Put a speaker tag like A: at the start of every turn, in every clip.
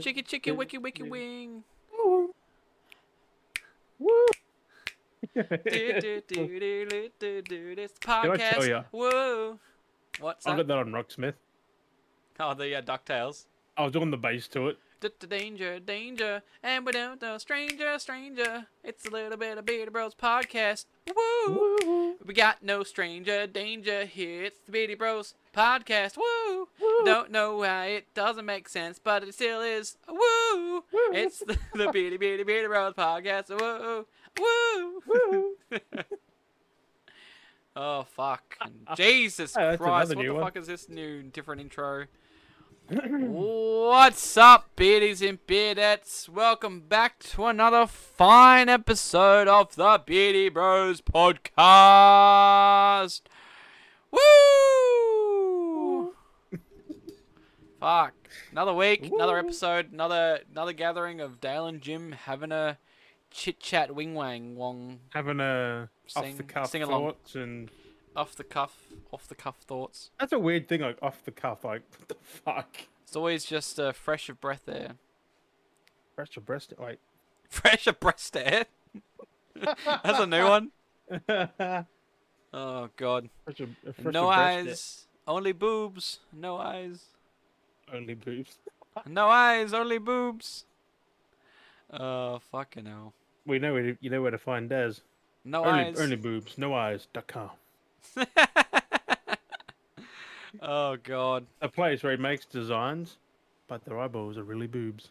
A: Chicky, chicky, wicky, wicky, wing.
B: Woo. Woo.
A: do, do, do, do, do, do, do, this
B: I
A: podcast.
B: tell ya?
A: Woo. What's
B: I
A: that?
B: got that on Rocksmith.
A: Oh, the uh, DuckTales.
B: I was doing the bass to it.
A: D- d- Danger, danger, and we don't know. Stranger, stranger. It's a little bit of Beardy Bros podcast. Woo.
B: Woo.
A: We got no stranger danger here. It's the Beardy Bros podcast. Woo. Don't know why it doesn't make sense, but it still is. Woo. It's the, the Beardy Beardy Beardy Bros podcast. Woo. Woo.
B: Woo.
A: Oh fuck! Jesus
B: Uh, Hey, that's
A: Christ!
B: another
A: What
B: new
A: the
B: one.
A: fuck is this new different intro? What's up, beardies and beardettes? Welcome back to another fine episode of the Beardy Bros podcast. Woo! fuck! Another week, another
B: Woo.
A: episode, another another gathering of Dale and Jim having a chit chat, wing wang wong,
B: Having a off the
A: Sing-
B: cuff
A: sing along.
B: thoughts and
A: off the cuff, off the cuff thoughts.
B: that's a weird thing. Like off the cuff, like what the fuck?
A: It's always just uh, fresh of breath air.
B: Fresh your breast. Wait.
A: Fresh of breast air? That's a new one.
B: fresh
A: Oh god.
B: your, fresh
A: no
B: your breast,
A: eyes, only boobs. No eyes.
B: yeah. Only boobs.
A: No eyes, only boobs. Oh fucking hell.
B: We know where to, you know where to find Des.
A: No
B: only,
A: eyes.
B: only boobs. No eyes. Dot com.
A: oh god.
B: A place where he makes designs, but their eyeballs are really boobs.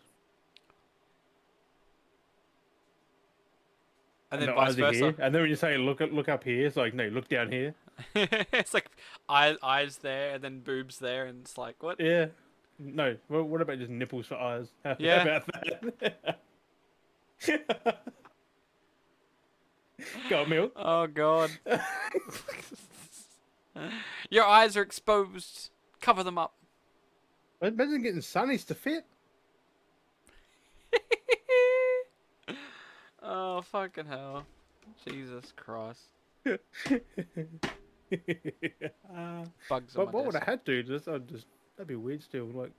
A: And then
B: their
A: vice
B: eyes are
A: versa.
B: Here. And then when you say look at- look up here, it's like no, look down here.
A: it's like eyes, eyes there, and then boobs there, and it's like what?
B: Yeah. No. Well, what about just nipples for eyes? How
A: Yeah.
B: about that? Got milk.
A: Oh god. Your eyes are exposed. Cover them up.
B: Imagine getting sunnies to fit.
A: oh fucking hell. Jesus Christ. Bugs Uh, on
B: but
A: my
B: what would I
A: desk.
B: had to? Just, I'd just that'd be weird. Still, like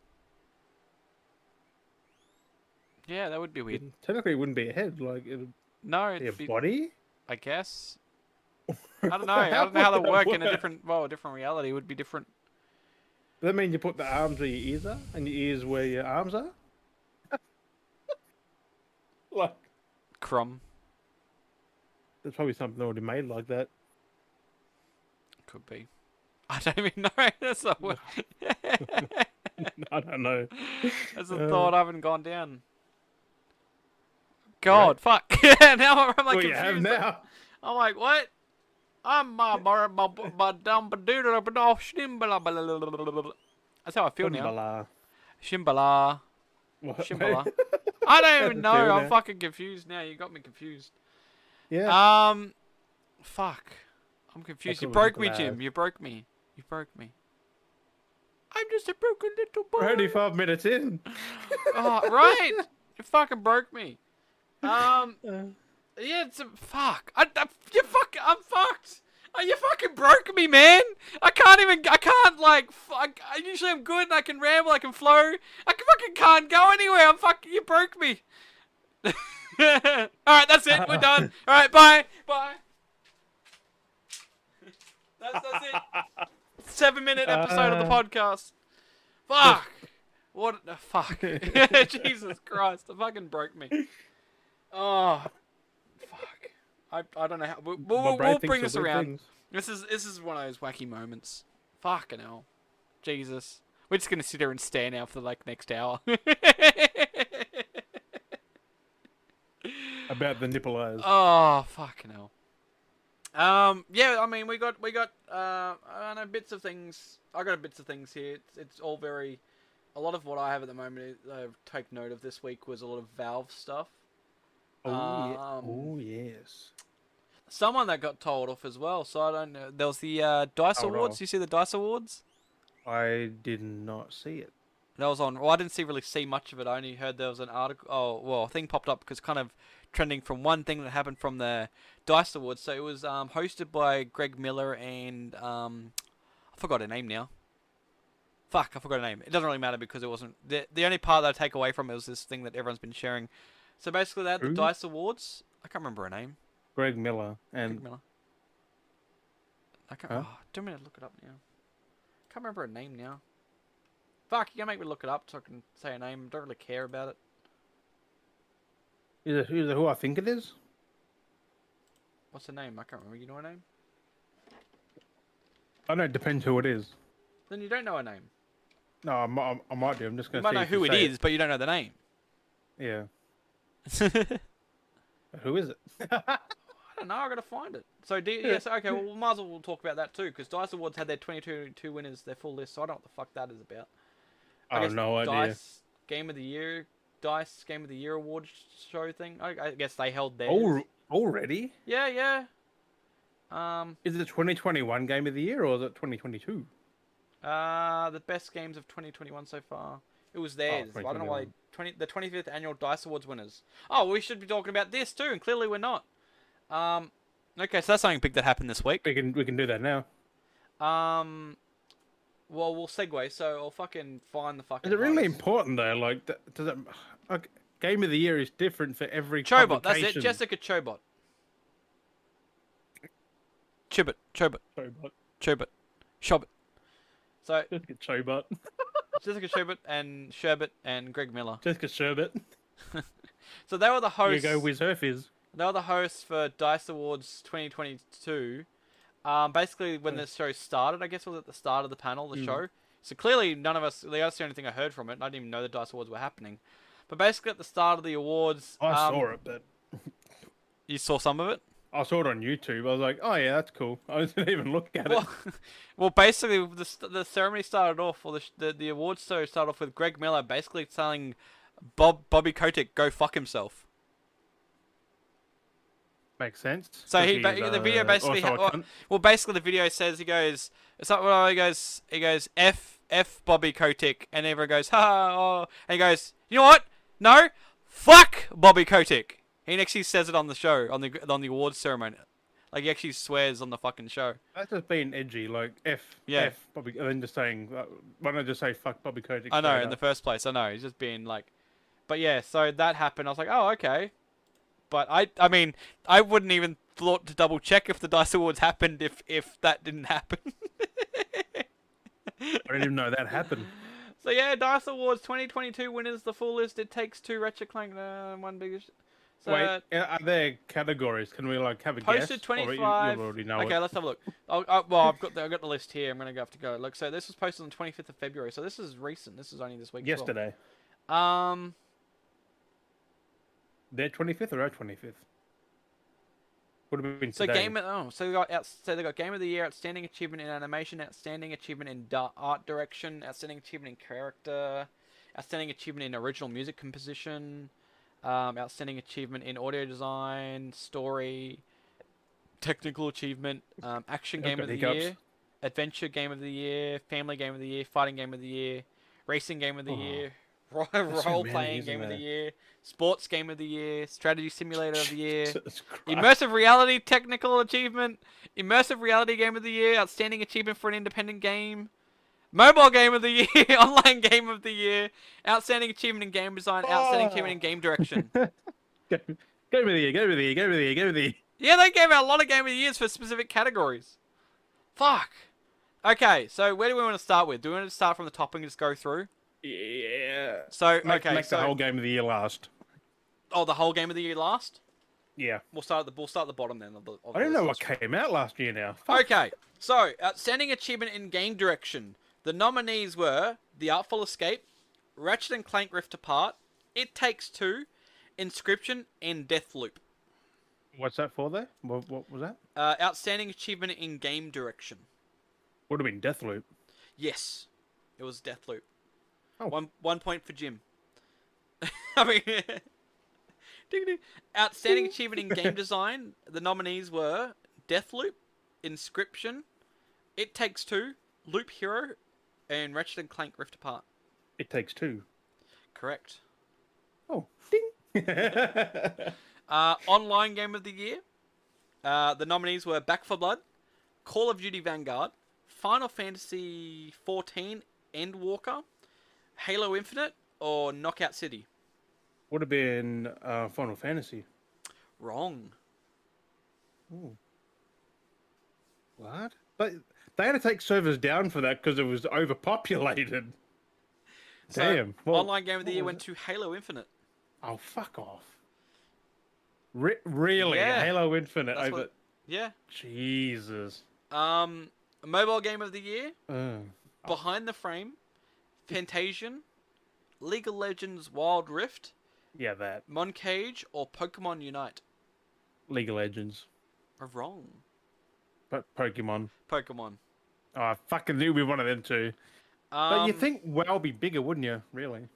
A: Yeah, that would be weird.
B: it- technically, it wouldn't be a head. Like it'd
A: No,
B: be a
A: it'd be,
B: body.
A: I guess. I don't know. I don't know how that work in a different well, a different reality would be different.
B: Does that mean you put the arms where your ears are, and your ears where your arms are? like
A: Crumb.
B: there's probably something already made like that.
A: Could be. I don't even know. That's a word.
B: I don't know.
A: That's a
B: Uh,
A: thought I haven't gone down. God, fuck. Yeah, now I'm like
B: what you
A: confused.
B: have
A: like-
B: now.
A: I'm like, what? I'm my my my my dumb shimbala. That's how I feel now.
B: Bala.
A: Shimbala,
B: What-
A: shimbala. I don't
B: That's
A: even know.
B: fair
A: I'm
B: enough.
A: fucking confused now. You got me confused.
B: yeah.
A: Um, fuck. I'm confused. You
B: what
A: broke me,
B: shimbala
A: Jim.
B: is.
A: You broke me. You broke me. I'm just a broken little
B: We're only
A: boy.
B: five minutes in.
A: Oh, right. You fucking broke me. Um.
B: Uh,
A: Yeah, it's a fuck. I, I you fuck. I'm fucked. Oh, you fucking broke me, man. I can't even. I can't like. Fuck. I usually I'm good and I can ramble. I can flow. I can, fucking can't go anywhere. I'm fucking. You broke me. All right, that's it. We're done. All right, bye, bye. That's that's it. Seven minute episode of the
B: Uh.
A: podcast. Fuck. What the fuck? Jesus Christ! It fucking broke me. Oh, fuck! I, I don't know how. We'll,
B: my
A: we'll,
B: brain
A: we'll
B: thinks
A: bring
B: of
A: this
B: weird
A: around.
B: things.
A: This is this is one of those wacky moments. Fucking hell, Jesus! We're just gonna sit here and stare now for like next hour.
B: About the nipple eyes.
A: oh fucking hell. Um, yeah, I mean we got we got uh I don't know bits of things. I got bits of things here. It's, it's all very. A lot of what I have at the moment, is- I've take note of this week was a lot of Valve stuff.
B: oh, yeah.
A: um,
B: oh yes.
A: someone that got told off as well. So I don't know. There was the uh, Dice
B: Oh, no.
A: Awards. You see the Dice Awards?
B: I did not see it.
A: That was on. Well, I didn't see really see much of it. I only heard there was an article. Oh, well, a thing popped up because kind of trending from one thing that happened from the Dice Awards. So it was um, hosted by Greg Miller and um, I forgot her name now. Fuck, I forgot her name. It doesn't really matter because it wasn't the the only part that I take away from it was this thing that everyone's been sharing. So basically, they had the
B: Who?
A: Dice Awards. I can't remember her name.
B: Greg Miller
A: Greg
B: and
A: Miller. I can't.
B: Huh?
A: Oh, do you want me to look it up now? Can't remember her name now. Fuck, you're gonna make me look it up so I can say her name. Don't really care about it.
B: is it, is it who I think it is?
A: What's her name? I can't remember. You know her name?
B: I know it depends who it is.
A: Then you don't know her name.
B: No, I might, I might do. I'm just
A: You
B: gonna.
A: might
B: see
A: know
B: if you
A: who it
B: say
A: is, but you don't know the name.
B: Yeah.
A: I
B: Who is it?
A: don't know. I gotta find it. So, do, yeah. So, okay. Well, we might as well talk about that too, because Dice Awards had their 22 two winners, their full list. So I don't know what the fuck that is about.
B: I have
A: guess
B: Oh, no idea.
A: Dice Game of the Year, Dice Game of the Year Awards show thing. I, I guess they held theirs.
B: Al- already?
A: Yeah, yeah. Um,
B: Is it 2021 game of the year or is it 2022?
A: uh, the best games of 2021 so far. It
B: Oh,
A: was theirs. I don't know why.
B: 2021.
A: 20, the 25th annual Dice Awards winners. Oh, we should be talking about this too, and clearly we're not. Um, okay, so that's something big that happened this week.
B: We can we can do that now.
A: Um, well, we'll segue. So I'll fucking find the fucking.
B: Is it really
A: highlights.
B: important though? Like, th- does it, like, game of the year is different for every
A: Chobot? That's it.
B: publication.
A: Jessica Chobot. Chobot. Chobot.
B: Chobot.
A: Chobot. Chobot. So
B: Jessica Chobot.
A: Jessica Chobot and Sherbet and Greg Miller.
B: Jessica Sherbet.
A: So they were the
B: Here you
A: hosts.
B: go, Wiz Herf is.
A: They were the hosts for Dice Awards 2022. Um, basically, when the show started, I guess it was at the start of the panel,
B: Mm.
A: the show. So clearly, none of us. That's the only thing I heard from it. and I didn't even know the Dice Awards were happening. But basically, at the start of the awards,
B: I
A: um,
B: saw it, but
A: You saw some of it.
B: I saw it on YouTube. I was like, oh yeah, that's cool. I didn't even look at
A: Well,
B: it.
A: well, basically, the st- the ceremony started off, or the, sh- the the awards show started off with Greg Miller basically telling Bob Bobby Kotick go fuck himself.
B: Makes sense.
A: So
B: 'cause
A: he, ba-
B: he's,
A: the video
B: uh,
A: basically
B: also a
A: ha- well,
B: cunt.
A: well, basically the video says he goes it's like well he goes he goes f f Bobby Kotick and everyone goes ha ha, oh and he goes you know what no fuck Bobby Kotick he actually says it on the show on the on the awards ceremony like he actually swears on the fucking show
B: That's just being edgy, like F,
A: Yeah.
B: F, Bobby, and then just saying, uh, why don't I just say fuck Bobby Kotick?
A: I know
B: straight
A: in the
B: up?
A: first place I know he's just being like but yeah so that happened I was like oh okay but I I mean I wouldn't even thought to double check if the Dice Awards happened if if that didn't happen.
B: I didn't even know that happened.
A: So yeah, Dice Awards 2022 winners. The full list. It takes two. Ratchet Clank. Uh, one biggest. So
B: Wait, uh, are there categories? Can we like have a guess?
A: posted
B: Or you-
A: 25.
B: You, already know
A: okay,
B: it.
A: let's have a look. I'll, I, well, I've got the, I've got the list here. I'm gonna have to go look. So this was posted on the 25th of February. So this is recent. This is only this week. as well.
B: Yesterday,
A: Um,
B: their twenty fifth or our twenty fifth? Would have been
A: So
B: today.
A: game of, oh, so they got out, so they got game of the year, outstanding achievement in animation, outstanding achievement in da- art direction, outstanding achievement in character, outstanding achievement in original music composition, um, outstanding achievement in audio design, story, technical achievement, um, action
B: I've
A: game
B: got
A: of the
B: hiccups.
A: year, adventure game of the year, family game of the year, fighting game of the year, racing game of the
B: Oh.
A: year, ro-
B: so
A: role
B: many,
A: playing
B: isn't
A: game of the
B: there?
A: year, sports game of the year, strategy simulator of the year.
B: Jesus Christ.
A: Immersive reality technical achievement, immersive reality game of the year, outstanding achievement for an independent game, mobile game of the year, online game of the year, outstanding achievement in game design,
B: Ah.
A: outstanding achievement in game direction.
B: game, game of the year, game of the year, game of the year, game of the year.
A: yeah, they gave out a lot of game of the years for specific categories. Fuck. Okay, so where do we want to start with? Do we want to start from the top and just go through?
B: Yeah.
A: So
B: Make,
A: okay,
B: make
A: so
B: the whole game of the year last.
A: oh, the whole game of the year last.
B: Yeah.
A: We'll start at the we'll start at the bottom then. Of the, of
B: I don't
A: the
B: know
A: list.
B: what came out last year now. Fuck.
A: Okay, so outstanding achievement in game direction. The nominees were The Artful Escape, Ratchet and Clank Rift Apart, It Takes Two, Inscription, and Deathloop.
B: What's that for there? What, what was that?
A: Uh, outstanding achievement in game direction.
B: Would have been Deathloop.
A: Yes, it was Deathloop.
B: Oh.
A: One one point for Jim. I mean, ding-a-ding. outstanding achievement in game design. The nominees were Deathloop, Inscription, It Takes Two, Loop Hero, and Ratchet and Clank Rift Apart.
B: It takes two.
A: Correct.
B: Oh, ding.
A: Uh, online game of the year. Uh, the nominees were Back for Blood, Call of Duty Vanguard, Final Fantasy 14, Endwalker, Halo Infinite, or Knockout City?
B: Would have been uh, Final Fantasy.
A: Wrong.
B: What? But they had to take servers down for that because it was overpopulated.
A: So,
B: Damn. Well,
A: online game of the
B: what
A: year
B: was
A: went to Halo Infinite.
B: Oh, fuck off. Re- really?
A: Yeah.
B: Halo Infinite
A: That's
B: over.
A: what- Yeah.
B: Jesus.
A: Um, mobile game of the year:
B: Uh,
A: Behind the Frame, Fantasian, League of Legends: Wild Rift,
B: yeah, that.
A: Mon Cage, or Pokemon Unite.
B: League of Legends.
A: Are wrong.
B: But Pokemon.
A: Pokemon.
B: Oh, I fucking knew we wanted them to. But
A: Um,
B: you think WoW be bigger, wouldn't you? Really?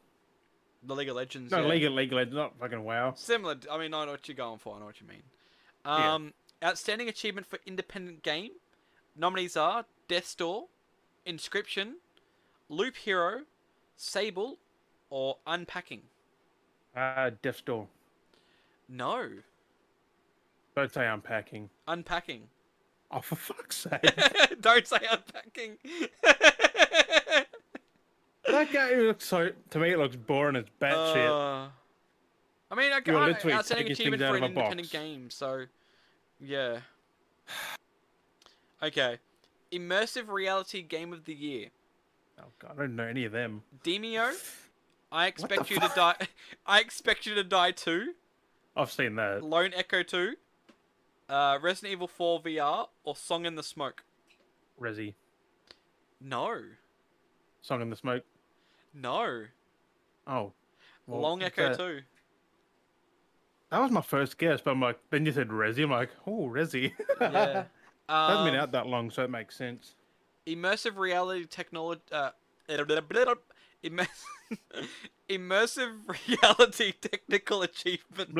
A: the League of Legends?
B: No,
A: yeah.
B: League of League of Legends, not fucking WoW.
A: Similar. I mean, I know what you're going for. I know what you mean.
B: Yeah.
A: Um, outstanding achievement for independent game. Nominees are Death Door, Inscription, Loop Hero, Sable, or Unpacking.
B: Uh, Death Door.
A: No,
B: Don't say unpacking.
A: Unpacking.
B: Oh, for fuck's sake.
A: Don't say unpacking.
B: that game looks so. To me, it looks boring as batshit.
A: Uh, I mean, I,
B: You're
A: I,
B: literally
A: outstanding
B: taking
A: achievement
B: things out
A: for an
B: of a
A: independent
B: box.
A: game, so yeah. Okay, immersive reality game of the year.
B: oh, God, I don't know any of them.
A: Demio, I expect you to die. I expect you to die too.
B: I've seen that.
A: Lone Echo two, uh, Resident Evil four VR, or Song in the Smoke.
B: Resi.
A: No,
B: Song in the Smoke.
A: no.
B: Oh. well,
A: Long
B: what's
A: Echo
B: that?
A: two.
B: That was my first guess, but I'm like, then you said Resi. I'm like, oh, Resi.
A: Yeah.
B: Hasn't
A: Um,
B: been out that long, so it makes sense.
A: immersive reality technology. Uh, immers- immersive reality technical achievement.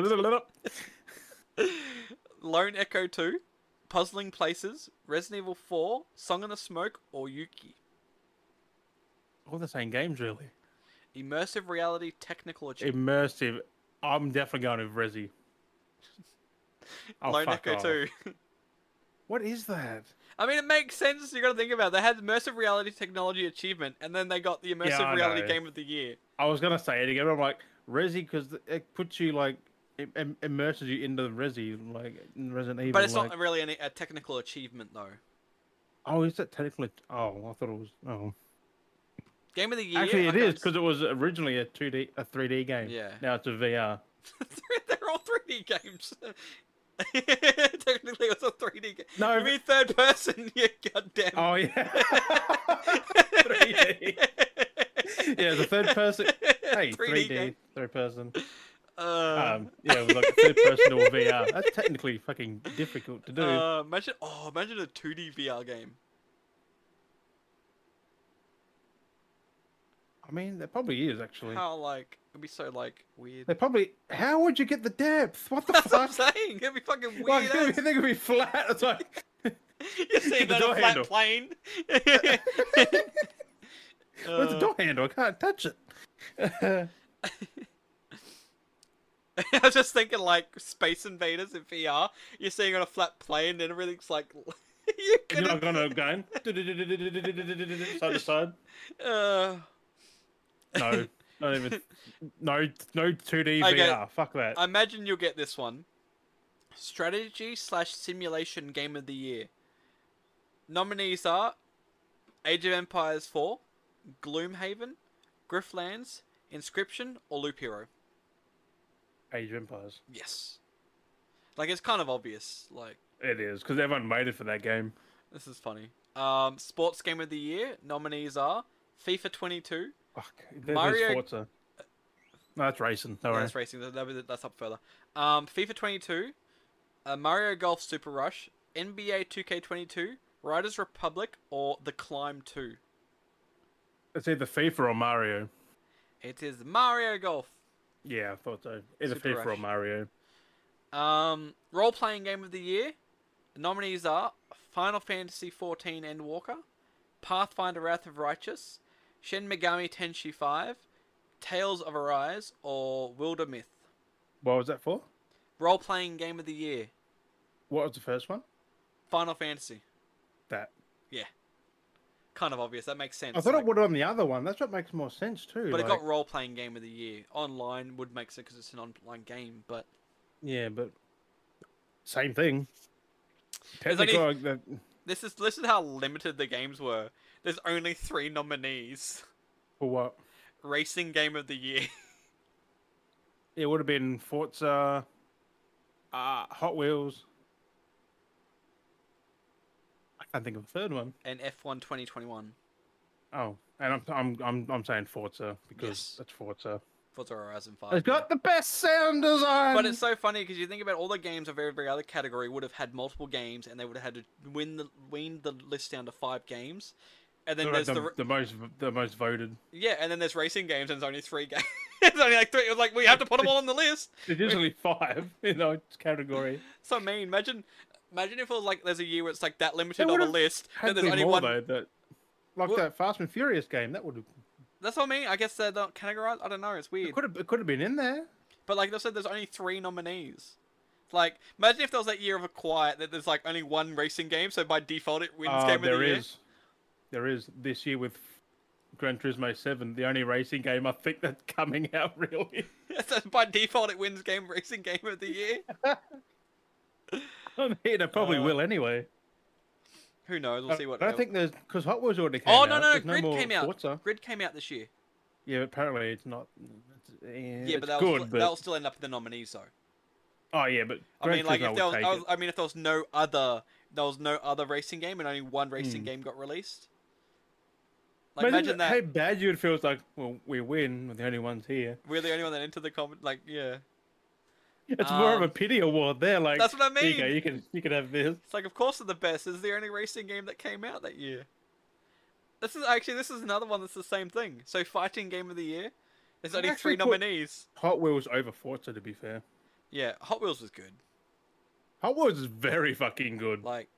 A: Lone Echo two, Puzzling Places, Resident Evil four, Song in the Smoke, or Yuki.
B: All the same games, really.
A: Immersive reality technical achievement.
B: Immersive. I'm definitely going with Resi. Oh,
A: Lone
B: fuck
A: Echo
B: off.
A: 2.
B: What is that?
A: I mean, it makes sense. You got to think about. It. They had immersive reality technology achievement, and then they got the immersive
B: I
A: reality
B: know.
A: game of the year.
B: I was gonna say it again. But I'm like Resi because it puts you like it, im immerses you into the Resi like in Resident Evil.
A: But it's
B: like,
A: not really any, a technical achievement though.
B: Oh, is that technically? Oh, I thought it was. Oh,
A: Game of the year.
B: actually, it
A: okay,
B: is because it was originally a 2D, a 3D game.
A: Yeah.
B: Now it's a VR.
A: They're all 3D games. Technically, it's a 3D game.
B: No,
A: you
B: but-
A: mean third person? You goddamn.
B: Oh yeah. 3D. yeah, the third person. Hey,
A: 3D
B: 3D,
A: game.
B: third person.
A: Uh,
B: Um, yeah, it was like a third person or VR. That's technically fucking difficult to do.
A: uh, imagine, oh, imagine a 2D VR game.
B: I mean, there probably is actually.
A: How like it'd be so like weird.
B: They probably. How would you get the depth? What the
A: That's what
B: fuck?
A: I'm saying. It'd be fucking
B: Like,
A: weird.
B: I
A: as-
B: think it'd be flat. It's like,
A: You're seeing
B: the
A: that on a flat
B: door handle.
A: plane.
B: where's the
A: Uh,
B: door handle? I can't touch it. Uh,
A: I was just thinking like Space Invaders in VR. You're seeing on a flat plane and everything's like you
B: You're
A: could
B: not gonna go in? side to side.
A: uh,
B: No, not even. No, no 2D
A: Okay.
B: VR. Fuck that.
A: I imagine you'll get this one. Strategy slash simulation game of the year. Nominees are Age of Empires 4, Gloomhaven, Grifflands, Inscription, or Loop Hero.
B: Age of Empires.
A: Yes. Like it's kind of obvious. Like
B: It is because everyone waited for that game.
A: this is funny. Um, sports game of the year nominees are FIFA 22.
B: Fuck. There's
A: Mario-
B: Forza. No, that's racing. No
A: Yeah,
B: worries.
A: that's racing. that- that- that's up further. Um, FIFA 22, uh, Mario Golf Super Rush, NBA 2K22, Riders Republic, or The Climb 2.
B: It's either FIFA or Mario.
A: It is Mario Golf.
B: Yeah, I thought so. Either
A: Super
B: FIFA or
A: Rush.
B: Mario.
A: Um, role playing game of the year. Nominees are Final Fantasy 14 Endwalker, Pathfinder Wrath of Righteous, Shin Megami Tenshi 5, Tales of Arise, or Wilder Myth.
B: What was that for?
A: Role playing game of the year.
B: What was the first one?
A: Final Fantasy.
B: That.
A: Yeah. kind of obvious. That makes sense.
B: I thought
A: like-
B: it would on the other one. That's what makes more sense too.
A: but it
B: like-
A: got role playing game of the year. Online would make sense because it's an online game, but
B: yeah, but same thing.
A: There's only-
B: Technically, like, the-
A: this is this is how limited the games were. There's only three nominees.
B: for what?
A: Racing game of the year.
B: It would have been Forza, uh,
A: Ah,
B: Hot Wheels. I can't think of a third one.
A: and F1 2021.
B: Oh, and I'm I'm I'm, I'm saying Forza because
A: Yes.
B: that's Forza.
A: Forza Horizon 5.
B: It's got the best sound design.
A: But it's so funny because you think about all the games of every other category would have had multiple games, and they would have had to win the wean the list down to five games. And then
B: They're like
A: there's
B: the,
A: the, r
B: the most the most voted.
A: yeah, and then there's racing games, and it's only three games. it's only like three. It was like we have to put them all on the list.
B: There's usually five in each category.
A: So mean. Imagine, imagine if it was like there's a year where it's like that limited on
B: That
A: a
B: would've
A: list. Then
B: Had
A: there's
B: been
A: only
B: more
A: one.
B: though that, like
A: Well-
B: that Fast and Furious game, that would have
A: That's what I mean. I guess they're not categorized. I don't know. It's weird.
B: could have it could have been in there.
A: But like I said, there's only three nominees. Like, imagine if there was that year of a quiet that there's like only one racing game, so by default it wins
B: Uh,
A: game of
B: there
A: the year.
B: is, there is this year with Gran Turismo Seven, the only racing game I think that's coming out really.
A: so by default it wins game racing game of the year.
B: I mean, it probably
A: Uh,
B: will anyway.
A: Who knows? We'll see what.
B: Uh, I don't
A: how-
B: think there's because Hot Wheels already came
A: Oh
B: out.
A: no no no!
B: there's
A: Grid
B: more
A: came out.
B: Forza.
A: Grid came out this year.
B: Yeah, apparently it's not. It's, eh,
A: Yeah,
B: it's
A: but that'll,
B: good,
A: still,
B: but
A: that'll still end up in the nominees though.
B: oh yeah, but
A: I mean, like
B: Gran
A: if there
B: Turismo
A: was,
B: would
A: I,
B: take
A: was- I mean, if there was no other, there was no other racing game, and only one racing
B: Hmm.
A: game got released.
B: it.
A: Like, imagine, that
B: how bad you would feel. It's like, well, we win. We're the only ones here.
A: we're the only one that entered the comment. Like, yeah,
B: It's more of a
A: Um,
B: pity award there. Like
A: that's what I
B: Here you, go,
A: mean.
B: you can you can have this.
A: It's like, of course they're the best. This is the only racing game that came out that year. This is actually this is another one that's the same thing. So fighting game of the year, there's
B: I'd
A: only three
B: actually put-
A: nominees.
B: Hot Wheels over Forza, to be fair.
A: Yeah, Hot Wheels was good.
B: Hot Wheels is very fucking good.
A: Like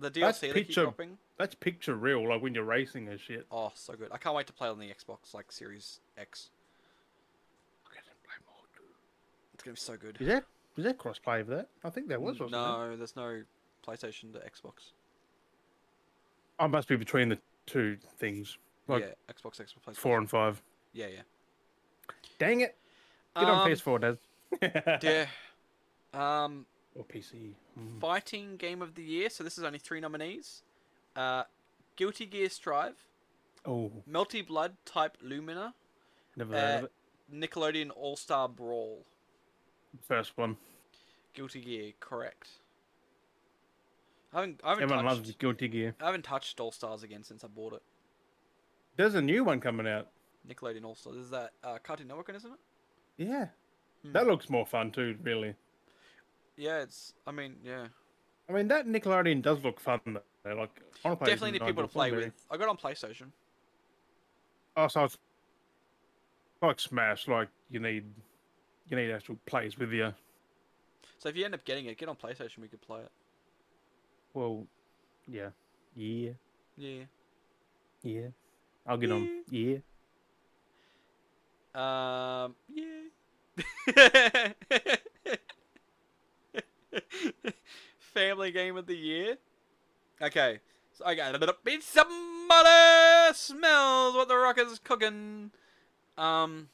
A: the DLC
B: That's
A: they keep
B: picture-
A: dropping.
B: That's picture real, like when you're racing and shit.
A: Oh, so good. I can't wait to play on the Xbox like Series X. It's gonna be so good.
B: Is that is that crossplay of that? I think there was. Wasn't there?
A: no, there's no PlayStation to Xbox.
B: I must be between the two things, like
A: yeah, Xbox, Xbox, PlayStation.
B: four and five.
A: Yeah, yeah.
B: Dang it! Get
A: Um,
B: on PS4, Daz.
A: Yeah. Um,
B: Or PC. Mm.
A: fighting game of the year. So this is only three nominees. Uh, Guilty Gear Strive,
B: Oh,
A: Melty Blood Type Lumina,
B: never heard
A: uh,
B: of it.
A: Nickelodeon All Star Brawl.
B: First one.
A: Guilty Gear, correct. I haven't, I haven't
B: Everyone
A: touched.
B: loves Guilty Gear.
A: I haven't touched All Stars again since I bought it.
B: There's a new one coming out.
A: Nickelodeon All Stars. Is that uh, Cartoon Network, one, isn't it?
B: Yeah,
A: Hmm.
B: that looks more fun too. Really.
A: Yeah, it's. I mean, yeah.
B: I mean, that Nickelodeon does look fun though. Like, I wanna play
A: Definitely
B: some
A: need people to
B: Nigel
A: play
B: Salisbury.
A: with. I got it on PlayStation.
B: Oh, so it's like Smash. Like you need, you need actual players with you.
A: So if you end up getting it, get on PlayStation. We could play it.
B: Well, yeah, yeah,
A: Yeah.
B: yeah. I'll get on. Yeah.
A: Um. Yeah. Family game of the year. Okay. So I got a bit of beat somebody smells what the rocket's cooking. Um.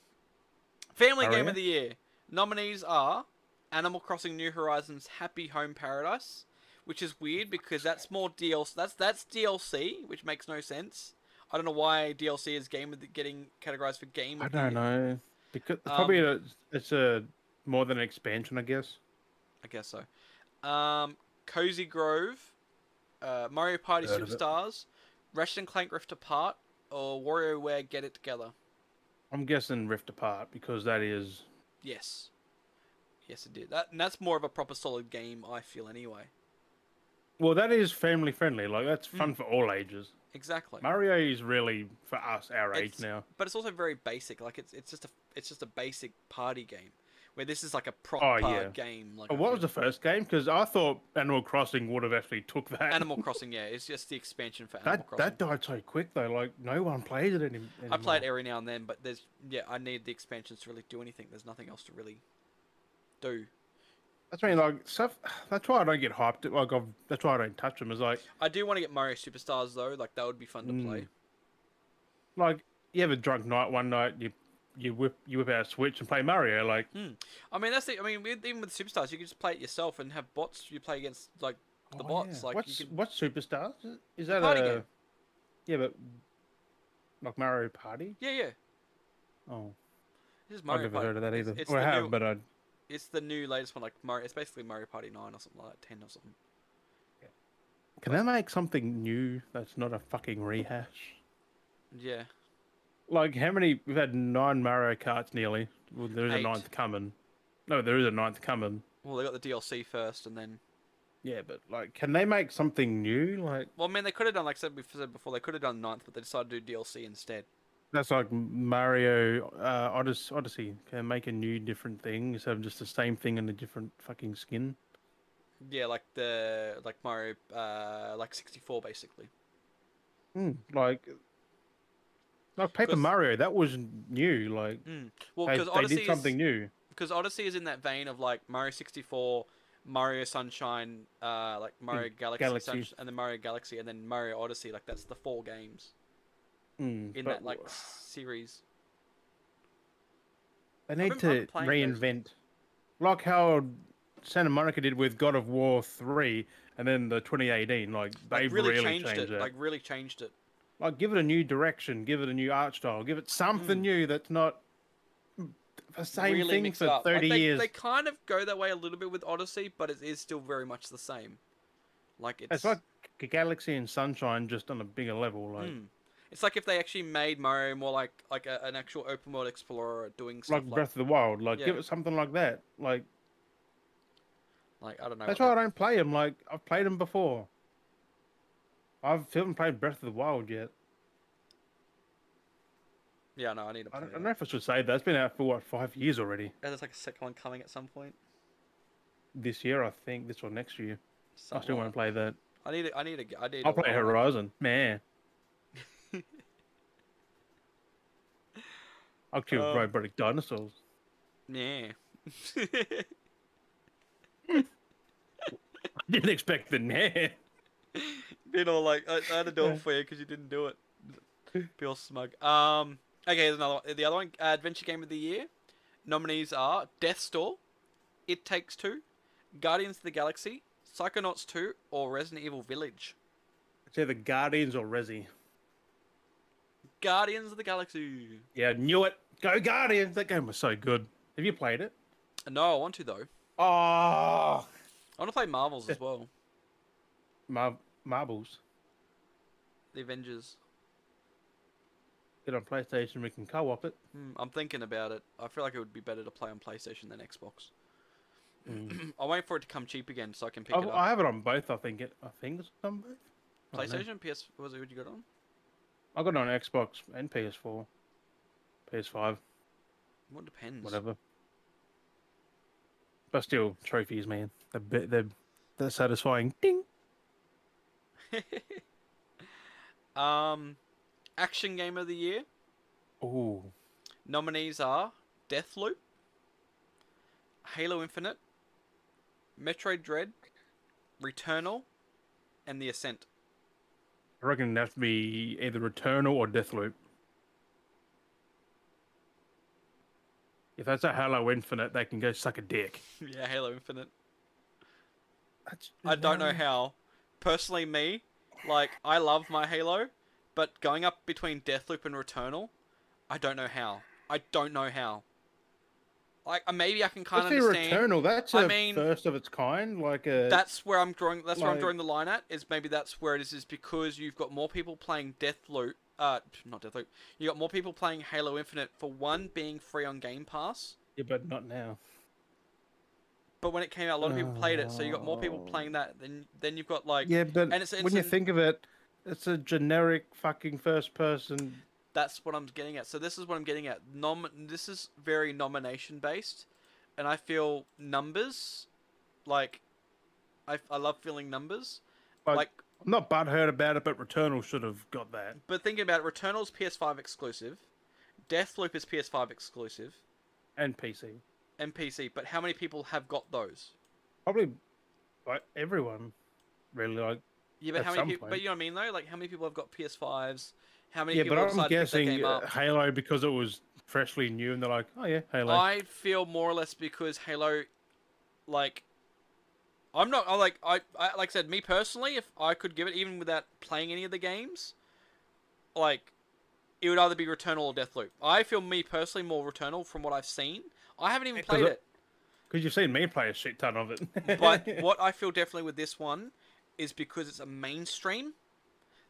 A: Family
B: Oh,
A: game
B: yeah?
A: of the year nominees are Animal Crossing: New Horizons Happy Home Paradise, which is weird because that's more DLC. That's that's DLC, which makes no sense. I don't know why DLC is game of the, getting categorized for game.
B: I
A: of the
B: don't
A: year,
B: know because probably
A: Um,
B: a, it's a more than an expansion, I guess.
A: I guess so. Um, Cozy Grove, uh, Mario Party
B: Heard of it.
A: Superstars, Ratchet and Clank Rift Apart, or WarioWare Get It Together.
B: I'm guessing Rift Apart because that is
A: Yes, yes, it did. That and that's more of a proper solid game. I feel anyway.
B: well, that is family friendly. Like that's
A: Hmm.
B: fun for all ages.
A: Exactly.
B: Mario is really for us our age
A: It's-
B: now.
A: but it's also very basic. Like it's it's just a it's just a basic party game, where this is like a proper
B: yeah.
A: game. Like
B: Oh,
A: I
B: what
A: feel.
B: was the first game? Because I thought Animal Crossing would have actually took that.
A: Animal Crossing? Yeah, it's just the expansion for Animal
B: that
A: Crossing.
B: that died so quick though. Like no one plays it any,
A: I
B: anymore.
A: play it every now and then, but there's yeah, I need the expansions to really do anything. There's nothing else to really do.
B: That's why like stuff. That's why I don't get hyped. Like I've, that's why I don't touch them. Is like
A: I do want to get Mario Superstars though. Like that would be fun
B: Mm.
A: to play.
B: like you have a drunk night one night. You you whip you whip out a switch and play Mario. Like
A: I mean, that's the. I mean, with, even with Superstars, you can just play it yourself and have bots. You play against like the
B: Oh,
A: bots.
B: yeah.
A: Like
B: what's
A: you can,
B: what's Superstars? Is- Is that
A: party
B: a
A: game.
B: yeah, but like Mario Party?
A: yeah, yeah.
B: Oh,
A: This is Mario
B: I've never
A: Party.
B: heard of that either.
A: It's, it's
B: or I
A: the
B: have,
A: new,
B: but I
A: it's the new latest one. Like Mario, it's basically Mario Party Nine or something like that, Ten or something.
B: can they make something new that's not a fucking rehash?
A: Yeah.
B: Like how many? We've had nine Mario Karts nearly. Well, there is
A: Eight.
B: a ninth coming. No, there is a ninth coming.
A: Well, they got the DLC first, and then.
B: Yeah, but like, can they make something new? Like
A: Well, I mean, they could have done like I said bef- said before. They could have done ninth, but they decided to do DLC instead.
B: that's like Mario uh, Odyssey. Odyssey can make a new, different thing instead of just the same thing in a different fucking skin.
A: Yeah, like the like Mario, uh, like sixty four basically. Hmm.
B: Mm, like, like Paper
A: 'Cause-
B: Mario, that was new. Like,
A: Mm. Well,
B: they,
A: because
B: they
A: Odyssey
B: did something
A: is
B: new.
A: because Odyssey is in that vein of like Mario sixty four, Mario Sunshine, uh, like Mario Galaxy,
B: Hmm. Galaxy.
A: Sunsh- and then Mario Galaxy, and then Mario Odyssey. Like that's the four games
B: Mm,
A: in
B: but
A: that like
B: w-
A: series.
B: they need
A: remember
B: to
A: playing those.
B: reinvent, like how Santa Monica did with God of War three, and then the 2018. Like,
A: Like,
B: they've
A: really,
B: really
A: changed, it.
B: it.
A: Like really changed it.
B: like give it a new direction, give it a new art style, give it something new that's not the same
A: Mm. really
B: thing
A: mixed
B: for
A: up. Like,
B: 30
A: they,
B: years.
A: They kind of go that way a little bit with Odyssey, but it is still very much the same. Like it's
B: It's like G- Galaxy and Sunshine just on a bigger level. Like,
A: Mm. It's like if they actually made Mario more like like a, an actual open world explorer doing stuff
B: like
A: like
B: Breath of the Wild, like give
A: Yeah.
B: it something like that. Like
A: like, I don't know.
B: that's why
A: what
B: I don't play them. Like I've played them before. I've haven't played Breath of the Wild yet.
A: they- Yeah, no, I need to
B: I
A: play
B: don't, I
A: that.
B: don't know if I should say that. It's been out for what five years already.
A: And there's like a second one coming at some point.
B: This year, I think, this or next year. I still
A: Something
B: want
A: like
B: to play that.
A: that. I need to, I need to g- I need
B: I'll
A: to
B: play
A: level up.
B: Horizon. Man. I'll kill
A: Um,
B: robotic dinosaurs.
A: Yeah.
B: Didn't expect the man.
A: Being all like, I, I had to do
B: Yeah.
A: it for you because you didn't do it. Be all smug. Um, okay, here's another one. The other one, uh, Adventure Game of the Year. Nominees are Death Store, It Takes Two, Guardians of the Galaxy, Psychonauts 2, or Resident Evil Village.
B: It's either Guardians or Resi.
A: Guardians of the Galaxy.
B: Yeah, knew it. Go Guardians. That game was so good. Have you played it?
A: No, I want to though.
B: Oh,
A: Ah. I want to play Marvels as well.
B: Mar- marbles.
A: The Avengers.
B: Get on PlayStation. We can co-op it.
A: Hmm, I'm thinking about it. I feel like it would be better to play on PlayStation than Xbox. I'll wait for it to come cheap again so I can pick
B: I,
A: it up.
B: Mm. Oh, I have it on both. I think it. I think it's on both. I don't know.
A: PlayStation, PS, was it what you got on?
B: I got it on Xbox and PS4, PS5,
A: What depends.
B: whatever. But still, trophies, man. They're bi- they're, they're satisfying. Ding.
A: um, action game of the year
B: Ooh.
A: nominees are Deathloop, Halo Infinite, Metroid Dread, Returnal, and The Ascent.
B: I reckon it'd have to be either Returnal or Deathloop. If that's a Halo Infinite, they can go suck a dick.
A: yeah, Halo Infinite. I don't know how. Personally, me, like, I love my Halo, but going up between Deathloop and Returnal, I don't know how. I don't know how. Like, uh, maybe I can kind of
B: Let's say
A: understand.
B: Returnal. That's
A: I
B: a
A: mean,
B: first of its kind. Like a
A: That's where I'm drawing. That's where I'm
B: Like-
A: drawing the line at. Is maybe that's where it is. Is because you've got more people playing Deathloop. Uh, not Deathloop. You got more people playing Halo Infinite for one being free on Game Pass.
B: yeah, but not now.
A: But when it came out, a lot of people played it, so you got more people
B: Oh.
A: playing that than then you've got like
B: Yeah, but
A: and it's- it's
B: when you
A: an-
B: think of it, it's a generic fucking first person.
A: That's what I'm getting at. So this is what I'm getting at. Nom. This is very nomination based, and I feel numbers, like, I, I love feeling numbers,
B: Like,
A: like.
B: I'm not butthurt about it, but Returnal should have got that.
A: But thinking about it, Returnal's PS5 exclusive, Deathloop is PS5 exclusive,
B: And PC.
A: and PC. But how many people have got those?
B: Probably like everyone really like
A: Yeah, but
B: At
A: how many
B: some
A: people? But
B: point.
A: you know what I mean, though. Like, how many people have got PS5s? How many
B: yeah,
A: people
B: but
A: have decided
B: I'm
A: to pick that
B: guessing
A: game
B: uh,
A: up?
B: Halo because it was freshly new and they're like, Oh yeah, Halo.
A: I feel more or less because Halo, like, I'm not. I like. I, I like I said, me personally, if I could give it even without playing any of the games, like, it would either be Returnal or Deathloop. I feel me personally more Returnal from what I've seen. I haven't even
B: Yeah, 'cause
A: played
B: it-
A: it,
B: Because you've seen me play a shit ton of it.
A: but what I feel definitely with this one is because it's a mainstream,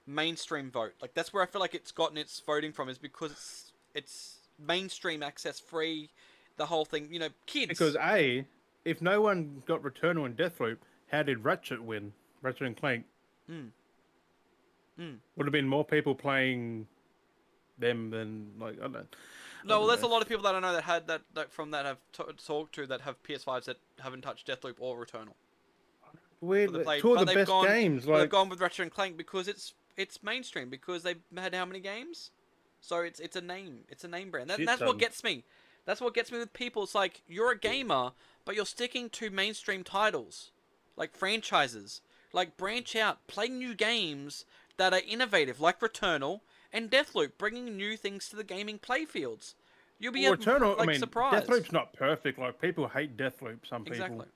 A: mainstream vote. Like that's where I feel like it's gotten its voting from is because it's it's mainstream access free, the whole thing. You know, kids.
B: Because A, if no one got Returnal and Deathloop, how did Ratchet win? Ratchet and Clank.
A: Mm. Mm.
B: Would have been more people playing them than like I don't know.
A: No,
B: I
A: well,
B: don't
A: there's a
B: know.
A: lot of people that I know that had that, that from that I've t- talked to that have PS5s that haven't touched Deathloop or Returnal.
B: Weird,
A: But they
B: like,
A: played-
B: two
A: but
B: of the
A: they've
B: best
A: gone-
B: games.
A: But They've
B: Like
A: gone with Ratchet and Clank because it's it's mainstream because they've had how many games? So it's it's a name, it's a name brand. That,
B: Shit
A: that's what
B: ton.
A: gets me. That's what gets me with people. It's like you're a gamer, but you're sticking to mainstream titles, like franchises. Like branch out, play new games that are innovative, like Returnal and Deathloop, bringing new things to the gaming playfields. You'll be
B: well, Returnal,
A: like
B: I mean,
A: surprised.
B: Deathloop's not perfect. Like people hate Deathloop. Some people,
A: Exactly.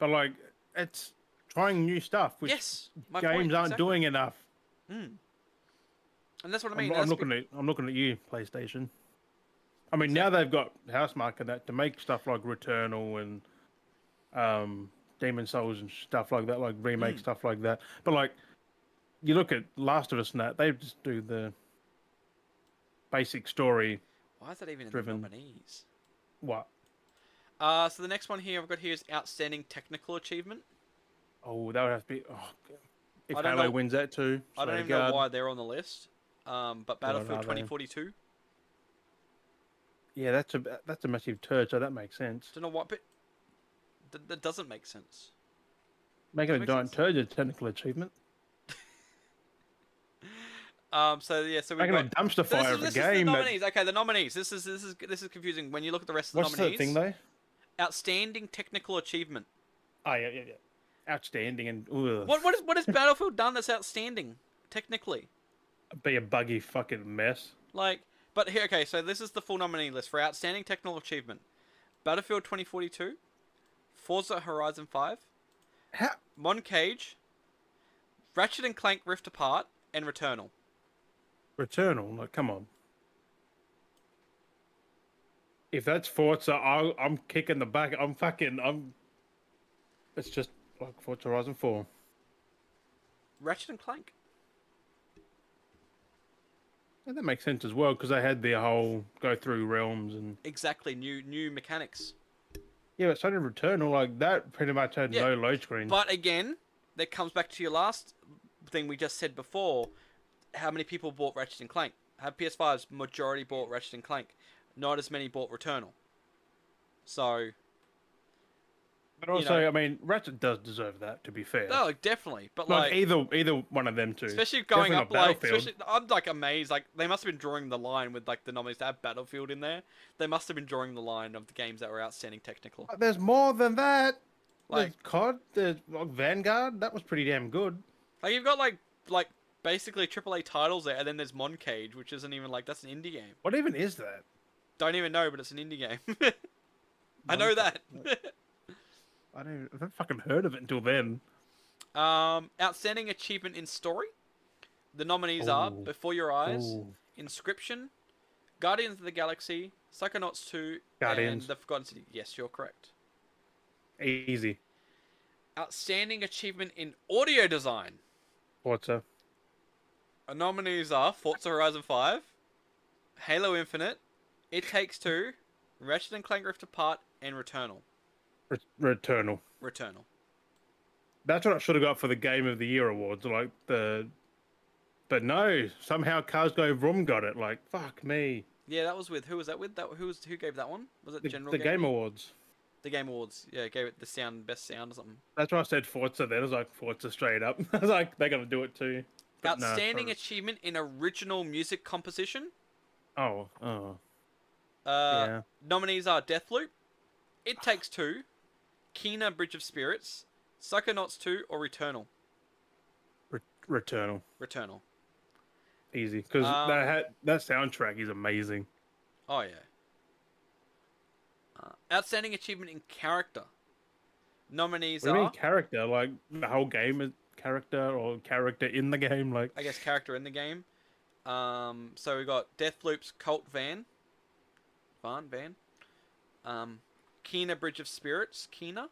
B: but like it's trying new stuff, which
A: yes, my
B: games
A: point,
B: aren't
A: exactly.
B: doing enough.
A: Mm. And that's what I
B: I
A: mean.
B: am
A: that's
B: looking
A: be-
B: at I'm looking at you, PlayStation. I mean, now they've got house market that to make stuff like Returnal and um, Demon Souls and stuff like that, like remake
A: Mm.
B: stuff like that. But like, you look at Last of Us and that they just do the basic story.
A: why is that even in
B: driven.
A: the nominees?
B: What?
A: Uh, so the next one here I've got here is outstanding technical achievement.
B: Oh, that would have to be. Oh, God. if
A: I don't
B: Halo
A: know-
B: wins that too,
A: I don't
B: swear to
A: even know
B: God.
A: why they're on the list. Um, but
B: Why
A: Battlefield
B: are they?
A: 2042.
B: Yeah, that's a that's a massive turd. So that makes sense.
A: Don't know why, but th- that doesn't make sense.
B: Making a
A: makes
B: giant
A: sense.
B: turd is a technical achievement.
A: Um, so yeah, so we've
B: Making a
A: got.
B: dumpster
A: So this is,
B: fire of a
A: this is the
B: game. that-
A: nominees. Okay, the nominees. This is this is this is confusing. When you look at the rest of the
B: What's the
A: nominees,
B: thing though?
A: outstanding technical achievement.
B: Oh yeah, yeah, yeah. Outstanding and ugh,
A: What what is what has Battlefield done that's outstanding technically?
B: be a buggy fucking mess.
A: Like, but here, okay, so this is the full nominee list for Outstanding Technical Achievement Battlefield 2042, Forza Horizon 5,
B: How?
A: Mon Cage, Ratchet and Clank Rift Apart, and Returnal.
B: Returnal, like come on. If that's Forza, I, I'm kicking the back. I'm fucking. I'm. It's just like Forza Horizon Four.
A: Ratchet and Clank?
B: And that makes sense as well because they had their whole go through realms and
A: Exactly, new new mechanics.
B: yeah, but so did Returnal. Like that pretty much had
A: Yeah,
B: no load screen.
A: But again, that comes back to your last thing we just said before. How many people bought Ratchet and Clank? Have PS5s majority bought Ratchet and Clank. Not as many bought Returnal. So,
B: But
A: you
B: also,
A: know-
B: I mean, Ratchet does deserve that. To be fair,
A: no, definitely. But
B: like,
A: like
B: either either one of them two,
A: Especially going
B: Definitely
A: up
B: not
A: like,
B: Battlefield.
A: especially, I'm like amazed. Like they must have been drawing the line with like the nominees that have Battlefield in there. They must have been drawing the line of the games that were outstanding technical.
B: But There's more than that.
A: Like,
B: there's COD, there's like Vanguard. That was pretty damn good.
A: like you've got like like basically AAA titles there, and then there's Mon Cage, which isn't even like that's an indie game.
B: What even is that?
A: Don't even know, but it's an indie game. I know
B: Mon
A: that.
B: I don't. I haven't fucking heard of it until then.
A: um, outstanding achievement in story. The nominees are
B: Ooh.
A: Before Your Eyes,
B: Ooh.
A: Inscription, Guardians of the Galaxy, Psychonauts 2,
B: Guardians.
A: and The Forgotten City. Yes, you're correct.
B: Easy.
A: Outstanding Achievement in Audio Design.
B: Forza.
A: Our nominees are Forza Horizon 5, Halo Infinite, It Takes Two, Ratchet and Clank Rift Apart, and Returnal.
B: Re- Returnal.
A: Returnal.
B: That's what I should have got for the Game of the Year awards. Like the. But no, somehow Cars Go Vroom got it. Like fuck me.
A: Yeah, that was with who was that with? That who was who gave that one? Was it
B: The,
A: General
B: the
A: Gaming?
B: Game Awards.
A: The Game Awards. Yeah, gave it the sound best sound or something.
B: That's why I said Forza. Then I was like Forza straight up. I was like they're gonna do it too. But no,
A: Outstanding
B: sorry.
A: achievement in original music composition.
B: Oh, oh,
A: Uh,
B: yeah.
A: Nominees are Deathloop, It Takes Two, Kena Bridge of Spirits, Psychonauts 2, or Returnal?
B: Re- Returnal,
A: Returnal.
B: easy because
A: Um,
B: that ha- that soundtrack is amazing.
A: Oh, yeah. Uh, outstanding achievement in character. Nominees
B: What do you mean
A: are,
B: character? Like the whole game is character or character in the game? Like
A: I guess, character in the game. Um, so we got Deathloop's Cult Van. Van, Van. Um, Kena Bridge of Spirits, Kena.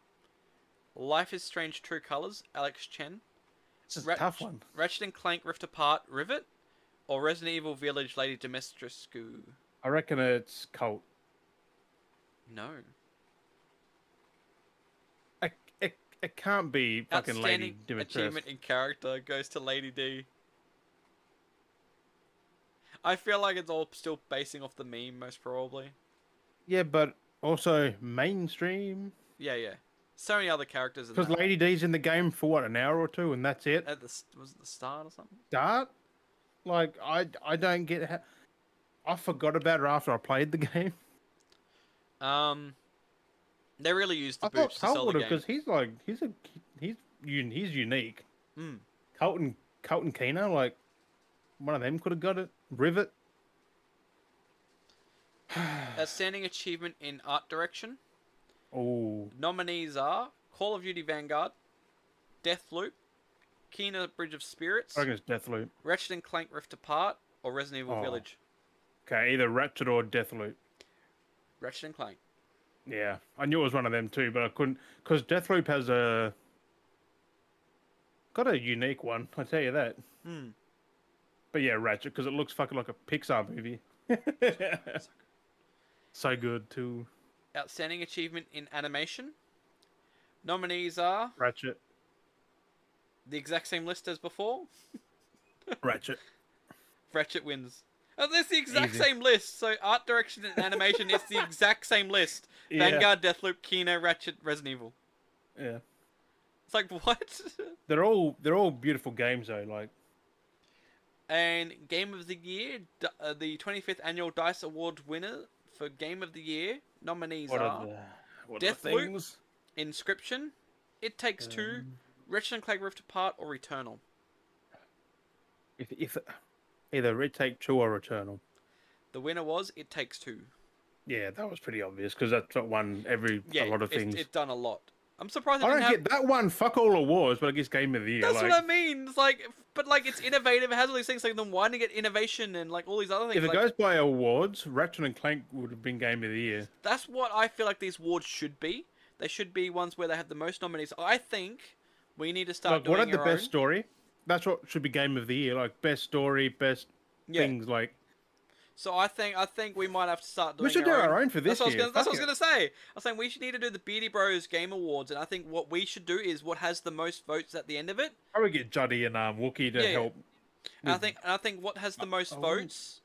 A: Life is Strange True Colors, Alex Chen.
B: it's just a
A: Ratch-
B: tough one.
A: Ratchet and Clank Rift Apart Rivet or Resident Evil Village Lady Domestrescu?
B: I reckon it's cult.
A: No.
B: It, it, it can't be fucking Lady
A: Outstanding
B: Dimitrescu.
A: achievement in character goes to Lady D. I feel like it's all still basing off the meme, most probably.
B: Yeah, but also mainstream
A: Yeah, yeah. So many other characters in
B: because
A: that.
B: Lady D's in the game for what an hour or two, and that's it.
A: At the s- was it the start or something?
B: Start. Like I, I don't get. How... I forgot about her after I played the game.
A: Um, they really used the
B: I thought
A: boobs to
B: Colt
A: sell
B: would
A: the
B: have
A: game.
B: because he's like he's a he's un, he's unique.
A: Mm.
B: Colton Colton Keener, like one of them could have got it. Rivet.
A: Outstanding achievement in art direction.
B: Oh,
A: Nominees are Call of Duty Vanguard, Deathloop, Kena Bridge of Spirits,
B: I reckon it's Deathloop.
A: Ratchet and Clank Rift Apart, or Resident Evil
B: Oh.
A: Village.
B: Okay, either Ratchet or Deathloop.
A: Ratchet and Clank.
B: Yeah, I knew it was one of them too, but I couldn't because Deathloop has a got a unique one. I tell you that.
A: Hmm.
B: But yeah, Ratchet because it looks fucking like a Pixar movie. so good too,
A: Outstanding achievement in animation. Nominees are
B: Ratchet.
A: the exact same list as before.
B: Ratchet.
A: Ratchet wins. Oh, that's the exact
B: Easy.
A: same list. So art direction and animation is the exact same list. Vanguard, Deathloop, Kena, Ratchet, Resident Evil.
B: Yeah, yeah.
A: It's like what?
B: They're all they're all beautiful games though. Like
A: And Game of the Year, D- uh, the 25th Annual Dice Award winner for Game of the Year nominees
B: what
A: are
B: are the what are the
A: Deathloop?
B: things?
A: Inscription, It Takes Two,
B: Um,
A: Ratchet and Clank Rift Apart, or Returnal.
B: If, if either Red Take Two or Eternal.
A: The winner was It Takes Two.
B: Yeah, that was pretty obvious because that's what won every
A: Yeah,
B: a lot of
A: it's-
B: things.
A: It's done a lot. I'm surprised. They
B: I
A: didn't
B: don't
A: have...
B: get that one. Fuck all awards, but I guess Game of the Year.
A: That's
B: like,
A: what I mean. It's like, but like it's innovative. It has all these things like them wanting at innovation and like all these other things.
B: If it
A: like,
B: goes by awards, Ratchet and Clank would have been Game of the Year.
A: That's what I feel like these awards should be. They should be ones where they have the most nominees. I think we need to start
B: Like,
A: doing
B: what had the
A: our
B: best
A: own.
B: story? That's what should be Game of the Year. Like best story, best
A: Yeah.
B: things. Like
A: So I think I think we might have to start doing.
B: we should do our own for
A: That's
B: this
A: what, I was
B: year.
A: gonna, that's
B: Fuck
A: what I was
B: it.
A: gonna say. I was saying we should need to do the Beardy Bros Game Awards, and I think what we should do is what has the most votes at the end of it.
B: Probably get Juddy and um, Wookie to
A: Yeah, yeah.
B: help.
A: And I
B: Mm.
A: think and I think what has the most
B: I wouldn't-
A: votes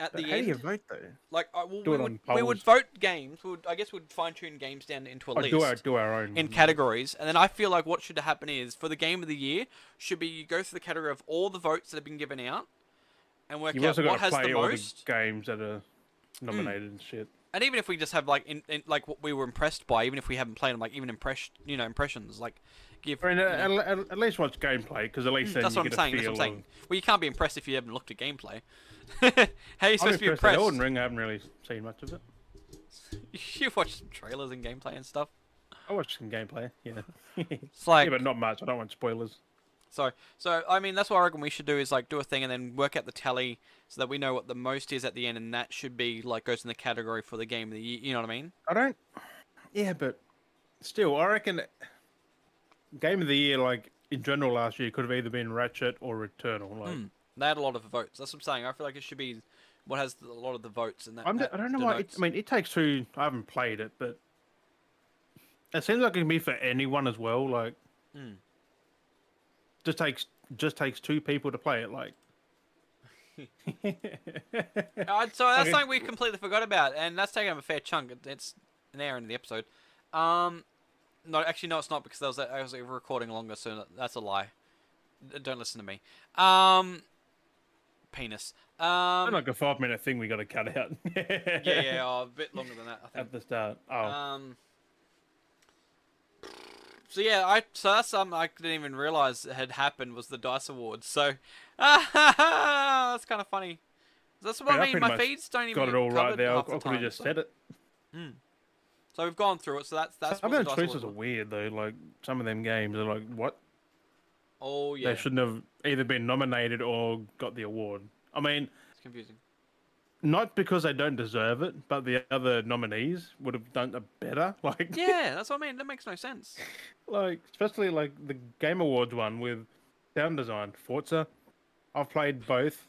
A: at
B: But
A: the
B: how
A: end.
B: do you vote though?
A: Like I well,
B: Do
A: we
B: it
A: would
B: on
A: we would
B: polls.
A: vote games. We would, I guess we'd fine tune games down into a
B: Oh,
A: list
B: do our do our own
A: in categories, and then I feel like what should happen is for the game of the year should be you go through the category of all the votes that have been given out, and work
B: You've
A: out
B: also got
A: what
B: to
A: has the
B: play all the
A: most. Hmm.
B: games that are nominated and shit.
A: And even if we just have like in, in like what we were impressed by, even if we haven't played them, like even impression you know impressions, like give.
B: I mean,
A: you know,
B: at, at, at least watch gameplay because at least then
A: Hmm, that's
B: you
A: what I'm
B: get
A: saying.
B: a
A: That's
B: feel
A: what I'm saying.
B: of.
A: Well, you can't be impressed if you haven't looked at gameplay. How are you supposed to be
B: I'm impressed.
A: impressed?
B: with Elden Ring, I haven't really seen much of it.
A: you watch some trailers and gameplay and stuff.
B: I watched some gameplay, yeah.
A: It's like
B: yeah, but not much. I don't want spoilers.
A: So, so I mean, that's what I reckon we should do is like do a thing and then work out the tally so that we know what the most is at the end, and that should be like goes in the category for the game of the year. You know what I mean?
B: I don't. Yeah, but still, I reckon game of the year, like in general, last year could have either been Ratchet or Returnal. Like,
A: They had a lot of votes. That's what I'm saying. I feel like it should be what has a lot of the votes, and that,
B: I'm.
A: that
B: I don't know why. It,
A: denotes-
B: I mean, it takes two. I haven't played it, but it seems like it can be for anyone as well. Like,
A: Mm.
B: just takes just takes two people to play it. Like,
A: Uh, so that's
B: Okay.
A: something we completely forgot about, and that's taking up a fair chunk. It- It's an hour into the episode. Um, no, actually, no, it's not because that was I was recording longer, so that- that's a lie. D- Don't listen to me. Um, penis. Um,
B: I'm like a five minute thing we got to cut out.
A: yeah, yeah, oh, a bit longer than that, I think.
B: At the start. Oh,
A: Um, So yeah, I so that's something I didn't even realize had happened was the Dice Awards. So that's kind of funny. That's what
B: Hey, I
A: I mean.
B: pretty
A: My
B: much
A: feeds don't even
B: Got it
A: get
B: all right
A: covered
B: there. I,
A: half the
B: could have
A: time,
B: just
A: so.
B: said it.
A: So we've gone through it. So that's that's
B: Some
A: what
B: of
A: the
B: the
A: Dice
B: choices
A: Awards
B: are
A: were.
B: weird though. Like some of them games are like what
A: Oh yeah,
B: they shouldn't have either been nominated or got the award. I mean,
A: it's confusing.
B: not because they don't deserve it, but the other nominees would have done it better. Like
A: Yeah, that's what I mean. That makes no sense.
B: like especially like the Game Awards one with sound design Forza. I've played both.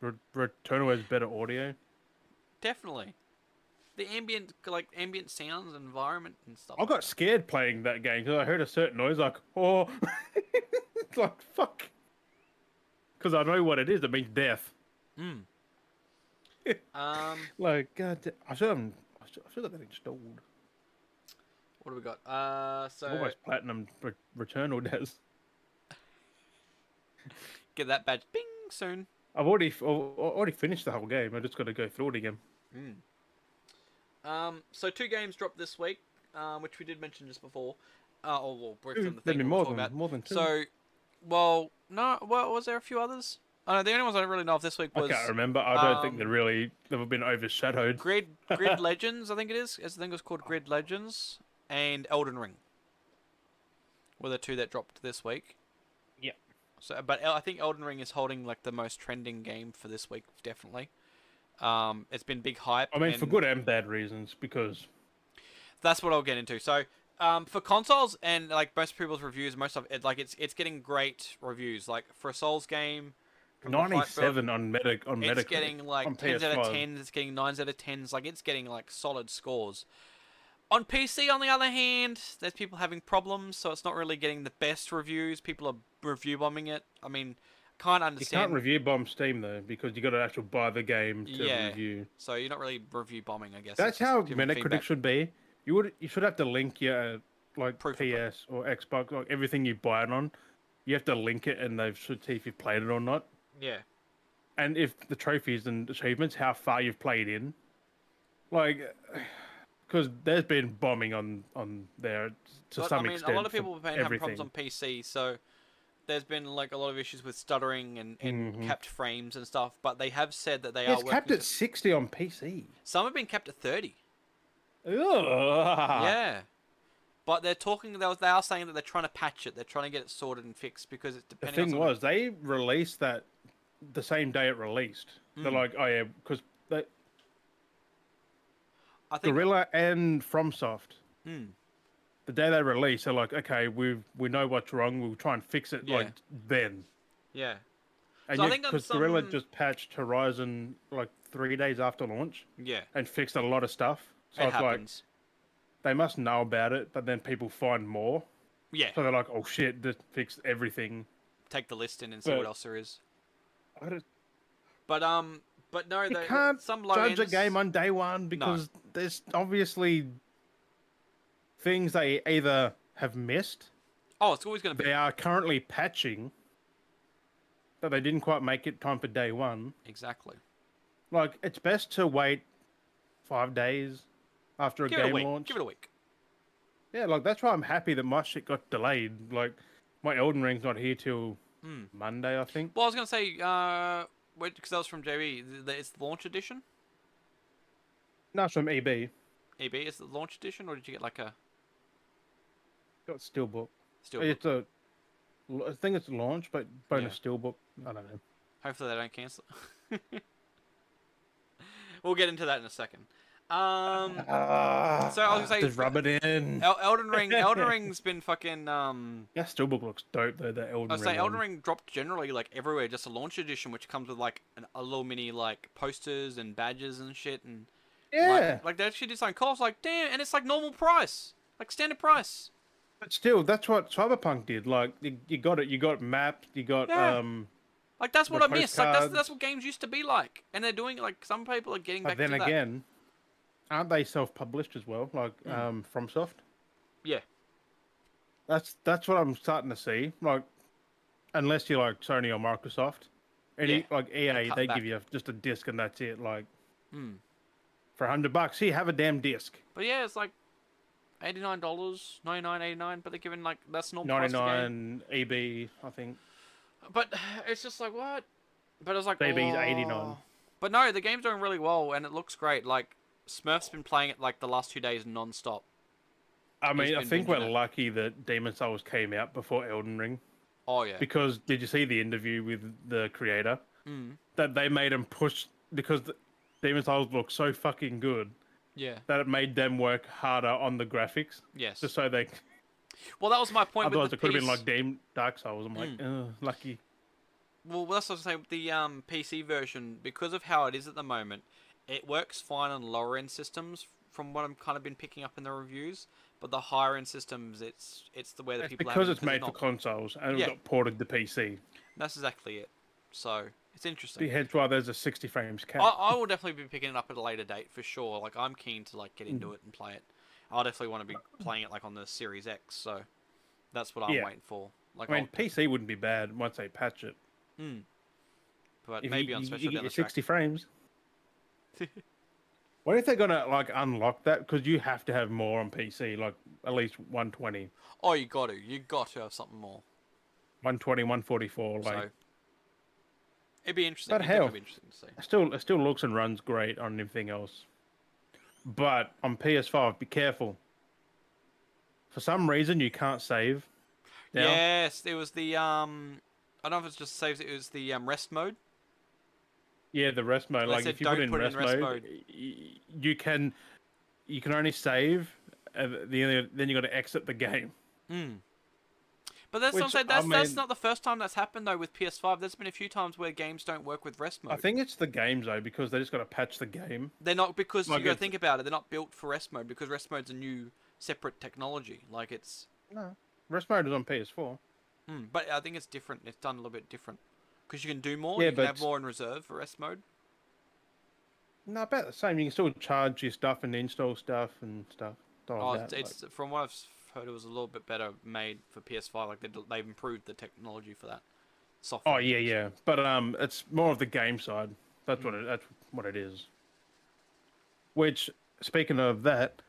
B: Re- Returnal has better audio.
A: Definitely. The ambient, like ambient sounds, environment, and stuff.
B: I got scared playing that game because I heard a certain noise, like oh, it's like fuck, because I know what it is. It means death.
A: Mm.
B: Oh.
A: um,
B: Like god, da- I should have, I should, I should have that installed.
A: what do we got? Uh, so
B: Almost platinum re- Returnal does.
A: get that badge, bing, soon.
B: I've already, f- I've already finished the whole game. I just got to go through it again.
A: Um, so two games dropped this week, um, which we did mention just before. Uh, or well, briefly on the
B: There'd
A: thing we'll
B: be more
A: talk
B: than-
A: about.
B: more than two.
A: So, well, no, well, was there a few others? I know the only ones I don't really know of this week was
B: I can't remember. I don't
A: um,
B: think they really they've been overshadowed.
A: Grid Grid Legends, I think it is. I think it was called Grid Legends and Elden Ring. Were the two that dropped this week.
B: Yep.
A: So, but El- I think Elden Ring is holding like the most trending game for this week, definitely. Um, it's been big hype.
B: I mean, for
A: and
B: good and bad reasons, because
A: That's what I'll get into. So, um, for consoles and like most people's reviews, most of it, like it's it's getting great reviews. Like for a Souls game, from the Fightful,
B: ninety-seven on meta on meta.
A: it's getting like
B: on
A: 10s out of
B: PS5.
A: 10s, it's getting 9s out of 10s, like it's getting like solid scores. On PC, on the other hand, there's people having problems, so it's not really getting the best reviews. People are review bombing it. I mean, can't
B: You
A: understand.
B: can't review bomb Steam though, because you got to actually buy the game to
A: Yeah.
B: review.
A: so you're not really review bombing, I guess.
B: That's
A: it's just
B: how
A: giving
B: Metacritic
A: feedback.
B: should be. You would you should have to link your uh, like
A: Proof of play.
B: PS or Xbox, like everything you buy it on. You have to link it, and they should see if you've played it or not,
A: Yeah.
B: and if the trophies and achievements, how far you've played in. Like, because there's been bombing on on there to
A: but,
B: some
A: I mean,
B: extent.
A: a lot of
B: for
A: people have been having
B: everything.
A: problems on PC, so there's been like a lot of issues with stuttering and, and capped frames and stuff. But they have said that they
B: Yeah,
A: are
B: it's
A: working.
B: Mm-hmm. capped at
A: to-
B: sixty on PC.
A: Some have been capped at 30.
B: Ugh. Ah.
A: Yeah. But they're talking. They, was, they are saying that they're trying to patch it. They're trying to get it sorted and fixed because it's
B: The
A: depending. on
B: thing
A: something-
B: was, they released that the same day it released. They're
A: Hmm.
B: like, oh yeah, because
A: I think
B: Gorilla and FromSoft,
A: Hmm.
B: the day they released, they're like, okay, we we know what's wrong. We'll try and fix it
A: Yeah.
B: like then.
A: yeah,
B: And
A: So I
B: yet,
A: think on
B: because Gorilla
A: some-
B: just patched Horizon like three days after launch
A: yeah.
B: and fixed a lot of stuff. So
A: it
B: it's
A: happens.
B: like they must know about it, but then people find more,
A: yeah,
B: so they're like, oh shit, this fixed everything.
A: take the list in and see
B: but-
A: what else there is.
B: I don't-
A: But um, but no,
B: You
A: they,
B: can't
A: some low
B: judge a
A: ends-
B: game on day one because there's obviously things they either have missed,
A: Oh, it's always going to be
B: they are currently patching, but they didn't quite make it time for day one.
A: exactly.
B: Like, it's best to wait five days after a
A: Give it
B: game
A: a week.
B: launch.
A: Give it a week.
B: Yeah, like, that's why I'm happy that my shit got delayed. Like, my Elden Ring's not here till
A: Hmm.
B: Monday, I think.
A: Well, I was going to say uh, because that was from JB. th- th- It's the launch edition.
B: No, it's from E EB.
A: EB, is it the launch edition, or did you get like a
B: Got Steelbook.
A: still?
B: It's a. I think it's launch, but bonus Steelbook. I don't know.
A: Hopefully they don't cancel. we'll get into that in a second. Um,
B: Ah,
A: So I was gonna say-
B: just rub it in.
A: El- Elden Ring. Elden Ring's been fucking. Um,
B: that Steelbook looks dope though. That Elden
A: I
B: Ring.
A: say Elden
B: one.
A: Ring dropped generally like everywhere. Just a launch edition, which comes with like an, a little mini like posters and badges and shit. And like-
B: Yeah,
A: like, they actually did something cool. I was like, damn, and it's like normal price, like standard price.
B: but still, that's what Cyberpunk did. Like you, you got it. You got maps. You got
A: Yeah.
B: um.
A: Like that's what
B: The
A: I miss. Like that's
B: postcards.
A: that's what games used to be like. And they're doing like some people are getting
B: But
A: back
B: then
A: to that.
B: again, aren't they self-published as well? Like
A: Hmm.
B: um, FromSoft.
A: Yeah.
B: That's that's what I'm starting to see. Like, unless you're like Sony or Microsoft, any
A: Yeah,
B: like EA,
A: cut
B: they
A: back.
B: give you just a disc and that's it. Like,
A: Mm.
B: for hundred bucks, here have a damn disc.
A: But yeah, it's like eighty nine dollars, ninety nine, eighty nine, but they're giving like that's normal. price to game.
B: 99 EB, E I think.
A: But it's just like what? But I was like,
B: BB's 89.
A: "Oh." But no, the game's doing really well and it looks great. Like Smurf's been playing it like the last two days non-stop.
B: I mean,
A: He's
B: I
A: been
B: think we're
A: binging it.
B: lucky that Demon Souls came out before Elden Ring
A: Oh yeah.
B: because did you see the interview with the creator
A: Mm.
B: that they made him push because the, Demon Souls looked so fucking good
A: Yeah.
B: that it made them work harder on the graphics
A: Yes.
B: just so they
A: Well, that was my point.
B: otherwise
A: with the Mm.
B: it could have been
A: piece-
B: like Dame Dark Souls. I'm like, "Ugh, lucky.
A: Well, that's what I'm saying. with The um, PC version, because of how it is at the moment, it works fine on lower end systems, from what I'm kind of been picking up in the reviews. But the higher end systems, it's it's the way that people have
B: because
A: it,
B: it's made for
A: not-
B: consoles and
A: Yeah.
B: it got ported to PC.
A: That's exactly it. So it's interesting.
B: Hence why there's a 60 frames cap.
A: I, I will definitely be picking it up at a later date for sure. Like I'm keen to like get
B: Mm.
A: into it and play it. I'll definitely want to be playing it like on the Series X. So that's what I'm
B: Yeah.
A: waiting for. Like,
B: I mean,
A: I'll,
B: PC wouldn't be bad once they patch it.
A: but
B: If
A: maybe
B: you,
A: on
B: you- you
A: special
B: get
A: down
B: your
A: the track.
B: 60 frames. What if they're gonna like unlock that? Because you have to have more on PC, like at least 120,
A: Oh, you got to, you got to have something more.
B: 120, 144. Like,
A: So it'd be interesting.
B: But
A: it'd definitely
B: hell.
A: be interesting to see.
B: it still, it still looks and runs great on everything else. But on PS5, be careful. For some reason, you can't save. Now,
A: Yes, it was the um. I don't know if it's just saves. It was the um, rest mode.
B: Yeah, the rest mode.
A: They
B: Like
A: said
B: if you put,
A: don't
B: in,
A: put it
B: rest
A: in rest mode.
B: mode, y- y- you can you can only save. Uh, the only, then you got to exit the game.
A: But that's what I'm
B: Which,
A: saying.
B: I
A: That's, that's
B: mean-
A: not the first time that's happened though with PS5. There's been a few times where games don't work with rest mode.
B: I think it's the games though because they just got to patch the game.
A: they're not because
B: Like,
A: you got to
B: it's-
A: think about it. They're not built for rest mode because rest mode's a new separate technology. Like it's,
B: No, rest mode is on PS4.
A: hmm, but I think it's different. It's done a little bit different because you can do more.
B: Yeah,
A: you can have
B: but-
A: more in reserve for rest mode.
B: No, about the same. You can still charge your stuff and install stuff and stuff. all
A: Oh,
B: that,
A: it's, it's from what I've s- heard, it was a little bit better made for PS5. Like they, d- they've improved the technology for that software.
B: like- Oh yeah, yeah. But um, it's more of the game side. That's what it, that's what it is. Which, speaking of that,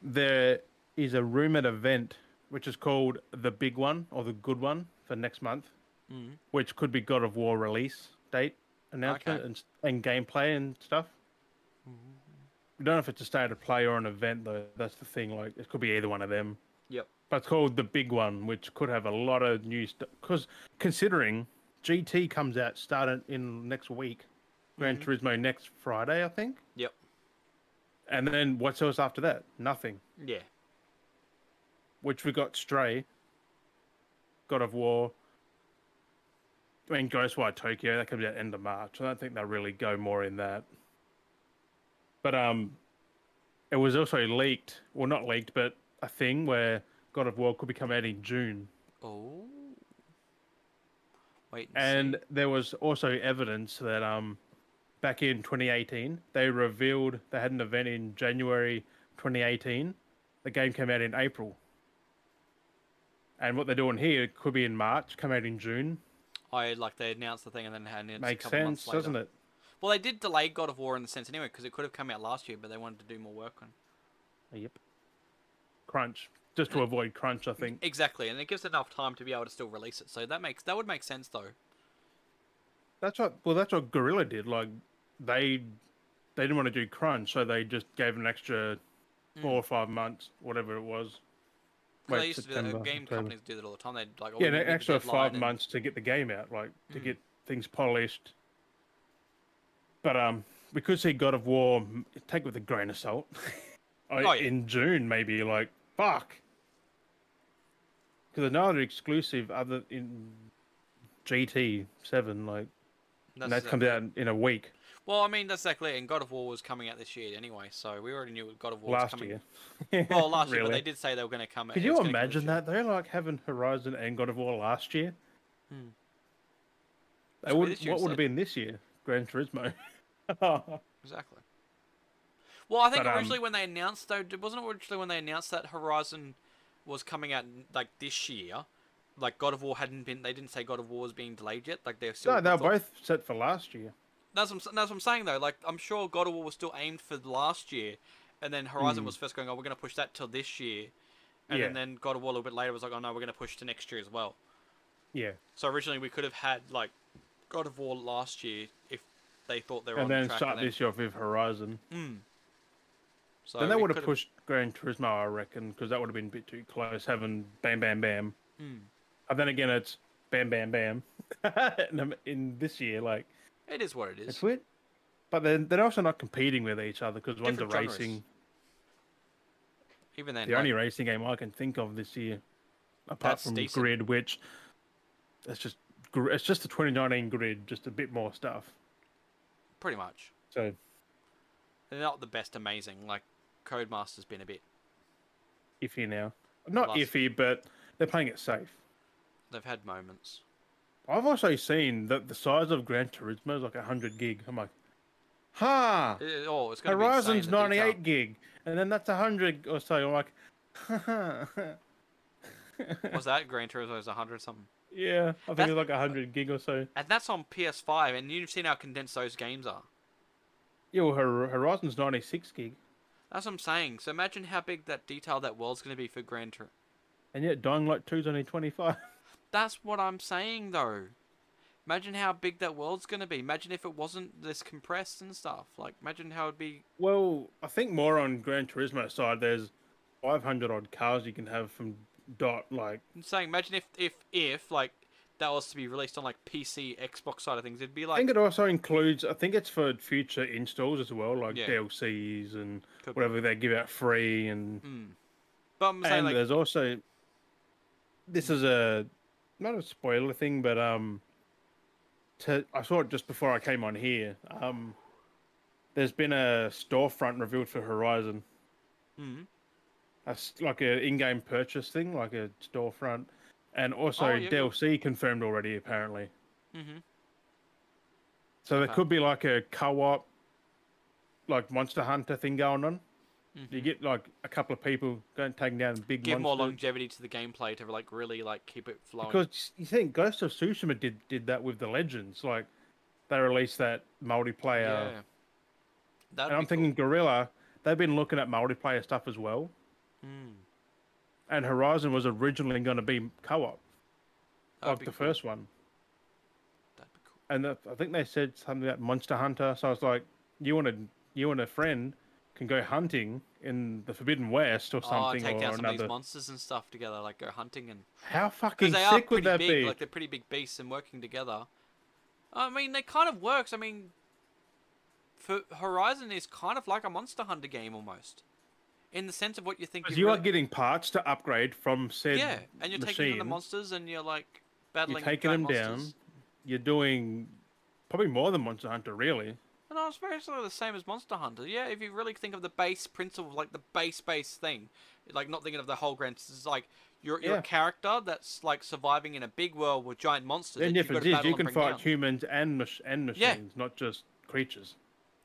B: there is a rumored event which is called the big one or the good one for next month,
A: Mhm.
B: which could be God of War release date announcement
A: Okay.
B: and s- and gameplay and stuff. We don't know if it's a state of play or an event though. That's the thing. Like it could be either one of them.
A: Yep.
B: But it's called the big one, which could have a lot of new stuff. Because considering GT comes out starting in next week, Gran Turismo next Friday, I think.
A: Yep.
B: And then what's else after that? Nothing.
A: Yeah.
B: Which we got Stray, God of War. I mean, Ghostwire Tokyo that comes out end of March. I don't think they'll really go more in that. But um, it was also leaked. Well, not leaked, but a thing where God of War could be coming out in June.
A: Oh. Wait. And,
B: And there was also evidence that um, back in 2018, they revealed they had an event in January 2018. The game came out in April. And what they're doing here could be in March, come out in June.
A: see. I like they announced the thing and then had it a
B: Makes
A: couple
B: sense,
A: months later.
B: doesn't it?
A: Well, they did delay God of War in the sense anyway because it could have come out last year, but they wanted to do more work on.
B: Yep. Crunch, just to avoid crunch, I think.
A: Exactly, and it gives enough time to be able to still release it. So that makes that would make sense though.
B: That's what. Well, that's what Gorilla did. Like, they they didn't want to do crunch, so they just gave an extra four or five months, whatever it was.
A: 'Cause
B: Wait,
A: they used to do
B: September,
A: that. Game
B: October.
A: companies do that all the time. They like oh, we
B: yeah, an
A: need to
B: extra
A: deadline Hmm.
B: five
A: and-
B: months to get the game out, like to get things polished. But um, we could see God of War m- take it with a grain of salt. I-
A: Oh, yeah.
B: In June, maybe like fuck, because another exclusive other in GT Seven, like
A: That's
B: and that
A: exactly
B: comes out in a week.
A: Well, I mean, that's exactly it. And God of War was coming out this year anyway, so we already knew God of War was
B: Last
A: coming.
B: year,
A: Well, last year, but
B: Really?
A: they did say they were going to come out.
B: could
A: it was
B: you
A: gonna come out this
B: imagine
A: year.
B: that though? Like having Horizon and God of War last year.
A: Hmm.
B: They
A: Should be
B: would.
A: this year
B: What
A: instead.
B: would have been this year? Gran Turismo.
A: Exactly. Well, I think
B: But, um,
A: originally when they announced, though, it wasn't it originally when they announced that Horizon was coming out like this year. Like God of War hadn't been. They didn't say God of War was being delayed yet. Like they're still.
B: No, they were
A: thought-
B: both set for last year.
A: That's what, I'm, s- that's what I'm saying though. Like I'm sure God of War was still aimed for last year, and then Horizon was first going. Oh, we're going to push that till this year, and
B: Hmm. Yeah.
A: then then God of War a little bit later was like, oh no, we're gonna push to next year as well.
B: Yeah.
A: So originally we could have had like God of War last year if they thought they were
B: And
A: on
B: then
A: track.
B: start
A: and then,
B: this year off with Horizon.
A: Mm. So
B: then they
A: it
B: would have
A: could've-
B: pushed Gran Turismo, I reckon, because that would have been a bit too close. Having Bam Bam Bam,
A: Mm.
B: and then again it's Bam Bam Bam in, the- in this year, like
A: It is what it is.
B: it's weird. But then they're also not competing with each other because one's a
A: Different genres.
B: racing,
A: Even then,
B: the
A: like,
B: only racing game I can think of this year, apart
A: That's
B: from
A: decent.
B: Grid, which it's just gr- it's just the 2019 Grid, just a bit more stuff.
A: pretty much.
B: So
A: They're not the best amazing. Like Codemaster's been a bit.
B: iffy now, not
A: Last-
B: iffy, but they're playing it safe.
A: They've had moments.
B: I've also seen that the size of Gran Turismo is like 100 gig. I'm like, ha!
A: It- it- oh, it's gonna be
B: Horizon's
A: insane, the detail.
B: 98 gig, and then that's 100 or so. I'm like, ha
A: Was that Gran Turismo was 100 something?
B: Yeah, I think
A: That's-
B: it's like 100 gig or so.
A: And that's on PS5, and you've seen how condensed those games are.
B: Yeah, well, Hor- Horizon's 96 gig,
A: That's what I'm saying. So imagine how big that detail that world's going to be for Gran Turismo.
B: and yet Dying Light 2's only 25.
A: That's what I'm saying, though. Imagine how big that world's going to be. Imagine if it wasn't this compressed and stuff. Like, imagine how it'd be.
B: Well, I think more on Gran Turismo side, there's 500 odd cars you can have from dot like
A: I'm saying, imagine if, if, if, like, that was to be released on, like, PC, Xbox side of things. It'd be
B: I think
A: like.
B: it also includes. I think it's for future installs as well, like
A: Yeah.
B: DLCs and
A: Could be.
B: whatever they give out free. And
A: Hmm. But I'm saying,
B: and
A: like,
B: there's also this is a not a spoiler thing, but um, to, I saw it just before I came on here. Um, there's been a storefront revealed for Horizon,
A: mhm.
B: a s like a in-game purchase thing, like a storefront, and also
A: Oh, yeah, cool.
B: DLC confirmed already apparently.
A: Mhm.
B: So there
A: Okay.
B: could be like a co-op, like Monster Hunter thing going on. You get like a couple of people going taking down big
A: give Mm-hmm. more
B: monsters.
A: longevity to the gameplay to, like, really, like, keep it flowing.
B: Because you think Ghost of Tsushima did did that with the Legends, like they released that multiplayer.
A: yeah. That'd
B: and I'm
A: be
B: thinking Gorilla, they've been looking at multiplayer stuff as well.
A: cool. Mm.
B: And Horizon was originally going to be co-op,
A: That'd
B: like
A: be
B: the
A: cool.
B: first one.
A: That'd be cool.
B: And the, I think they said something about Monster Hunter. So I was like, you and a you and a friend can go hunting in the Forbidden West or
A: Oh,
B: something
A: take
B: or
A: down some of
B: another.
A: these monsters and stuff together, like go hunting and
B: How fucking
A: because they are
B: sick would
A: pretty
B: that
A: big,
B: be?
A: like they're pretty big beasts and working together. I mean, they kind of works. I mean, for Horizon is kind of like a Monster Hunter game almost, in the sense of what you think.
B: Because
A: you've
B: you are
A: really-
B: getting parts to upgrade from said
A: yeah, and you're
B: machine.
A: taking on the monsters and you're like battling.
B: You're taking them
A: giant
B: down.
A: monsters.
B: You're doing probably more than Monster Hunter, really.
A: And I was basically the same as Monster Hunter. Yeah, if you really think of the base principle, of, like the base base thing, like not thinking of the whole grand. It's like you're, you're
B: Yeah.
A: a character that's like surviving in a big world with giant monsters.
B: The
A: that you've got
B: difference
A: to battle
B: is
A: and
B: you can
A: bring
B: fight
A: down.
B: humans and mach- and machines,
A: Yeah.
B: not just creatures.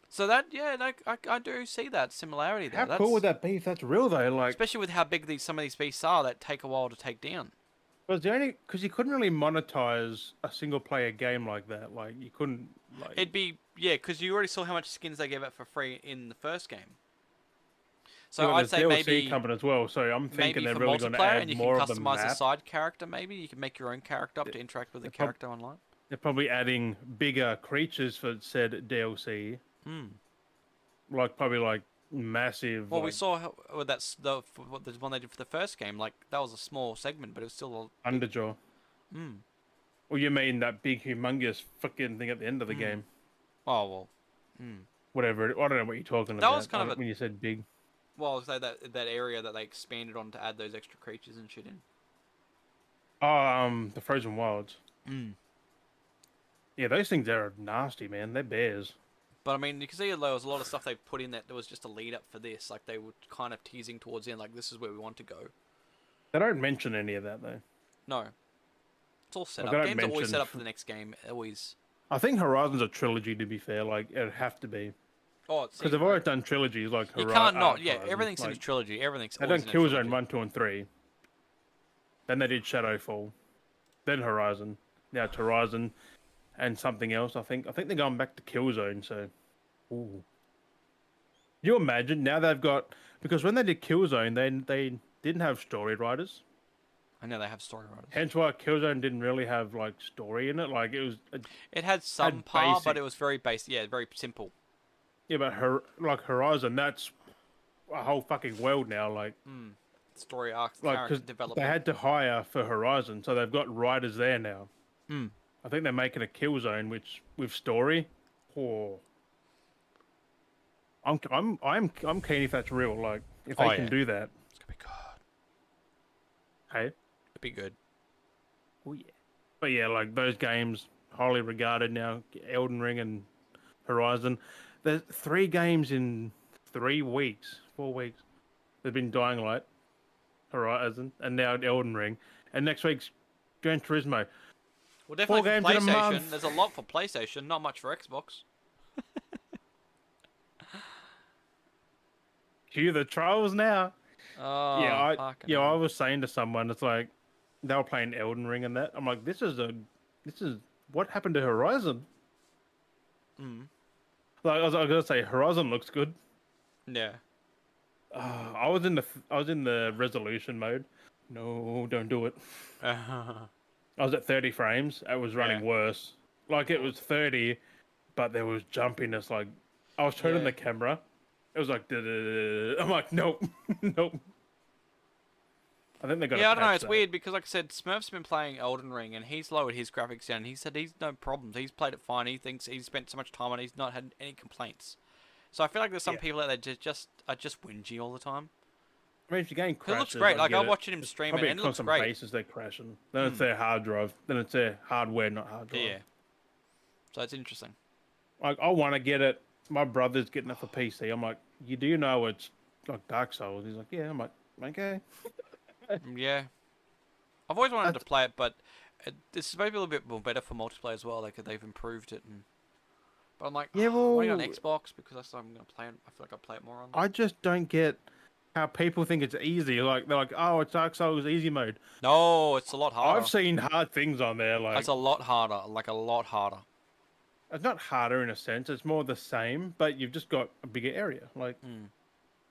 A: So that yeah, no, I, I do see that similarity there.
B: How
A: That's,
B: cool would that be if that's real though? Like,
A: Especially with how big these some of these beasts are, that take a while to take down.
B: was the only because you couldn't really monetize a single player game like that. Like, you couldn't. Like,
A: It'd be yeah, because you already saw how much skins they gave out for free in the first game. So
B: well,
A: I'd
B: there's
A: say
B: DLC
A: maybe
B: coming as well. So I'm
A: maybe
B: thinking
A: for
B: they're really going to
A: multiplayer,
B: add
A: and you can
B: more of the
A: customize a
B: map.
A: side character. Maybe you can make your own character up to interact with the
B: prob-
A: character online.
B: They're probably adding bigger creatures for said DLC. Like probably like massive.
A: Hmm. Well, we
B: like,
A: saw how, with that s- the f- what the one they did for the first game. Like that was a small segment, but it was still a, oh,
B: Underjaw.
A: Mm.
B: Or you mean that big, humongous fucking thing at the end
A: Hmm.
B: of the game?
A: oh well.
B: Whatever. it- I don't know what you're talking
A: That
B: about.
A: was kind
B: I
A: of
B: don't-
A: a-
B: when you said big.
A: Well, so that that area that they expanded on to add those extra creatures and shit in.
B: Oh, um, the Frozen Wilds.
A: Mm.
B: Yeah, those things are nasty, man. They're bears.
A: But I mean, you can see there was a lot of stuff they put in that there was just a lead up for this. Like they were kind of teasing towards the end, like this is where we want to go.
B: They don't mention any of that though.
A: No, it's all set
B: Well,
A: up.
B: they
A: Games
B: don't
A: are always set
B: mention
A: up for the next game. Always.
B: I think Horizon's a trilogy. To be fair, like it'd have to be
A: Oh, it's
B: because they've already done trilogies. Like
A: you
B: Hori-
A: can't
B: uh,
A: not. Yeah,
B: Horizon,
A: everything's in
B: like,
A: a trilogy. Everything's.
B: They
A: always in
B: done
A: a trilogy.
B: Killzone one, two, and three. Then they did Shadowfall, then Horizon. Now it's Horizon, and something else. I think. I think they're going back to Killzone. So, ooh. You imagine now they've got because when they did Killzone, they they didn't have story writers.
A: I know they have story writers.
B: Hence why Killzone didn't really have like story in it. Like it was, uh, a,
A: It had some par, but
B: basic-
A: it was very basic. Yeah, very simple.
B: yeah, but her, like Horizon, that's a whole fucking world now. Like,
A: Story arcs,
B: like
A: character
B: because they
A: development.
B: had to hire for Horizon, so they've got writers there now.
A: Hmm.
B: I think they're making a kill zone, which with story. Oh, I'm I'm I'm I'm keen if that's real. Like if they
A: Oh,
B: can
A: yeah.
B: do that.
A: It's gonna be good.
B: Hey.
A: It'd be good.
B: Oh yeah. But yeah, like those games highly regarded now. Elden Ring and Horizon. There's three games in three weeks, four weeks. They've been Dying Light, Horizon, and now Elden Ring, and next week's Gran Turismo.
A: Well, definitely for
B: games in a
A: PlayStation.
B: month.
A: There's a lot for PlayStation, not much for Xbox.
B: Cue the trials now.
A: Oh,
B: yeah, I,
A: fucking
B: yeah.
A: hell.
B: I was saying to someone, it's like they were playing Elden Ring and that. I'm like, this is a, this is what happened to Horizon.
A: Mm.
B: Like I was, I was gonna say, Horizon looks good.
A: Yeah.
B: Uh, I was in the f- I was in the resolution mode. No, don't do it. I was at 30 frames. It was running
A: Yeah.
B: worse. Like it was 30, but there was jumpiness. Like I was turning
A: Yeah.
B: the camera. It was like, "Duh-duh-duh-duh-duh." I'm like, nope, nope. I think they got.
A: yeah, I don't know. It's weird because, like I said, Smurf's been playing Elden Ring and he's lowered his graphics down. He said he's no problems. He's played it fine. He thinks he's spent so much time on it. He's not had any complaints. So I feel like there's some
B: Yeah.
A: people out there just, just are just whingy all the time.
B: I mean, if your game
A: 'Cause It
B: crashes,
A: looks great. Like
B: get
A: I
B: it.
A: watched him stream it,
B: Probably
A: and it
B: a
A: looks
B: constant
A: great. Hmm.
B: basis they're crashing. Then it's their hard drive. Then it's their hardware, not hard drive.
A: Yeah. So it's interesting.
B: Like I want to get it. My brother's getting it for PC. I'm like, you do know it's like Dark Souls. He's like, yeah. I'm like, okay.
A: Yeah. I've always wanted
B: That's-
A: to play it, but it- it's supposed to be a little bit more better for multiplayer as well. Like they've improved it, and but I'm like,
B: Yeah,
A: yeah, well, I want it on
B: well-
A: Xbox because that's what I'm gonna play. It. I feel like I play it more on.
B: I just don't get how people think it's easy. Like they're like, oh, it's Dark Souls easy mode.
A: No, it's a lot harder.
B: I've seen hard things on there. Like
A: Oh. That's a lot harder. Like a lot harder.
B: it's not harder in a sense. It's more the same, but you've just got a bigger area. Like
A: Hmm.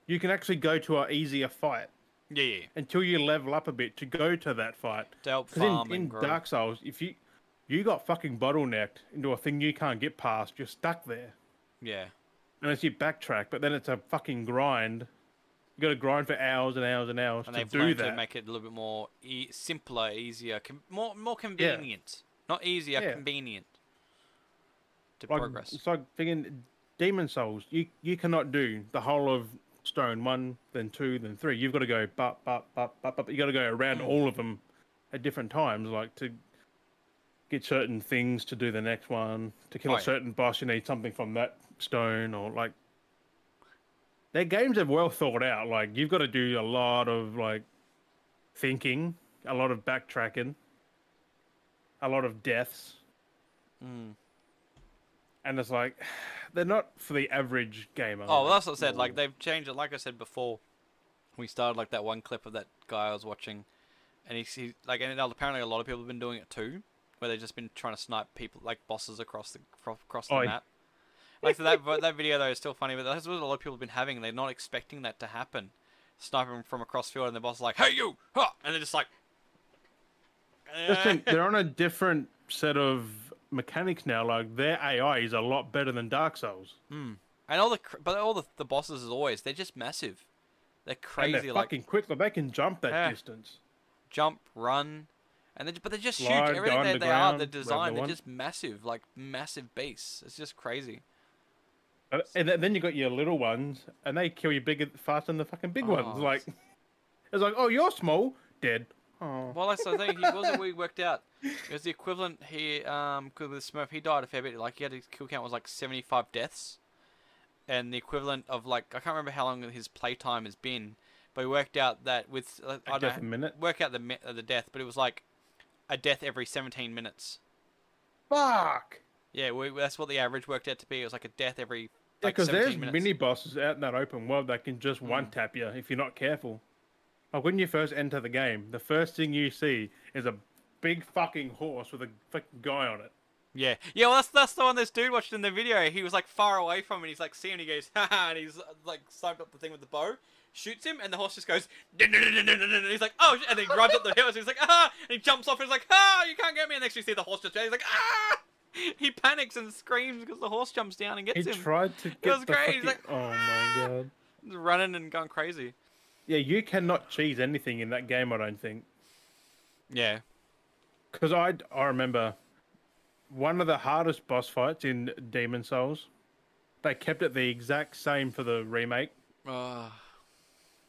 B: you can actually go to a easier fight
A: Yeah, yeah.
B: until you level up a bit to go to that fight.
A: To help
B: 'Cause
A: farm
B: in, in
A: and grow.
B: Dark Souls, if you you got fucking bottlenecked into a thing you can't get past, you're stuck there.
A: Yeah.
B: Unless you backtrack, but then it's a fucking grind. You got to grind for hours and hours and hours
A: And
B: to
A: they've
B: do
A: learned
B: that.
A: to make it a little bit more e- simpler, easier, com- more more convenient. Not easier,
B: Yeah.
A: convenient. To
B: like,
A: progress.
B: It's like thinking Demon Souls. You you cannot do the whole of Stone one, then two, then three. You've got to go but but but but but. You got to go around all of them at different times, like to get certain things to do the next one. To kill
A: Oh,
B: a
A: yeah.
B: certain boss, you need something from that stone or like. Their games are well thought out. Like you've got to do a lot of like thinking, a lot of backtracking, a lot of deaths
A: Hmm.
B: and it's like they're not for the average gamer.
A: Oh, well,
B: like,
A: that's what I said. Like they've changed it. Like I said before, we started like that one clip of that guy I was watching, and he see like and now apparently a lot of people have been doing it too, where they've just been trying to snipe people like bosses across the cro- across the
B: Oh, yeah.
A: map. Like so that but that video though is still funny, but that's what a lot of people have been having. They're not expecting that to happen. Sniping them from across field, and the boss is like, "Hey you!" Ha! and they're just like.
B: just think they're on a different set of mechanics now. Like their AI is a lot better than Dark Souls,
A: "Eh." And all the cr- but all the, the bosses is always they're just massive, they're
B: and
A: crazy.
B: they're
A: like
B: fucking quick. Like they can jump that
A: Yeah.
B: distance.
A: jump, run, and they, ju- but they just huge.
B: Slide, go
A: Everything they, they are,
B: underground,
A: they're
B: whatever they
A: designed. They're
B: want.
A: just massive, like massive beasts. It's just crazy.
B: Uh, And th- then you got your little ones, and they kill you bigger, faster than the fucking big ones.
A: Oh,
B: Like it's like, oh, you're small, dead. Oh,
A: Well, that's the thing. He wasn't. We worked out. It was the equivalent. He um, 'cause with Smurf, he died a fair bit. Like he had his kill count was like seventy-five deaths, and the equivalent of like I can't remember how long his playtime has been, but we worked out that with uh, I
B: death a
A: don't know,
B: minute.
A: work out the mi- uh, the death, but it was like a death every seventeen minutes.
B: Fuck.
A: Yeah, we, that's what the average worked out to be. It was like a death every like
B: Because
A: seventeen
B: there's
A: minutes.
B: mini bosses out in that open world that can just one tap you if you're not careful. Like when you first enter the game, the first thing you see is a big fucking horse with a fucking guy on it.
A: Yeah, yeah. Well, that's that's the one this dude watched in the video. He was like far away from it. He's like seeing. He goes, ha ha, and he's like sniped up the thing with the bow, shoots him, and the horse just goes. "Dun, dun, dun, dun, dun, dun," And he's like, oh, sh-" and he grabs up the horse. He's like, ah, and he jumps off. and He's like, ah, you can't get me. And next you see the horse just. He's like, ah. He panics and screams because the horse jumps down and
B: He
A: gets him.
B: tried to get
A: was
B: the
A: great, he's
B: fucking-
A: like, "Ah!"
B: Oh my god.
A: He's running and going crazy.
B: Yeah, you cannot cheese anything in that game. I don't think
A: Yeah.
B: because I I remember one of the hardest boss fights in Demon Souls. They kept it the exact same for the remake. Ah.
A: Oh.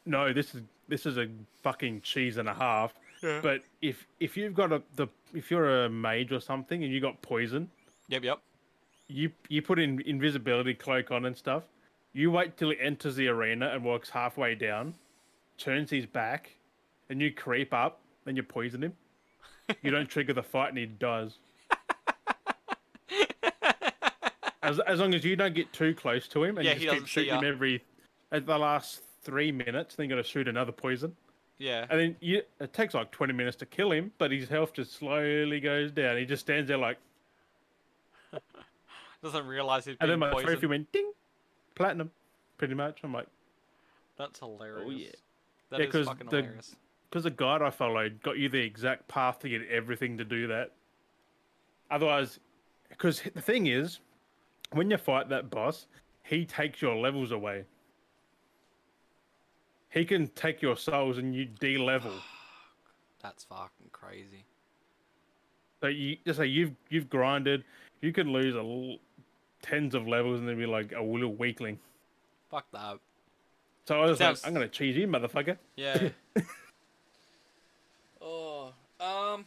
B: No, this is this is a fucking cheese and a half.
A: Yeah.
B: But if if you've got a the if you're a mage or something and you got poison,
A: Yep. Yep.
B: you you put in invisibility cloak on and stuff. You wait till he enters the arena and walks halfway down, turns his back, and you creep up. Then you poison him. You don't trigger the fight, and he dies. As as long as you don't get too close to him, and
A: Yeah, he
B: you just
A: doesn't
B: keep
A: see
B: shooting him
A: ya.
B: every at the last three minutes. Then you got to shoot another poison,
A: Yeah.
B: and then you, it takes like twenty minutes to kill him, but his health just slowly goes down. He just stands there like,
A: Doesn't realize he's
B: and
A: being
B: then my
A: poisoned.
B: trophy went ding, platinum, pretty much. I'm like,
A: That's hilarious.
B: Oh, yeah.
A: That
B: Yeah,
A: is
B: 'cause
A: fucking
B: the-
A: hilarious.
B: because the guide I followed got you the exact path to get everything to do that. Otherwise, because the thing is, when you fight that boss, he takes your levels away. He can take your souls and you de-level.
A: That's fucking crazy.
B: So you just say you've you've grinded, you can lose a l- tens of levels and then be like a little weakling.
A: Fuck that.
B: So I was
A: Sounds-
B: like, I'm gonna cheese you, motherfucker.
A: Yeah. oh. Um.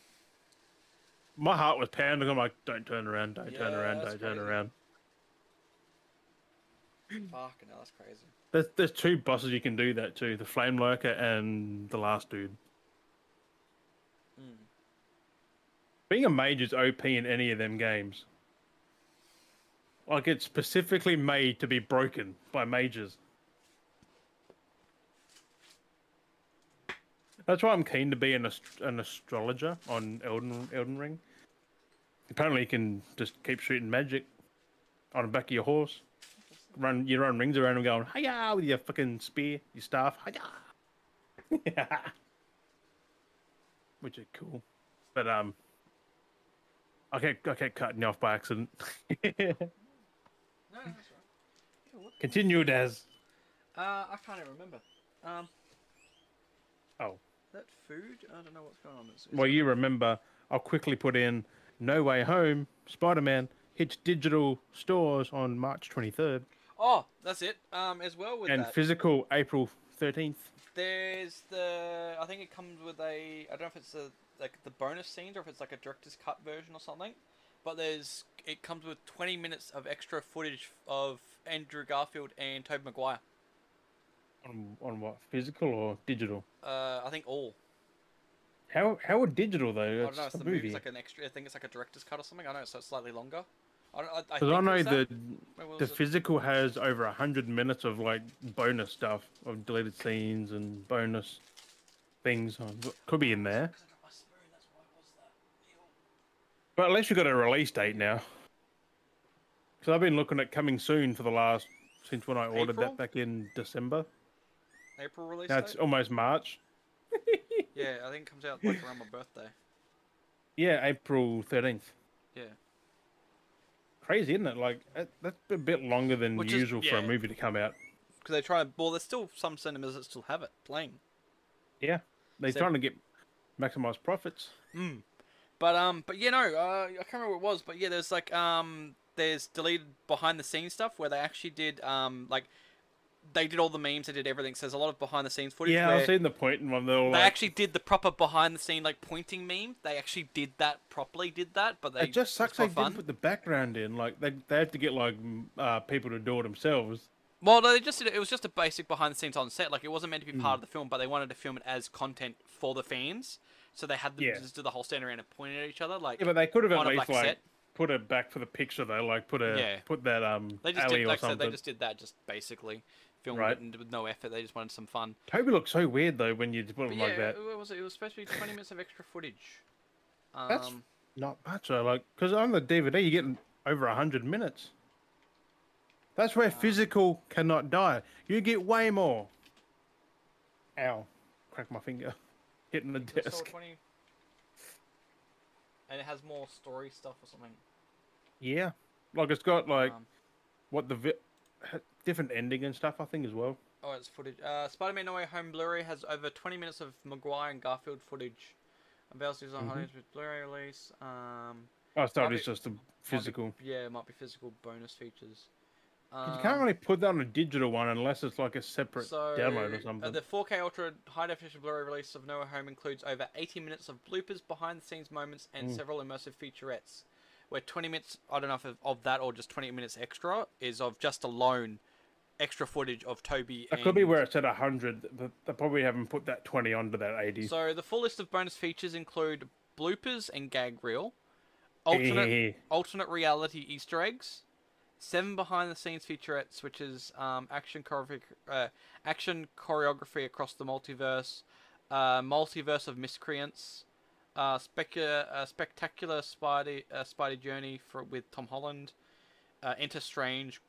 B: My heart was pounding. I'm like, don't turn around, don't turn
A: Yeah,
B: around,
A: that's
B: don't turn
A: crazy.
B: around.
A: Fucking hell, that's crazy.
B: There's there's two bosses you can do that to: the Flame Lurker and the last dude.
A: Mm.
B: Being a mage is OP in any of them games. Like it's specifically made to be broken by mages. That's why I'm keen to be an ast- an astrologer on Elden Elden Ring. Apparently, you can just keep shooting magic on the back of your horse. Run, you run rings around them, going hiya with your fucking spear, your staff, hiya. Which are cool, but um, I kept I kept cutting you off by accident.
A: No, no, that's right. Yeah, what?
B: Continued as
A: Uh, I can't even remember. Um,
B: oh
A: that food. I don't know what's going on. It's, it's
B: well, you remember. I'll quickly put in No Way Home, Spider Man hits digital stores on March 23rd
A: Oh, that's it. Um, as well with
B: and
A: that,
B: physical April 13th.
A: there's the. I think it comes with a. I don't know if it's a like the bonus scenes or if it's like a director's cut version or something. But there's it comes with 20 minutes of extra footage of Andrew Garfield and Tobey Maguire.
B: On, on what physical or digital?
A: Uh, I think all.
B: How how would digital though?
A: I don't know.
B: It's
A: Oh, It's
B: a
A: the movie.
B: movie.
A: It's like an extra. I think it's like a director's cut or something. I know, so it's slightly longer. I don't. I, I,
B: Because I
A: think it
B: know
A: was
B: the
A: that. Wait, what
B: the
A: was it?
B: physical has over hundred minutes of like bonus stuff of deleted scenes and bonus things on could be in there.
A: 'Cause I dropped my spoon, that's why it was that.
B: But at least you've got a release date now. Because I've been looking at coming soon for the last since when I ordered
A: April?
B: that back in December.
A: April release
B: Now it's
A: date?
B: almost March.
A: Yeah, I think it comes out like around my birthday.
B: Yeah, April thirteenth.
A: Yeah.
B: Crazy, isn't it? Like that- that's a bit longer than
A: Which is-
B: usual for a
A: yeah.
B: movie to come out.
A: Because they try and. Well, there's still some cinemas that still have it playing.
B: Yeah, they're
A: So-
B: trying to get maximize profits.
A: Mm. But, um, but yeah, no, uh, I can't remember what it was, but yeah, there's like, um, there's deleted behind the scenes stuff where they actually did, um, like, they did all the memes, they did everything, so there's a lot of behind the scenes footage.
B: Yeah,
A: where
B: I've seen the point in one. They're all
A: They
B: like,
A: actually did the proper behind the scene like pointing meme. They actually did that properly. Did that, but they
B: it just sucks
A: it's
B: they
A: for
B: didn't
A: fun.
B: put the background in. Like they they have to get like m- uh, people to do it themselves.
A: Well, no, they just did it. It was just a basic behind the scenes on set. Like it wasn't meant to be part
B: Hmm.
A: of the film, but they wanted to film it as content for the fans. So they had them
B: Yeah.
A: just do the whole stand around and point at each other. Like
B: Yeah, but they could have at
A: On a
B: least
A: black
B: like
A: set.
B: put it back for the picture though. Like put a
A: Yeah.
B: put that um
A: they just
B: alley
A: did
B: or
A: like so
B: something.
A: they just did that just basically filmed
B: Right.
A: it and with no effort. They just wanted some fun.
B: Toby looks so weird though when you put
A: But
B: him
A: yeah,
B: like that.
A: it was it was supposed to be twenty minutes of extra footage. Um,
B: That's not much though. Like because on the DVD you get over hundred minutes. That's where physical cannot die. You get way more. Ow. Crack my finger. Hitting the
A: Control
B: desk.
A: 20. And it has more story stuff or something.
B: Yeah. Like it's got like
A: Um,
B: what the vi- ha- different ending and stuff I think as well.
A: oh, it's footage. Uh, Spider-Man No Way Home Blu-ray has over 20 minutes of Maguire and Garfield footage. Avails to use on
B: Mhm.
A: holidays with Blu-ray release. Um,
B: Oh, so
A: Might
B: it's
A: be-
B: just a physical.
A: yeah, it might be physical bonus features.
B: 'Cause you can't
A: Um,
B: really put that on a digital one unless it's like a separate
A: So,
B: download or
A: uh,
B: something.
A: the 4K Ultra High Definition Blu-ray release of No Way Home includes over 80 minutes of bloopers, behind-the-scenes moments, and
B: Mm.
A: several immersive featurettes. Where 20 minutes, I don't know if of, of that or just 20 minutes extra, is of just alone extra footage of Toby.
B: That
A: and...
B: could be where it's at 100. th- th- They probably haven't put that 20 onto that 80.
A: So the full list of bonus features include bloopers and gag reel, alternate
B: alternate...
A: alternate reality Easter eggs, seven behind-the-scenes featurettes, which is um, action choreography, uh, action choreography across the multiverse, uh, multiverse of miscreants, uh, specu- uh, spectacular Spidey uh, Spidey journey for with Tom Holland, uh, Enter Strange,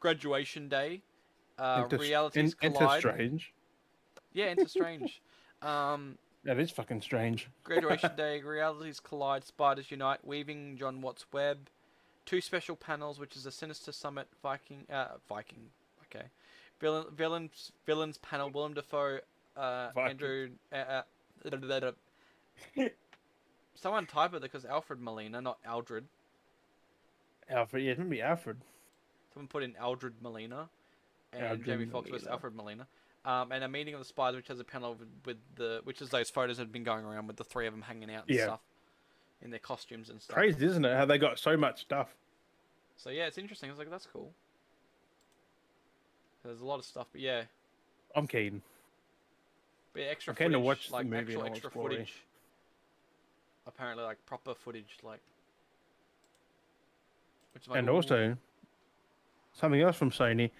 A: graduation day, uh, realities collide.
B: strange.
A: Yeah, Enter Strange. Um,
B: That is fucking strange.
A: Graduation Day, Realities Collide, Spiders Unite, Weaving John Watts Web, two special panels, which is a Sinister Summit Viking, uh, Viking, okay, villain, villains, villains panel, Willem Dafoe, uh,
B: Viking.
A: Andrew, uh, uh, da- da- da- da- someone type it because Alfred Molina, not Aldred.
B: Alfred, yeah, it's gonna be Alfred.
A: Someone put in Aldred Molina, and
B: Aldred
A: Jamie Foxx was
B: Molina.
A: Alfred Molina. Um, and a meeting of the spies, which has a panel with, with the, which is those photos that had been going around with the three of them hanging out and
B: Yeah.
A: stuff, in their costumes and stuff.
B: Crazy, isn't it? How they got so much stuff.
A: So yeah, it's interesting. I was like, that's cool. There's a lot of stuff, but yeah,
B: I'm keen.
A: but yeah, extra
B: I'm keen to
A: footage,
B: watch the
A: like
B: movie in
A: actual
B: all its
A: extra
B: glory.
A: footage. Apparently, like proper footage, like. Which is like,
B: and
A: ooh,
B: also, something else from Sony.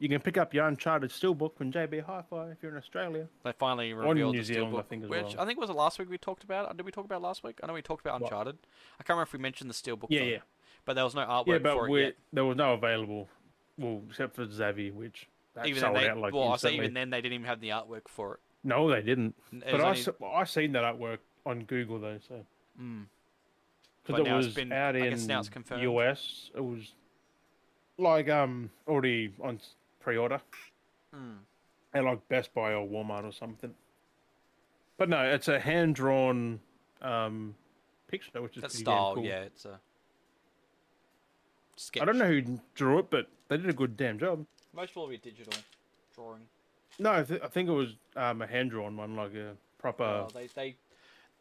B: You can pick up your Uncharted Steelbook from JB Hi-Fi if you're in Australia.
A: they finally
B: in
A: revealed
B: New
A: the
B: Zealand, I
A: steelbook,
B: think, as
A: which
B: well.
A: I think was the last week we talked about. it. Did we talk about it last week? I know we talked about
B: What?
A: Uncharted. I can't remember if we mentioned the steelbook.
B: Yeah,
A: though,
B: yeah.
A: But there was no artwork
B: Yeah, but
A: for it
B: we
A: yet.
B: there was no available, well, except for Xavi, which that
A: Even then,
B: sold
A: they,
B: out like
A: well, I say
B: instantly.
A: even then they didn't even have the artwork for it.
B: No, they didn't.
A: It
B: but
A: was
B: I,
A: only-
B: s- I seen that artwork on Google though, so
A: Mm.
B: because
A: But
B: it
A: now it's
B: was
A: been-
B: out
A: I
B: in
A: guess now it's confirmed.
B: US. It was like um already on s- pre-order
A: Mm.
B: at like Best Buy or Walmart or something. But no, it's a hand-drawn um picture, which is
A: That
B: pretty damn
A: style,
B: cool.
A: yeah, it's a sketch.
B: I don't know who drew it, but they did a good damn job.
A: Most will be digital drawing.
B: Uh, No, I, th- I think it was um, a hand-drawn one, like a proper.
A: Well, Oh, they they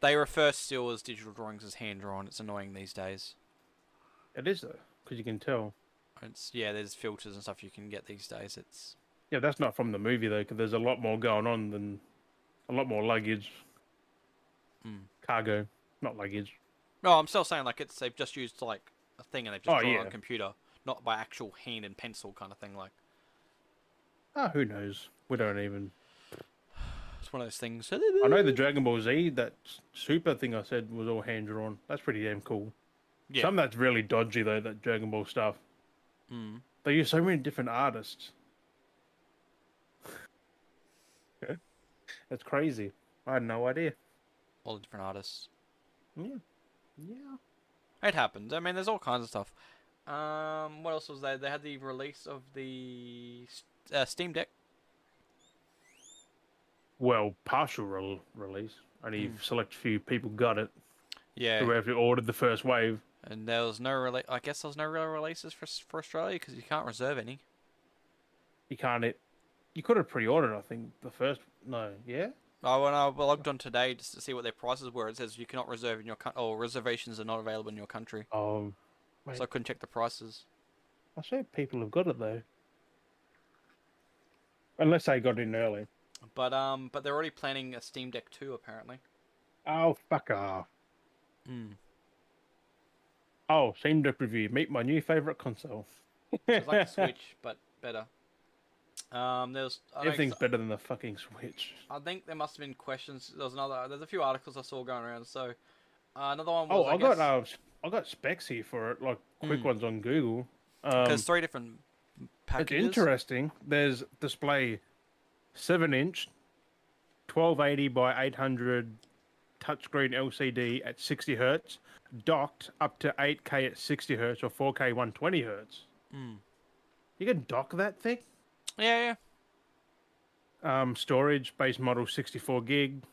A: they refer still as digital drawings as hand drawn. It's annoying these days.
B: It is though, because you can tell.
A: It's yeah, there's filters and stuff you can get these days. It's
B: Yeah, that's not from the movie though, because there's a lot more going on than a lot more luggage,
A: Mm.
B: cargo, not luggage.
A: no, I'm still saying like it's they've just used like a thing and they've just
B: Oh,
A: drawn it on
B: yeah.
A: a computer, not by actual hand and pencil kind of thing. Like
B: Ah, who knows? We don't even.
A: it's one of those things.
B: I know the Dragon Ball Z that s- super thing I said was all hand drawn. That's pretty damn cool.
A: Yeah.
B: Some that's really dodgy though. That Dragon Ball stuff.
A: Mm.
B: They use so many different artists. That's crazy. I had no idea.
A: all the different artists.
B: Yeah. Yeah.
A: It happens. I mean, there's all kinds of stuff. Um, what else was there? They had the release of the s- uh, Steam Deck.
B: Well, partial rel release. Only
A: Mm.
B: select few people got it.
A: Yeah.
B: Who actually ordered the first wave.
A: And there was no rela- I guess there was no real releases for s- for Australia because you can't reserve any.
B: You can't. It, you could have pre-ordered. I think the first. No. Yeah.
A: Oh, when I logged on today just to see what their prices were, it says you cannot reserve in your country, or reservations are not available in your country.
B: Um.
A: So I couldn't check the prices.
B: I say people have got it though. Unless they got in early.
A: But um, but they're already planning a Steam Deck 2 apparently.
B: Oh fuck off.
A: Mm.
B: Oh, Steam Deck review. Meet my new favorite console.
A: It's like the Switch, but better. Um, there's I don't
B: Everything's better than the fucking Switch.
A: I think there must have been questions. There was another. There's a few articles I saw going around. So uh, another one was.
B: Oh, I, got
A: guess,
B: uh, s- I got specs here for it, like quick
A: Mm.
B: ones on Google. Um,
A: there's three different
B: It's
A: packages.
B: interesting. There's display seven inch, 1280 by 800 touchscreen LCD at 60 hertz, docked up to 8K at 60 hertz or 4K 120 hertz.
A: Mm.
B: You can dock that thing.
A: Yeah, yeah.
B: Um, storage base model 64 gig,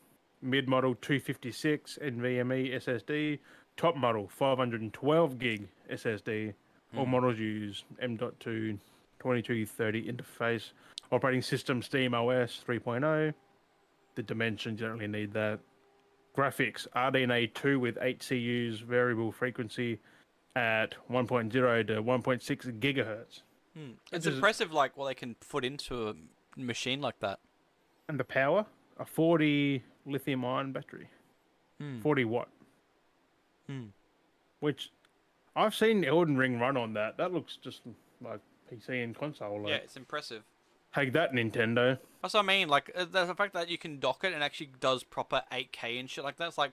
B: mid model 256 NVMe SSD, top model 512 gig SSD. All models use M.2 2230 interface, operating system Steam OS 3.0. oh, The dimensions you don't really need that. Graphics RDNA 2 with 8 CUs variable frequency at 1.0 to 1.6 gigaherts.
A: It's
B: This is-
A: impressive, like what they can put into a m- machine like that.
B: and the power a 40 lithium ion battery 40 watt
A: Hmm.
B: which i've seen elden ring run on that that looks just like pc and console like
A: Yeah, it's impressive.
B: take that nintendo
A: That's what I mean. Like uh, the the fact that you can dock it and actually does proper 8K and shit like that's like,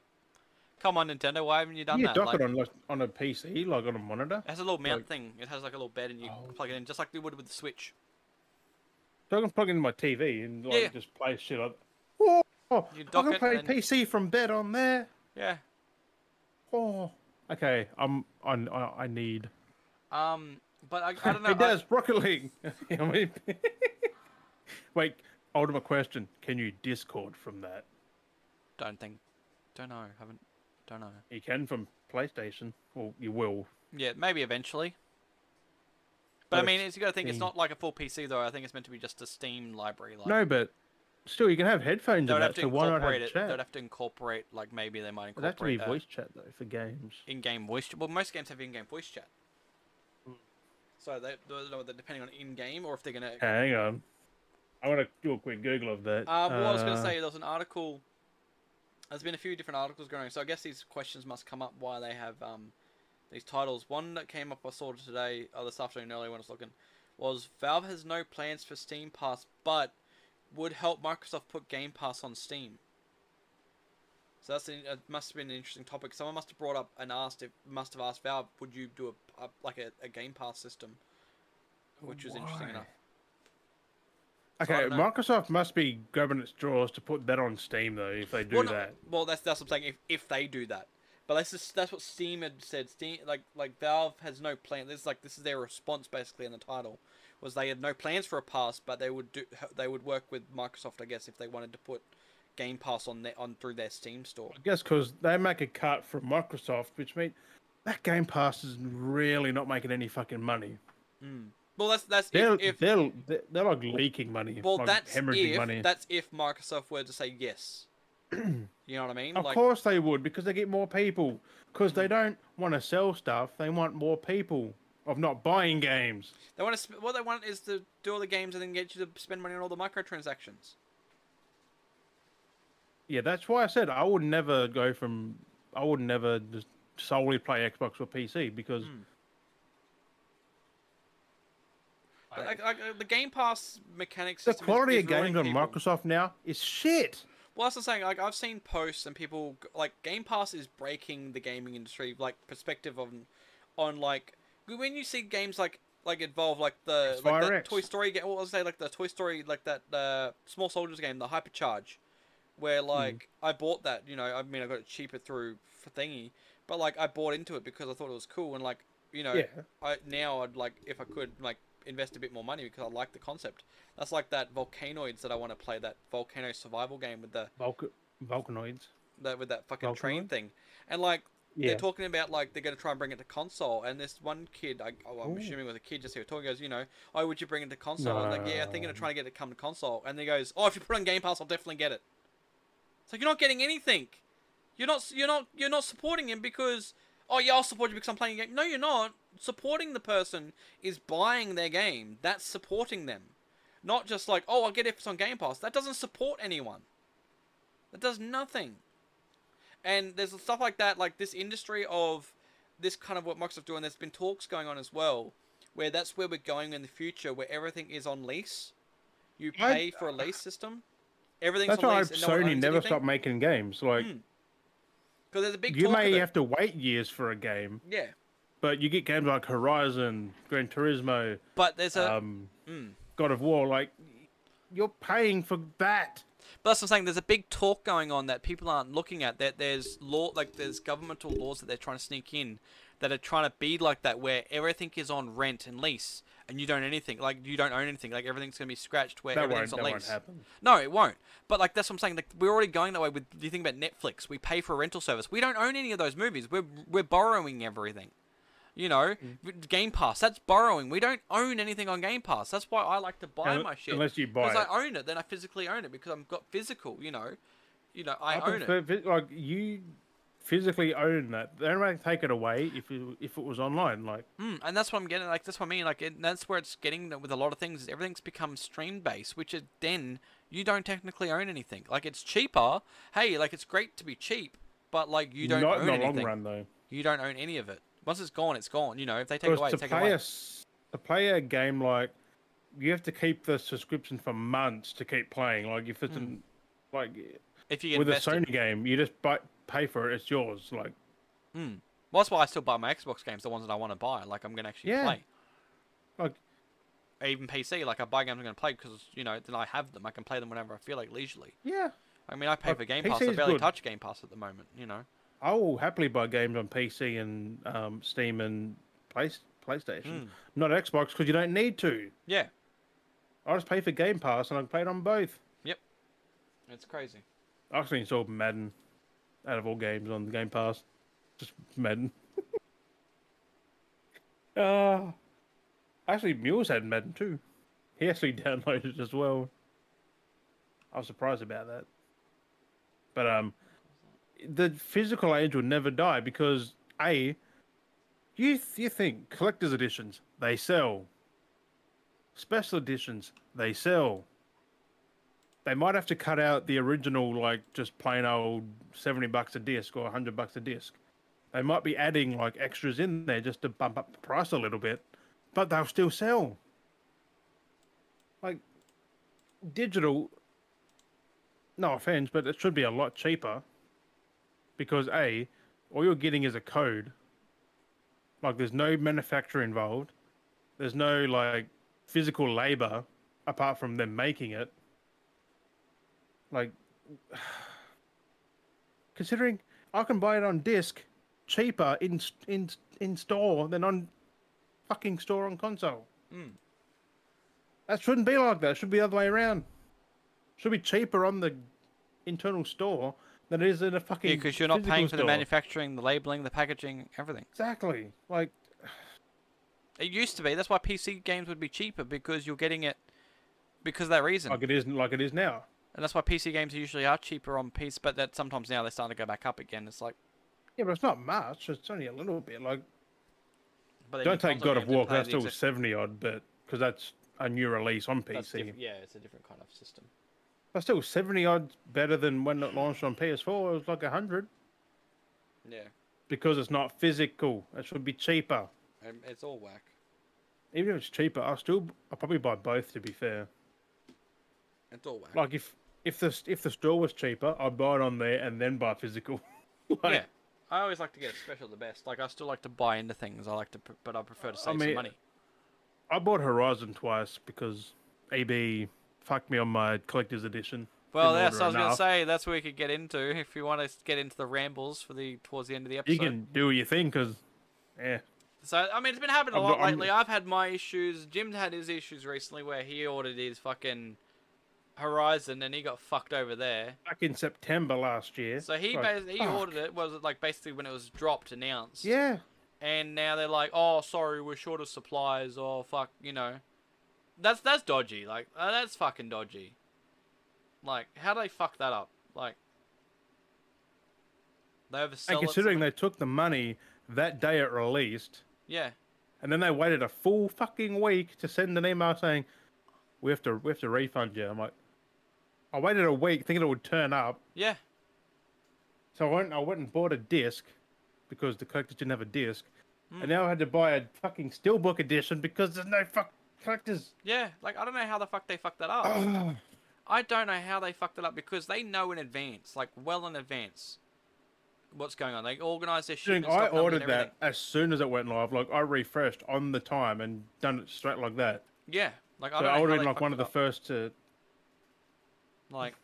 A: come on Nintendo, why haven't you done
B: you
A: that?
B: dock
A: Like,
B: it on like, on a pc like on a monitor
A: It has a little mount
B: like- Oh,
A: thing. It has like a little bed, and you plug it in just like they would with the Switch.
B: so i can plug it into my tv and like
A: Yeah.
B: just play shit like oh, oh,
A: You
B: i
A: dock
B: can
A: it
B: play
A: and-
B: pc from bed on there
A: Yeah.
B: oh okay i'm on i, I need
A: Um. But I, I don't know.
B: it
A: I-
B: does. Rocket League. I mean, wait. Ultimate question: Can you Discord from that?
A: don't think. Don't know. Haven't. Don't know.
B: You can from PlayStation. Well, you will.
A: Yeah, maybe eventually. But I
B: But
A: mean,
B: it's
A: it's, you got to think it's
B: Steam.
A: not like a full PC though. I think it's meant to be just a Steam library. Like,
B: No, but still, you can have headphones
A: they
B: in
A: would have
B: that.
A: to
B: So why not have
A: incorporate it. They
B: chat?
A: would have to incorporate like maybe they might
B: It'd have to be
A: incorporate uh,
B: voice chat though for games.
A: in-game voice. Well, most games have in-game voice chat.
B: Hmm.
A: So they, they- they- depending on in-game or if they're gonna
B: Hang on. I want to do a quick Google of that.
A: Uh, well, I was going
B: Uh,
A: to say there was an article. There's been a few different articles going, so I guess these questions must come up why they have um, these titles. One that came up I saw today, oh, this afternoon earlier when I was looking, was Valve has no plans for Steam Pass, but would help Microsoft put Game Pass on Steam. So that's an, it must have been an interesting topic. Someone must have brought up and asked if must have asked Valve, would you do a, a like a, a Game Pass system, which was interesting
B: Why?
A: enough. so I
B: Okay,
A: don't know.
B: Microsoft must be grabbing its straws to put that on Steam though. If they do
A: well, no-
B: that,
A: well, that's that's what I'm saying. If if they do that, but that's just that's what Steam had said. Steam like like Valve has no plan. This is like this is their response basically in the title was they had no plans for a pass, but they would do they would work with Microsoft, I guess, if they wanted to put Game Pass on their on through their Steam store.
B: I guess because they make a cut from Microsoft, which means that Game Pass is really not making any fucking money.
A: Well, that's that's
B: They're
A: if, if
B: they're they're- they're like leaking money.
A: well
B: like
A: that's
B: hemorrhaging
A: if
B: money.
A: that's if Microsoft were to say yes. you know what I mean?
B: of
A: like
B: course they would because they get more people. Because they don't want to sell stuff; they want more people of not buying games.
A: they want to sp- what they want is to do all the games and then get you to spend money on all the microtransactions.
B: Yeah, that's why I said I would never go from. I would never just solely play Xbox or PC because
A: Hmm. But, like, like, uh, the Game Pass mechanics.
B: the quality of games on
A: Microsoft.
B: Microsoft now is shit.
A: Well, that's the saying. Like I've seen posts and people g- like Game Pass is breaking the gaming industry. Like perspective on, on like when you see games like like involve like the like
B: Fire
A: that
B: X.
A: Toy Story game. What was I say like the Toy Story like that uh, Small Soldiers game, the Hypercharge, where like I bought that. You know, I mean I got it cheaper through f- thingy, but like I bought into it because I thought it was cool and like you know
B: Yeah.
A: I now I'd like if I could like invest a bit more money because I like the concept. That's like that Volcanoids that I want to play that volcano survival game with the
B: Vulc- Vulcanoids.
A: that with that fucking train
B: Volcanoid?
A: thing, and like
B: Yeah.
A: they're talking about like they're gonna try and bring it to console. And this one kid, I, oh, I'm
B: Ooh.
A: assuming it was a kid just here talking, goes, you know, oh, would you bring it to console? And I'm like, yeah, I think they're trying to get it to come to console. And they goes, oh, if you put it on Game Pass, I'll definitely get it. It's like you're not getting anything. You're not you're not you're not supporting him because oh yeah, I'll support you because I'm playing a game. No, you're not. Supporting the person is buying their game. That's supporting them. Not just like, oh, I'll get it if it's on Game Pass. That doesn't support anyone. That does nothing. And there's stuff like that, like this industry of this kind of what Microsoft doing. There's been talks going on as well, where that's where we're going in the future, where everything is on lease. You
B: I-
A: pay for a lease system. Everything's
B: That's
A: on
B: why
A: lease. and no one
B: Sony
A: owns
B: never
A: anything.
B: stopped making games. Like
A: Because there's a big
B: you
A: Hmm. talk
B: may
A: of it.
B: have to wait years for a game,
A: Yeah,
B: but you get games like Horizon, Gran Turismo,
A: but there's a
B: um, God of War. Like you're paying for that.
A: But that's what I'm saying. There's a big talk going on that people aren't looking at. That there's law, like there's governmental laws that they're trying to sneak in, that are trying to be like that, where everything is on rent and lease, and you don't anything. Like you don't own anything. Like everything's gonna be scratched, where
B: That won't,
A: everything's
B: that
A: on
B: won't
A: lease.
B: happen.
A: No, it won't. But like that's what I'm saying. Like we're already going that way. With you think about Netflix, we pay for a rental service. We don't own any of those movies. We're we're borrowing everything. You know,
B: Mm.
A: Game Pass. That's borrowing. We don't own anything on Game Pass. That's why I like to buy
B: Unle-
A: my shit.
B: unless you buy
A: Because
B: it.
A: I own it, then I physically own it because I've got physical. You know, you know I, own
B: prefer
A: it.
B: phys- Like you physically own that. They don't take it away if it, if it was online. Like
A: Mm, and that's what I'm getting. Like that's what I mean. Like it, that's where it's getting that with a lot of things. Is everything's become stream based, which is then you don't technically own anything. Like it's cheaper. Hey, like it's great to be cheap, but like you don't
B: not
A: own
B: in the
A: anything.
B: long run though.
A: You don't own any of it. Once it's gone, it's gone. You know, if they take it
B: Because
A: away,
B: to
A: take it
B: play
A: away.
B: a s- to play a game like you have to keep the subscription for months to keep playing. Like if
A: Hmm.
B: it's an, like
A: If you
B: with a
A: invest, it.
B: Sony game, you just buy, pay for it. It's yours. Like
A: Well, that's why I still buy my Xbox games, the ones that I want to buy. Like I'm gonna actually
B: Yeah.
A: play.
B: like
A: Even PC, like I buy games I'm gonna play because you know then I have them. I can play them whenever I feel like leisurely.
B: yeah,
A: I mean, I pay
B: Like,
A: for Game
B: PC
A: Pass. I
B: is
A: barely
B: good.
A: touch Game Pass at the moment. You know.
B: I will happily buy games on PC and um, Steam and Play, PlayStation, not Xbox, because you don't need to.
A: Yeah.
B: I just pay for Game Pass and I can play it on both.
A: It's crazy.
B: I actually installed Madden out of all games on the Game Pass. Just Madden. uh, actually, Mules had Madden too. He actually downloaded it as well. I was surprised about that. But um, the physical age will never die because a you th- you think collector's editions they sell, special editions they sell they might have to cut out the original, like just plain old seventy bucks a disc or hundred bucks a disc. They might be adding like extras in there just to bump up the price a little bit, but they'll still sell. Like digital, no offense, but it should be a lot cheaper because a, all you're getting is a code. Like there's no manufacturer involved, there's no like physical labor apart from them making it like considering I can buy it on disc cheaper in s- in s- in store than on fucking store on console.
A: Mm.
B: That shouldn't be like that. It should be the other way around. Should be cheaper on the internal store than it is in a fucking
A: Yeah, because you're not
B: physical
A: paying for the
B: store.
A: manufacturing, the labeling, the packaging, everything.
B: Exactly. Like
A: It used to be. That's why PC games would be cheaper because you're getting it because of that reason.
B: like it isn't like it is now.
A: And that's why PC games usually are cheaper on PC, but that sometimes now they're starting to go back up again. It's like,
B: Yeah, but it's not much. It's only a little bit. Like
A: but then
B: don't
A: you
B: take
A: console
B: God
A: games
B: of
A: and
B: War. 'cause
A: play
B: That's
A: the
B: still
A: exact-
B: seventy odd, but because that's a new release on PC.
A: that's different- Yeah, it's a different kind of system.
B: But still, 70 odds better than when it launched on PS4. It was like 100
A: Yeah,
B: because it's not physical. It should be cheaper.
A: um, it's all whack.
B: Even if it's cheaper, I'll still I'll probably buy both to be fair.
A: It's all whack.
B: Like if if the if the store was cheaper, I'd buy it on there and then buy physical. like,
A: yeah, I always like to get a special the best. Like I still like to buy into things. I like to, pr- but I prefer to save some
B: mean,
A: money.
B: I bought Horizon twice because EB fucked me on my collector's edition.
A: Well,
B: Didn't
A: that's what
B: order
A: I was going to
B: enough.
A: say. That's where we could get into if you want to get into the rambles for the towards the end of the episode.
B: You can do your thing because, yeah,
A: So I mean, it's been happening a
B: I'm
A: lot
B: not- I'm-
A: lately. I've had my issues. Jim's had his issues recently, where he ordered his fucking Horizon and he got fucked over there.
B: back in September last year.
A: So he
B: like,
A: bas- he
B: fuck.
A: ordered it was it like basically when it was dropped announced.
B: Yeah,
A: And now they're like, oh, sorry, we're short of supplies. Oh fuck, you know, that's that's dodgy. Like uh, that's fucking dodgy. Like how do they fuck that up? Like they oversell.
B: and
A: it,
B: considering
A: something-
B: they took the money that day it released.
A: yeah.
B: And then they waited a full fucking week to send an email saying, "We have to, we have to refund you." I'm like, I waited a week thinking it would turn up,
A: Yeah.
B: so I went, I went and bought a disc because the collectors didn't have a disc,
A: Hmm.
B: and now I had to buy a fucking steelbook edition because there's no fuck collectors.
A: Yeah, like I don't know how the fuck they fucked that up. I don't know how they fucked it up because they know in advance, like well in advance, what's going on. They organize their shit.
B: Dude, I ordered that as soon as it went live. Like I refreshed on the time and done it straight like that.
A: Yeah, like I
B: So
A: don't
B: I
A: know
B: ordered
A: how they
B: like one of the
A: fucked it
B: first to.
A: up. like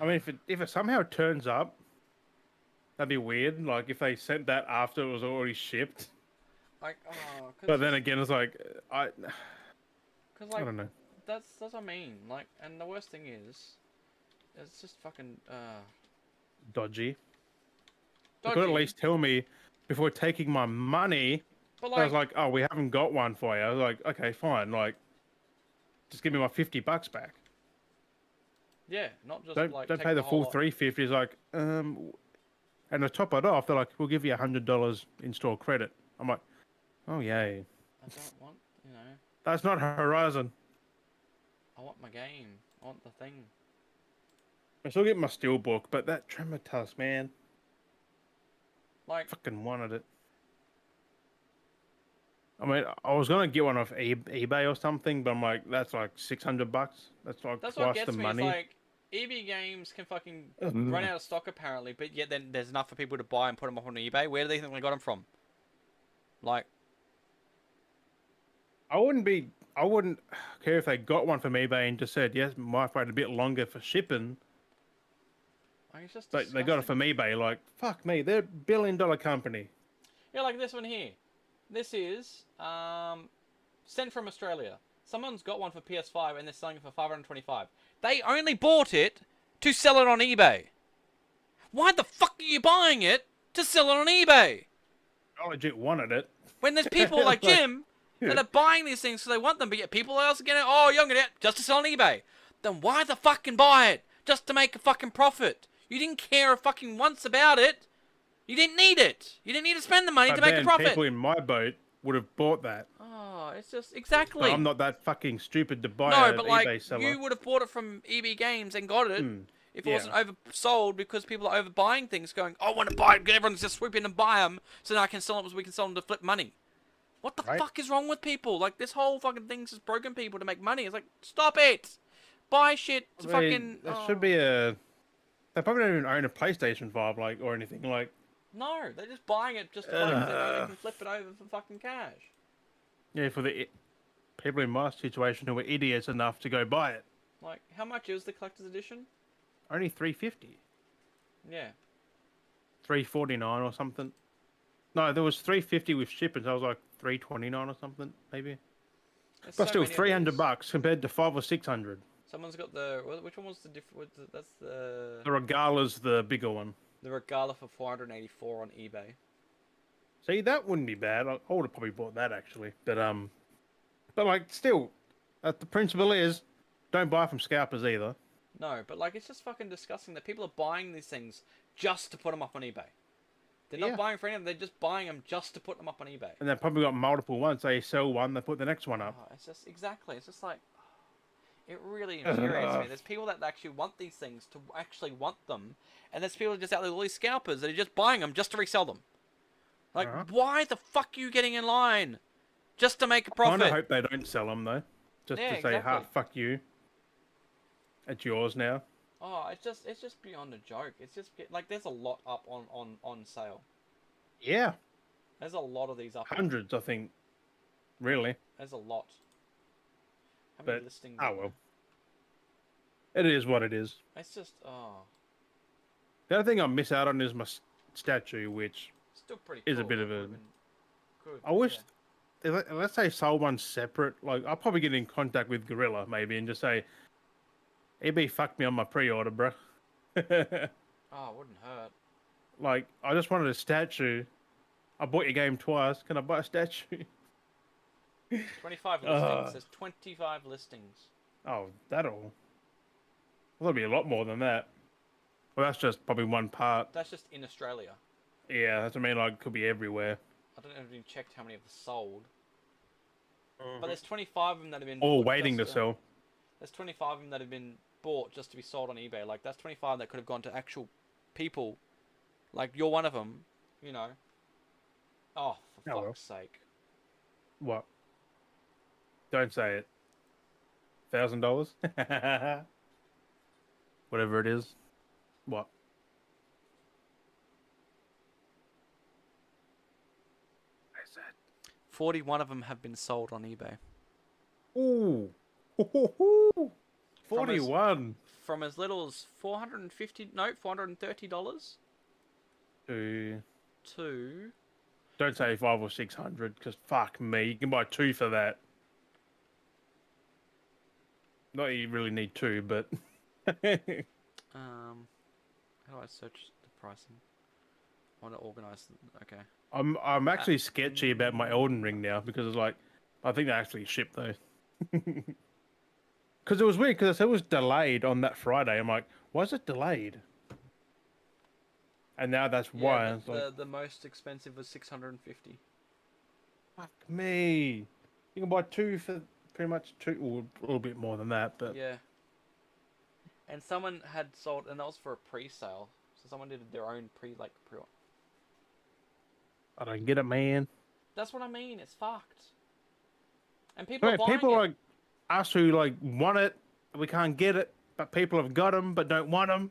B: I mean, if it, if it somehow turns up, that'd be weird. Like if they sent that after it was already shipped.
A: Like, oh,
B: But then again, it's like I
A: because
B: I
A: like
B: don't know.
A: that's that's what I mean. Like, and the worst thing is, it's just fucking uh.
B: Dodgy. They
A: Dodgy.
B: could at least tell me before taking my money.
A: But
B: I
A: like,
B: was like, oh, we haven't got one for you. I was like, okay, fine. Like, just give me my fifty bucks back.
A: yeah, not just
B: don't
A: like
B: don't
A: take
B: pay the, full
A: whole lot.
B: three fifty. It's like, um, w- and to top it off, they're like, we'll give you hundred dollars in store credit. I'm like, oh yay,
A: I don't want, you know,
B: that's not Horizon.
A: I want my game. I want the thing.
B: I still get my steel book, but that Trematus man,
A: Like,
B: fucking wanted it. I mean, I was gonna get one off E- eBay or something, but I'm like, that's like six hundred bucks. That's like
A: that's what
B: twice
A: gets
B: the
A: me.
B: money.
A: Is like, EB Games can fucking
B: Mm.
A: run out of stock apparently, but yet then there's enough for people to buy and put them up on eBay. Where do they think they got them from? Like,
B: I wouldn't be. I wouldn't care if they got one from eBay and just said, yes, might wait a bit longer for shipping.
A: like it's just
B: They, they got it
A: disgusting.
B: from eBay. Like, fuck me, they're a billion dollar company.
A: Yeah, like this one here. This is um, sent from Australia. Someone's got one for PS5 and they're selling it for 525. They only bought it to sell it on eBay. Why the fuck are you buying it to sell it on eBay?
B: I legit wanted it.
A: When there's people like
B: Like,
A: Jim that
B: yeah.
A: are buying these things because they want them, but yet people else are getting it, oh, you're going to just to sell on eBay. Then why the fucking buy it? Just to make a fucking profit. You didn't care a fucking once about it. You didn't need it. You didn't need to spend the money
B: But
A: to make a
B: then
A: profit.
B: people in my boat would have bought that.
A: Oh, it's just
B: But
A: exactly.
B: I'm not that fucking stupid to buy
A: no,
B: an
A: but
B: eBay
A: like
B: seller. Hmm.
A: you would have bought it from EB Games and got it if it
B: yeah.
A: wasn't oversold because people are overbuying things, going, "I want to buy it." Everyone's just swoop in and buy them, so now I can sell them, so we can sell them to flip money. What the
B: Right.
A: fuck is wrong with people? Like this whole fucking thing's just broken people to make money. It's like, stop it, buy shit. to
B: I mean,
A: fucking.
B: That
A: oh.
B: should be a. They probably don't even own a PlayStation 5, like or anything. Like,
A: No, they're just buying it just to like, so they can flip it over for fucking cash.
B: yeah, for the i- people in my situation who were idiots enough to go buy it,
A: Like, how much is the collector's edition?
B: only 350,
A: Yeah.
B: 349 or something. No, there was 350 with shipping. So I was like 329 or something, maybe.
A: There's
B: But
A: so
B: still,
A: many of
B: 300
A: these.
B: bucks compared to five or 600.
A: Someone's got the wha- which one was the different? That's the
B: The Regala's the bigger one.
A: the Regala for 484 on eBay.
B: See, that wouldn't be bad. I I would have probably bought that actually, but um, but like still, uh, the principle is, don't buy from scalpers either.
A: No, but like it's just fucking disgusting that people are buying these things just to put them up on eBay. They're
B: Yeah.
A: not buying for anything; they're just buying them just to put them up on eBay.
B: And they've probably got multiple ones. They sell one, they put the next one up.
A: Oh, it's just exactly. It's just like it really infuriates me. There's people that actually want these things to actually want them, and there's people just out there, all these scalpers that are just buying them just to resell them. Like,
B: Uh-huh.
A: why the fuck are you getting in line just to make a
B: I kind
A: profit?
B: of hope they don't sell them though, just
A: Yeah,
B: to say, "Ha,
A: exactly.
B: fuck you." It's yours now.
A: Oh, it's just it's just beyond a joke. It's just be- like there's a lot up on on on sale.
B: Yeah,
A: There's a lot of these up.
B: hundreds, I think. Really?
A: There's a lot. How many
B: But
A: listings?
B: oh
A: are
B: well.
A: there?
B: It is what it is.
A: It's just oh,
B: The other thing I miss out on is my s- statue, which
A: still pretty.
B: Is a
A: cool,
B: bit
A: it
B: of a-
A: would've been Good.
B: I wish,
A: yeah.
B: if- unless they sold one separate, like I'll probably get in contact with Gorilla maybe and just say, "EB fucked me on my pre-order, bro."
A: Oh, it wouldn't hurt.
B: like I just wanted a statue. I bought your game twice. Can I buy a statue?
A: Twenty-five
B: Ugh.
A: listings. There's twenty-five listings.
B: oh, that'll. There'll be a lot more than that. Well, that's just probably one part.
A: That's just in Australia.
B: Yeah, that's what I mean. Like, could be everywhere.
A: I don't know if you checked how many have sold, but there's twenty-five of them that have been.
B: Mm-hmm. All
A: bought
B: waiting to
A: just, uh,
B: sell.
A: There's 25 of them that have been bought just to be sold on eBay. Like that's 25 that could have gone to actual people. Like you're one of them, you know. Oh, for
B: Oh, well.
A: fuck's sake!
B: What? Don't say it. Thousand dollars? Whatever it is. What? I said.
A: 41 of them have been sold on eBay.
B: Ooh.
A: From as-
B: Forty-one.
A: from as little as four hundred and fifty no four hundred and thirty dollars
B: Two.
A: to
B: Don't say five or six hundred, because fuck me, you can buy two for that. Not that you really need two, but
A: um how do I search the pricing? I want to organize okay.
B: I'm I'm
A: Uh,
B: actually sketchy about my Elden Ring now because it's like I think they actually shipped though. Because it was weird because it was delayed on that Friday. I'm like, why is it delayed? And now that's why.
A: Yeah,
B: it's
A: the,
B: like,
A: the, the most expensive was six hundred and fifty.
B: fuck me. You can buy two for pretty much two, or a little bit more than that. But
A: Yeah. And someone had sold, and that was for a pre-sale. So someone did their own pre, like pre.
B: I don't get it, man.
A: That's what I mean. It's fucked. And people
B: Right,
A: are buying
B: people
A: it.
B: like us who like want it, we can't get it, but people have got them but don't want them.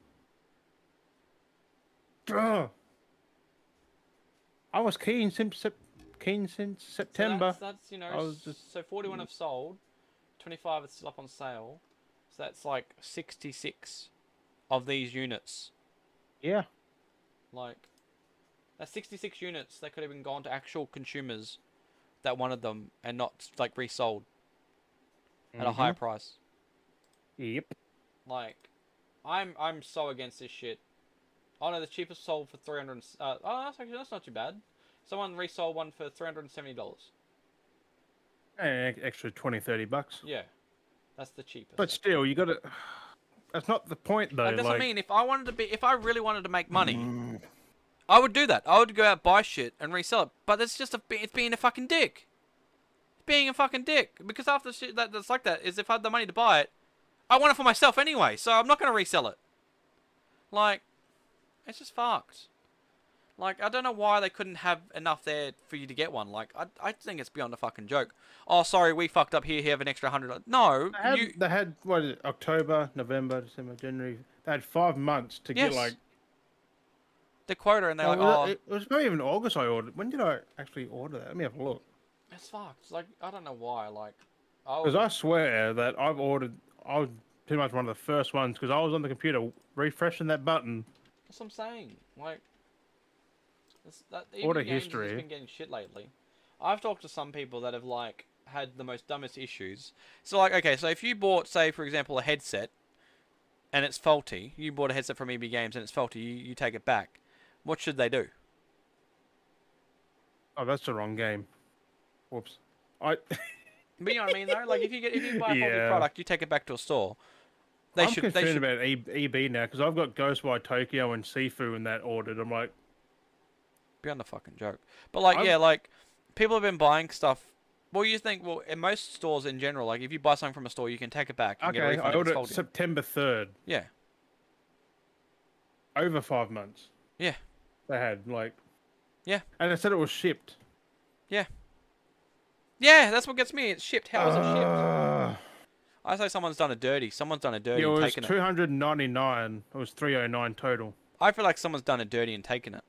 B: I was keen since Sep- keen since
A: So
B: September.
A: That's, that's you
B: I
A: know,
B: was Mm.
A: s- so forty-one have sold, twenty-five are still up on sale. So that's like sixty-six of these units.
B: yeah,
A: Like, that's sixty-six units that could have been gone to actual consumers that wanted them and not like resold at a
B: Mm-hmm.
A: higher price.
B: Yep.
A: Like, I'm I'm so against this shit. Oh no, the cheapest sold for three hundred. Uh, oh, that's actually that's not too bad. Someone resold one for three hundred and seventy dollars.
B: And an Eh, extra 20, 30 bucks.
A: Yeah, that's the cheapest.
B: But still, you got to. That's not the point though.
A: like, that's
B: like,
A: what I mean. If I wanted to be, if I really wanted to make money, I would do that. I would go out buy shit and resell it. But it's just a, be- it's being a fucking dick. It's being a fucking dick. Because half the shit that, that's like that is if I had the money to buy it, I want it for myself anyway. So I'm not gonna resell it. Like, it's just fucked. Like I don't know why they couldn't have enough there for you to get one. Like I, I think it's beyond a fucking joke. Oh, sorry, we fucked up here. Here, have an extra hundred. No,
B: They had,
A: you,
B: they had what is it, October, November, December, January. They had five months to
A: Yes.
B: get like
A: the quota, and they're like,
B: was uh,
A: oh,
B: it, it was not even August I ordered. When did I actually order that? Let me have a look.
A: It's fucked. Like I don't know why. Like I
B: Because
A: was
B: I swear that I've ordered. I was pretty much one of the first ones because I was on the computer refreshing that button.
A: that's what I'm saying. Like it's, that
B: a
A: even games have just
B: history.
A: been getting shit lately. I've talked to some people that have like had the most dumbest issues. So like okay, so if you bought say for example a headset and it's faulty, you bought a headset from EB Games and it's faulty, you, you take it back. What should they do?
B: Oh, that's the wrong game. Whoops. I.
A: But you know what I mean though? Like if you get if you buy a faulty
B: Yeah.
A: product, you take it back to a store. They
B: I'm
A: should
B: concerned
A: they should
B: about e- EB now because I've got Ghostwire Tokyo and Sifu in that ordered. I'm like,
A: beyond the fucking joke. But like,
B: I'm-
A: yeah, like people have been buying stuff. Well, you think well in most stores in general, like if you buy something from a store, you can take it back. And get a
B: okay,
A: refund if
B: I
A: it's
B: ordered it
A: faulty.
B: September third,
A: Yeah,
B: over five months.
A: yeah,
B: They had like.
A: Yeah.
B: And they said it was shipped.
A: yeah. That's what gets me. It's shipped. How is it shipped?
B: Ugh.
A: I say someone's done a dirty. Someone's done a dirty
B: Uh. Yeah, it
A: and
B: was
A: taken it.
B: 299. It was 309 total.
A: I feel like someone's done a dirty and taken it,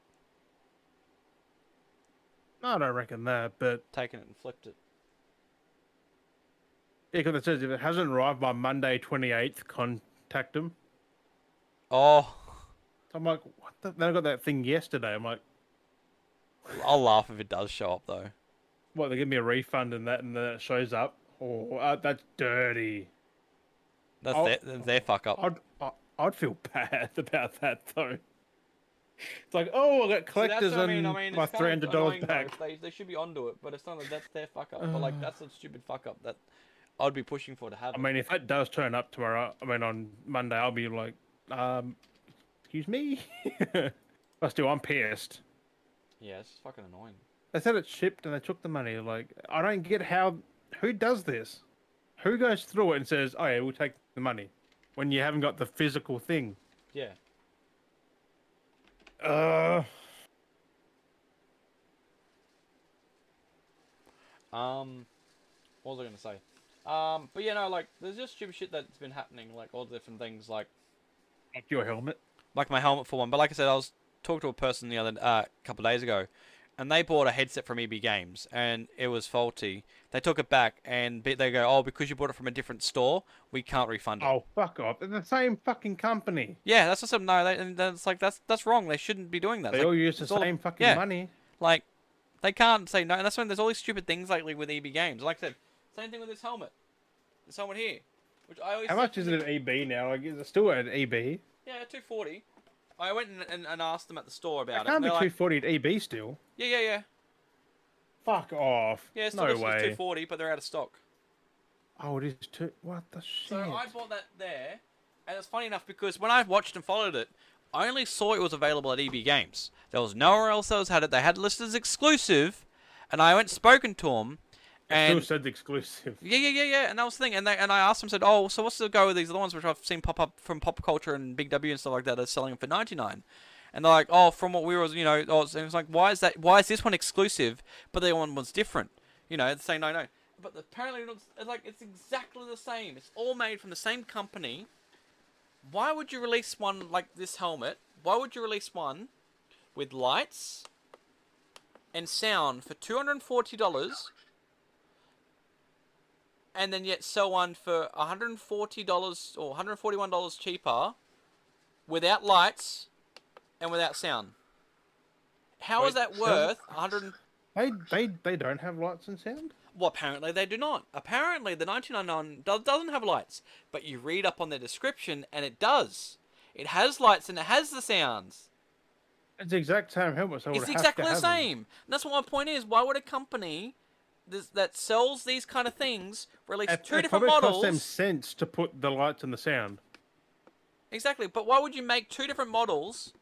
B: No, I don't reckon that, but
A: taken it and flipped it.
B: Yeah, because it says if it hasn't arrived by Monday 28th, contact them.
A: Oh,
B: So I'm like, what the? Then I got that thing yesterday. I'm like,
A: I'll laugh if it does show up though.
B: what? They give me a refund and that, and then it shows up. Oh, uh, that's dirty.
A: That's
B: I'll-
A: their, that's their fuck up.
B: I'd, I, I'd feel bad about that though. It's like, oh, I got
A: See, that's
B: collectors
A: what
B: and my
A: it's kind
B: three
A: of
B: hundred dollars
A: annoying though,
B: back.
A: if They, they should be onto it, but it's not that that's their fuck up. but like that's a stupid fuck up that I'd be pushing for to have.
B: I
A: it.
B: mean, if that does turn up tomorrow, I mean on Monday, I'll be like, um, excuse me. but still, I'm pissed.
A: Yeah, it's fucking annoying.
B: They said it shipped and they took the money. Like, I don't get how. Who does this? Who goes through it and says, "Oh yeah, we'll take the money," when you haven't got the physical thing?
A: Yeah.
B: Uh,
A: Um, what was I gonna say? Um, but you know, like, there's just stupid shit that's been happening, like all the different things, like
B: like your helmet.
A: like my helmet for one. But like I said, I was talking to a person the other uh, couple of days ago, and they bought a headset from EB Games, and it was faulty. They took it back, and be- they go, "Oh, because you bought it from a different store, we can't refund it."
B: Oh, fuck off. They're the same fucking company.
A: Yeah, that's just no. They, and that's like that's that's wrong. They shouldn't be doing that.
B: They
A: Like,
B: all use the
A: it's all-
B: same fucking
A: yeah.
B: money.
A: Like, they can't say no. And that's when there's all these stupid things like with EB Games. Like I said, same thing with this helmet. This helmet here, which I always
B: How
A: say-
B: much is it at EB now? Like, is it still at E EB?
A: Yeah, two forty. I went and, and, and asked them at the store about it. and
B: It can't be
A: they're like,
B: 240 at EB still.
A: yeah, yeah, yeah,
B: Fuck off.
A: yeah. It's
B: no
A: still two
B: way.
A: forty, but they're out of stock.
B: Oh, it is two. What the shit?
A: So I bought that there, and it's funny enough because when I watched and followed it, I only saw it was available at EB Games. There was nowhere else that was had it. They had it listed as exclusive, and I went and spoken to them,
B: Still
A: and
B: said exclusive.
A: yeah, yeah, yeah, yeah, and that was the thing. And they, and I asked them, said, "Oh, so what's the go with these other ones which I've seen pop up from pop culture and Big W and stuff like that are selling them for ninety nine? And they're like, "Oh, from what we were, you know, oh, it's it's like, why is that? Why is this one exclusive, but the other one was different? You know, it's saying no, no, but apparently it looks it's like it's exactly the same. It's all made from the same company. Why would you release one like this helmet? Why would you release one with lights and sound for two hundred and forty dollars?" and then yet sell one for $140 or $141 cheaper without lights and without sound. How is
B: Wait,
A: that
B: sound-
A: worth 100
B: They, they, they don't have lights and sound?
A: Well, apparently they do not. Apparently the 1999 do- doesn't have lights, but you read up on their description and it does. It has lights and it has the sounds.
B: It's the exact same helmet. So I would
A: It's
B: have to
A: exactly the
B: have 'em.
A: same. And that's what my point is. Why would a company this, that sells these kind of things release
B: It-
A: two
B: it
A: different
B: probably
A: models?
B: cost them cents to put the lights and the sound.
A: Exactly, but why would you make two different models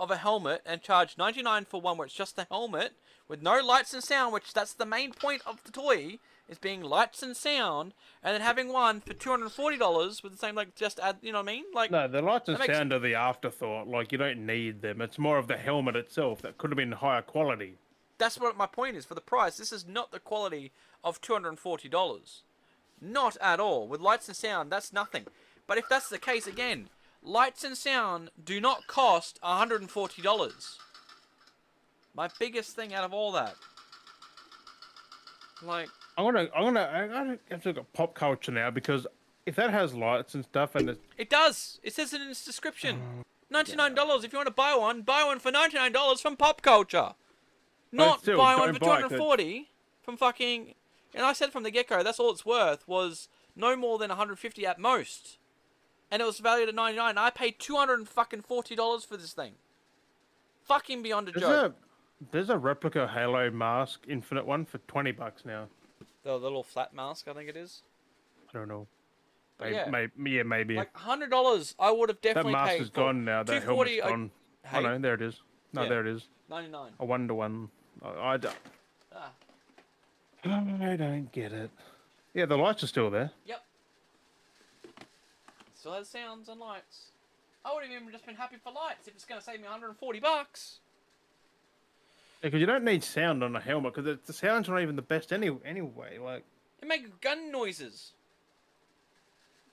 A: of a helmet and charge 99 for one where it's just the helmet with no lights and sound, which that's the main point of the toy is being lights and sound, and then having one for $240 with the same like just add, you know what I mean? Like
B: No, the lights and
A: That makes-
B: sound are the afterthought. Like you don't need them. It's more of the helmet itself that could have been higher quality.
A: that's what my point is for the price. This is not the quality of $240. Not at all. With lights and sound, that's nothing. But if that's the case again, lights and sound do not cost $140. My biggest thing out of all that. Like,
B: I'm gonna, I'm gonna, I'm gonna have to look at pop culture now because if that has lights and stuff and it's
A: it does. It says it in its description. $99. If you want to buy one, buy one for $99 from pop culture. Not
B: still,
A: buy one
B: don't
A: for
B: buy it,
A: 240 from fucking. And I said from the get go, that's all it's worth was no more than 150 at most. And it was valued at 99. I paid 200 fucking forty dollars for this thing. Fucking beyond a
B: there's
A: joke.
B: a, there's a replica Halo mask, Infinite one for twenty bucks now.
A: The little flat mask, I think it is.
B: I don't know.
A: But
B: May-
A: yeah.
B: may- yeah, maybe.
A: Like hundred dollars, I would have
B: that
A: definitely
B: mask
A: paid.
B: is
A: for.
B: gone now. That helmet's
A: 240, I-
B: gone.
A: Hey,
B: Oh no, there it is. No,
A: Yeah.
B: there it is.
A: ninety-nine.
B: A one to one. I, I don't.
A: Ah,
B: I don't get it. Yeah, the lights are still there.
A: yep. Still has sounds and lights. I would have even just been happy for lights if it's going to save me 140 bucks.
B: Because you don't need sound on a helmet because the sound's not even the best any, anyway. Like
A: It make gun noises.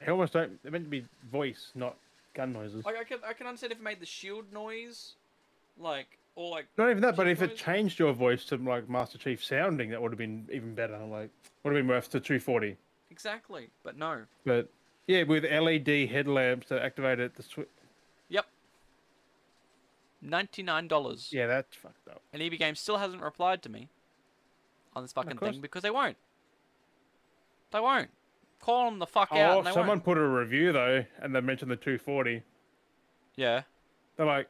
B: helmets don't they're meant to be voice, not gun noises.
A: Like I can I can understand if it made the shield noise, like or like
B: Not even that, but
A: Chief
B: if it
A: noise?
B: changed your voice to like Master Chief sounding, that would have been even better. Like would have been worth the 240.
A: exactly, but no.
B: But yeah, with LED headlamps that activate at the swi-
A: Yep. Ninety nine dollars.
B: yeah, that's fucked up.
A: And EB Games still hasn't replied to me on this fucking
B: course.
A: thing because they won't. They won't. Call them the fuck out.
B: Oh,
A: And they
B: someone
A: won't.
B: put a review though, and they mentioned the 240.
A: Yeah.
B: They're like,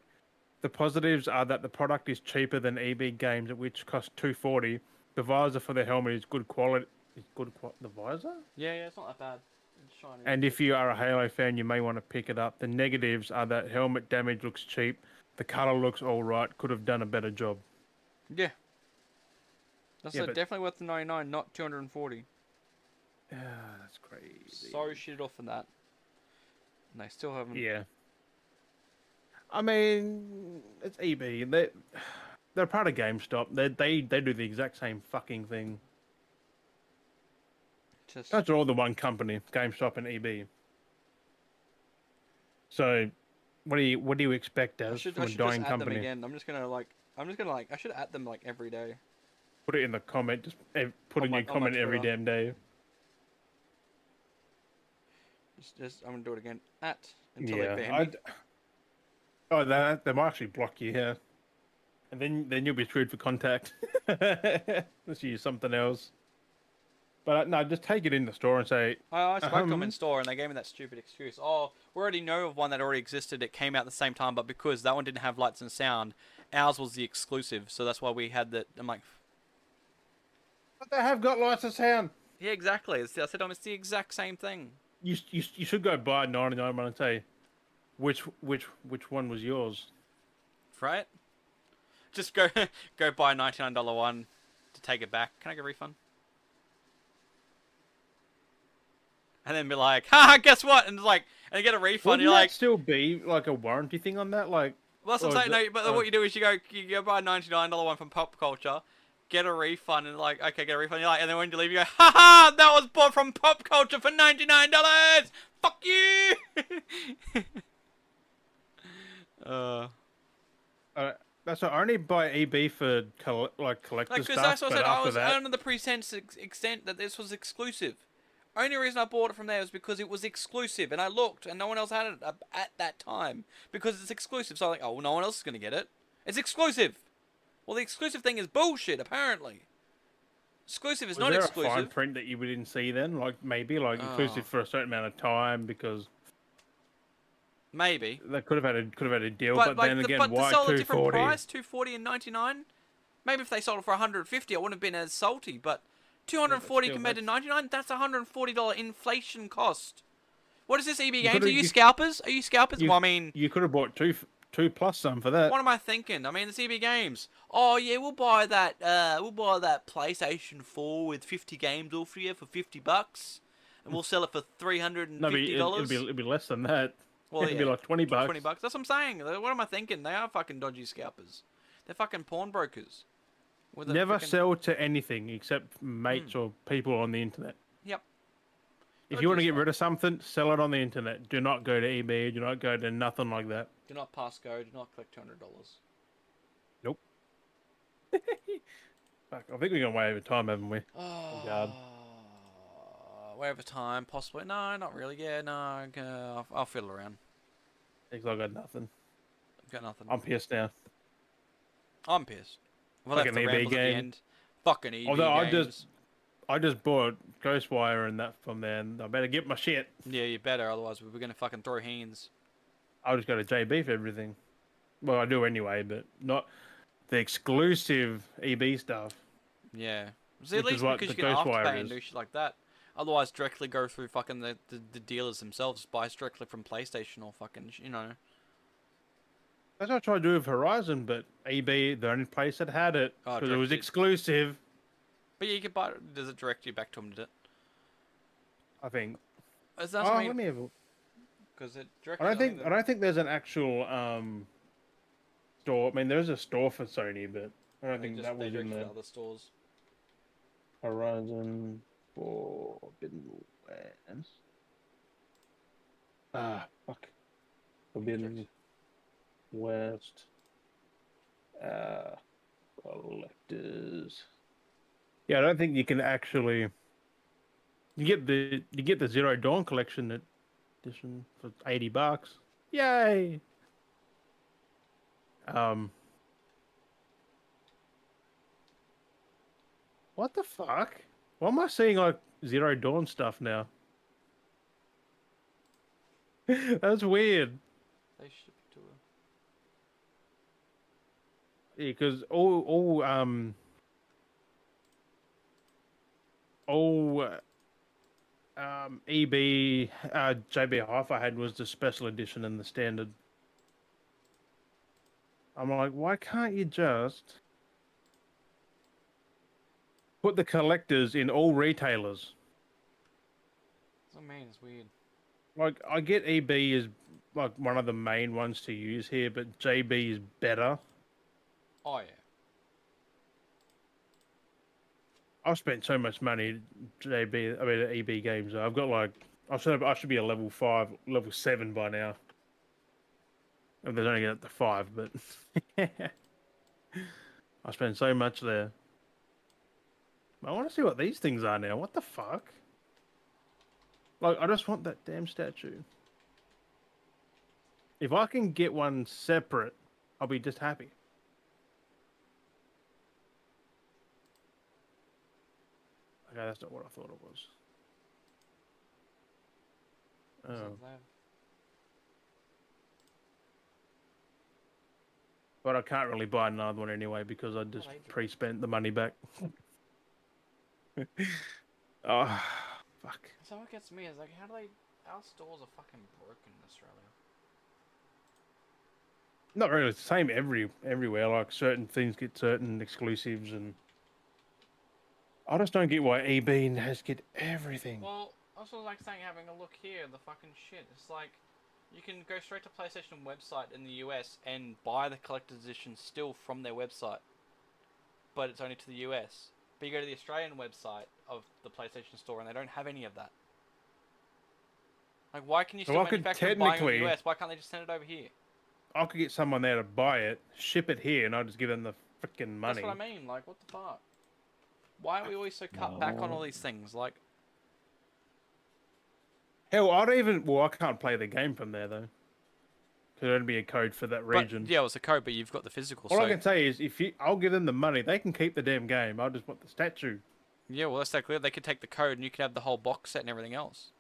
B: the positives are that the product is cheaper than EB Games, which cost 240. The visor for the helmet is good quality. Is good qua- the visor?
A: Yeah, yeah. It's not that bad. It's shiny.
B: And if you are a Halo fan, you may want to pick it up. The negatives are that helmet damage looks cheap. The color looks all right. Could have done a better job.
A: yeah. That's
B: Yeah,
A: uh,
B: but-
A: definitely worth the ninety nine, not two hundred and forty.
B: Ah, that's crazy.
A: So shitted off on that. And they still haven't.
B: Yeah. I mean, it's EB. They they're part of GameStop. They they they do the exact same fucking thing.
A: Just
B: That's all the one company, GameStop and EB. So, what do you what do you expect
A: I
B: as
A: should,
B: from
A: I
B: a
A: should
B: dying
A: just add them
B: company?
A: again. I'm just gonna like I'm just gonna like I should add them like every day.
B: Put it in the comment. Just ev- put
A: On
B: a
A: my-
B: new
A: on my
B: comment every
A: Twitter.
B: damn day.
A: Just, just I'm gonna do it again at until they ban me.
B: I'd- Oh, that they might actually block you here, and then then you'll be screwed for contact. Unless you use something else. But uh, no, just take it in the store and say,
A: I, I spoke to them in
B: Um,
A: store and they gave me that stupid excuse. Oh, we already know of one that already existed. It came out at the same time, but because that one didn't have lights and sound, ours was the exclusive. So that's why we had that. I'm like,
B: "But they have got lights of sound."
A: yeah, exactly. It's, I said, "Um, it's the exact same thing.
B: You, s- you s- you should go buy ninety nine one and say, which which which one was yours?
A: Right? Just go go buy a $99 one to take it back. Can I get a refund? And then be like, ha, guess what? And it's like, and you get a refund.
B: Wouldn't
A: You're
B: that
A: like,
B: still be like a warranty thing on that? Like,
A: well, that's what
B: or
A: I'm saying.
B: oh, is
A: No,
B: it-
A: but
B: or-
A: what you do is you go, you go buy a $99 one from Pop Culture, get a refund, and like, okay, get a refund. You're like, and then when you leave, you go, ha ha, that was bought from Pop Culture for $99. Fuck you. uh.
B: uh, that's what, I only buy EB for col- like collector
A: Like, because
B: stuff.
A: that's what I
B: but
A: said. I
B: after
A: was um,
B: that,
A: under the pretense ex- extent that this was exclusive. Only reason I bought it from there was because it was exclusive, and I looked, and no one else had it up at that time because it's exclusive. So I'm like, oh, well, no one else is gonna get it. It's exclusive. Well, the exclusive thing is bullshit, apparently. Exclusive is
B: was
A: not
B: there
A: exclusive.
B: a fine print that you didn't see then? Like maybe like
A: Oh.
B: inclusive for a certain amount of time because
A: Maybe,
B: they could have had a could have had a deal,
A: but,
B: but,
A: like,
B: then
A: the,
B: again,
A: but to
B: why
A: sell a
B: two
A: different
B: forty?
A: price, two forty and ninety nine. Maybe if they sold it for one hundred and fifty, I wouldn't have been as salty. But two hundred and forty
B: still,
A: compared to ninety nine, that's one hundred and forty dollar inflation cost. What is this EB Games?
B: coulda-
A: Are you
B: you-
A: scalpers? Are you scalpers? well, I mean,
B: you could have bought two f- two plus some for that.
A: what am I thinking? I mean, it's EB Games. Oh yeah, we'll buy that. Uh, we'll buy that PlayStation Four with fifty games all for you for fifty bucks, and we'll sell it for three hundred and
B: No, it'd
A: fifty
B: be, it'd, it'd
A: dollars.
B: be it'd be less than that.
A: Well,
B: it'd be
A: yeah,
B: like twenty bucks.
A: Twenty bucks. That's what I'm saying. Like, What am I thinking? They are fucking dodgy scalpers. They're fucking pawnbrokers. With a Hmm.
B: Never
A: frickin-
B: sell to anything except mates or people on the internet.
A: Yep.
B: If
A: Dodgy
B: you want to get
A: stuff.
B: rid of something, sell it on the internet. Do not go to eBay. Do not go to nothing like that.
A: Do not pass go. Do not collect two hundred dollars.
B: Fuck, I think we've gone way over time, haven't we?
A: Oh.
B: God.
A: Way over time, possibly. No, not really. Yeah, no. I g- uh, I'll, I'll fiddle around.
B: Because I got nothing.
A: I've got nothing.
B: I'm pissed now.
A: I'm pissed. Well,
B: Fucking
A: that's the
B: EB
A: rambles at the
B: game.
A: end. Fucking EB
B: Although I
A: games.
B: just- I just bought Ghostwire and that from there, and I better get my shit.
A: Yeah, you better. Otherwise, we're gonna fucking throw hands.
B: I'll just go to JB for everything. Well, I do anyway, but not the exclusive EB stuff.
A: Yeah. See, at
B: Which is
A: least
B: what
A: because you
B: the
A: can
B: Ghostwire
A: afterpay and
B: is.
A: do shit like that. Otherwise, directly go through fucking the, the, the dealers themselves. Buy directly from PlayStation or fucking, sh- you know.
B: That's what I tried to do with Horizon, but EB, the only place that had it,
A: Oh,
B: because it was
A: directed.
B: exclusive,
A: But yeah, you can buy it. Does it direct you back to them, did it?
B: I think.
A: Is that
B: Oh,
A: what
B: let me have a...
A: Because it directly.
B: I don't think I don't think there's an actual um store. I mean, there is a store for Sony, but I don't think that was in the
A: other stores.
B: Horizon Forbidden Lands. Ah, fuck. Forbidden West. Uh, collectors. Yeah, I don't think you can actually. You get the you get the Zero Dawn collection at edition for eighty bucks. Yay! Um. What the fuck? Why am I seeing like Zero Dawn stuff now? That's weird.
A: They should do it.
B: because all all um all uh, um EB uh, JB Hi-Fi had was the special edition and the standard. I'm like, why can't you just put the collectors in all retailers?
A: I mean, it's weird.
B: Like, I get EB is like one of the main ones to use here, but JB is better.
A: Oh yeah.
B: I've spent so much money at JB. I mean, at EB games. I've got like I should I should be a level five, level seven by now. If there's only get up to five, but I spent so much there. I want to see what these things are now. What the fuck? Like, I just want that damn statue. If I can get one separate, I'll be just happy. Okay, that's not what I thought it was. Oh, but I can't really buy another one anyway because I just
A: Adrian.
B: pre-spent the money back. oh, fuck.
A: So what gets me is like, how do they? Our stores are fucking broken in Australia.
B: Not really. It's the same every everywhere. Like certain things get certain exclusives, and I just don't get why eBay has get everything.
A: Well, also like saying having a look here, the fucking shit. It's like you can go straight to PlayStation website in the US and buy the collector's edition still from their website, but it's only to the US. But you go to the Australian website of the PlayStation store and they don't have any of that. Like, why can you
B: So
A: still
B: I could
A: manufacture and buying in the
B: technically-
A: US? Why can't they just send it over here?
B: I could get someone there to buy it, ship it here, and I just give them the freaking money.
A: That's what I mean. Like, what the fuck? Why are we always so cut back on
B: Oh.
A: all these things? Like,
B: Hell, I don't even. Well, I can't play the game from there though. Could only be a code for that
A: but-
B: region.
A: yeah, it was a code, but you've got the physical.
B: All
A: so
B: I can say is, if you, I'll give them the money, they can keep the damn game. I just want the statue.
A: Yeah, well, that's that clear. They could take the code and you could have the whole box set and everything else.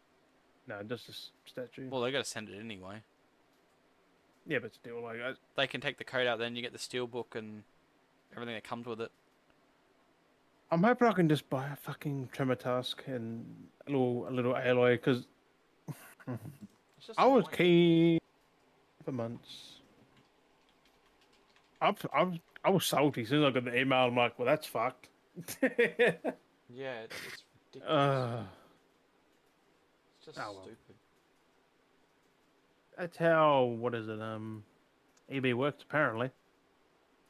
B: No, just the s- statue.
A: Well, they got to send it anyway.
B: yeah, but still, like, I,
A: They can take the code out, then you get the steel book and everything that comes with it.
B: I'm hoping I can just buy a fucking tremor task and a little a little alloy because
A: It's just
B: I was
A: annoying.
B: keen for months. I I I was salty as soon as I got the email. I'm like, well, that's fucked.
A: Yeah, it's, it's ridiculous.
B: uh,
A: it's just
B: oh, well.
A: stupid.
B: that's how what is it? Um, EB worked apparently.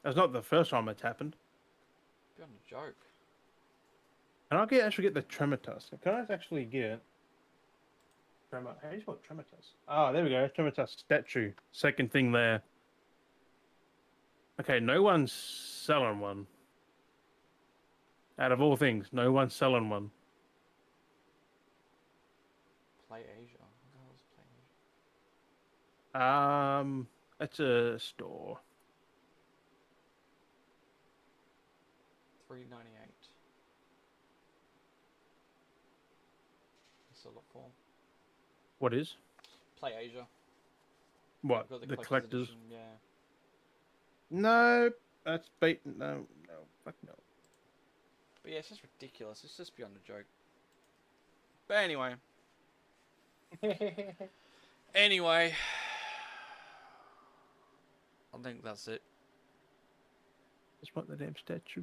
B: That's not the first time it's happened.
A: Beyond a joke.
B: Can I get actually get the tremor tusk? Can I actually get tremor? How do you spell tremor tusk? Ah, there we go. Tremor tusk statue. Second thing there. Okay, no one's selling one. Out of all things, no one's selling one.
A: Play Asia. What the hell is Play Asia?
B: Um, it's a store.
A: Three ninety eight. It's a lot for
B: What is?
A: Play Asia.
B: What
A: I've got
B: the,
A: the
B: collectors?
A: edition, Yeah.
B: No, that's beaten. No, no, fuck no.
A: But yeah, it's just ridiculous. It's just beyond a joke. But anyway. anyway. I think that's it.
B: Just want the damn statue.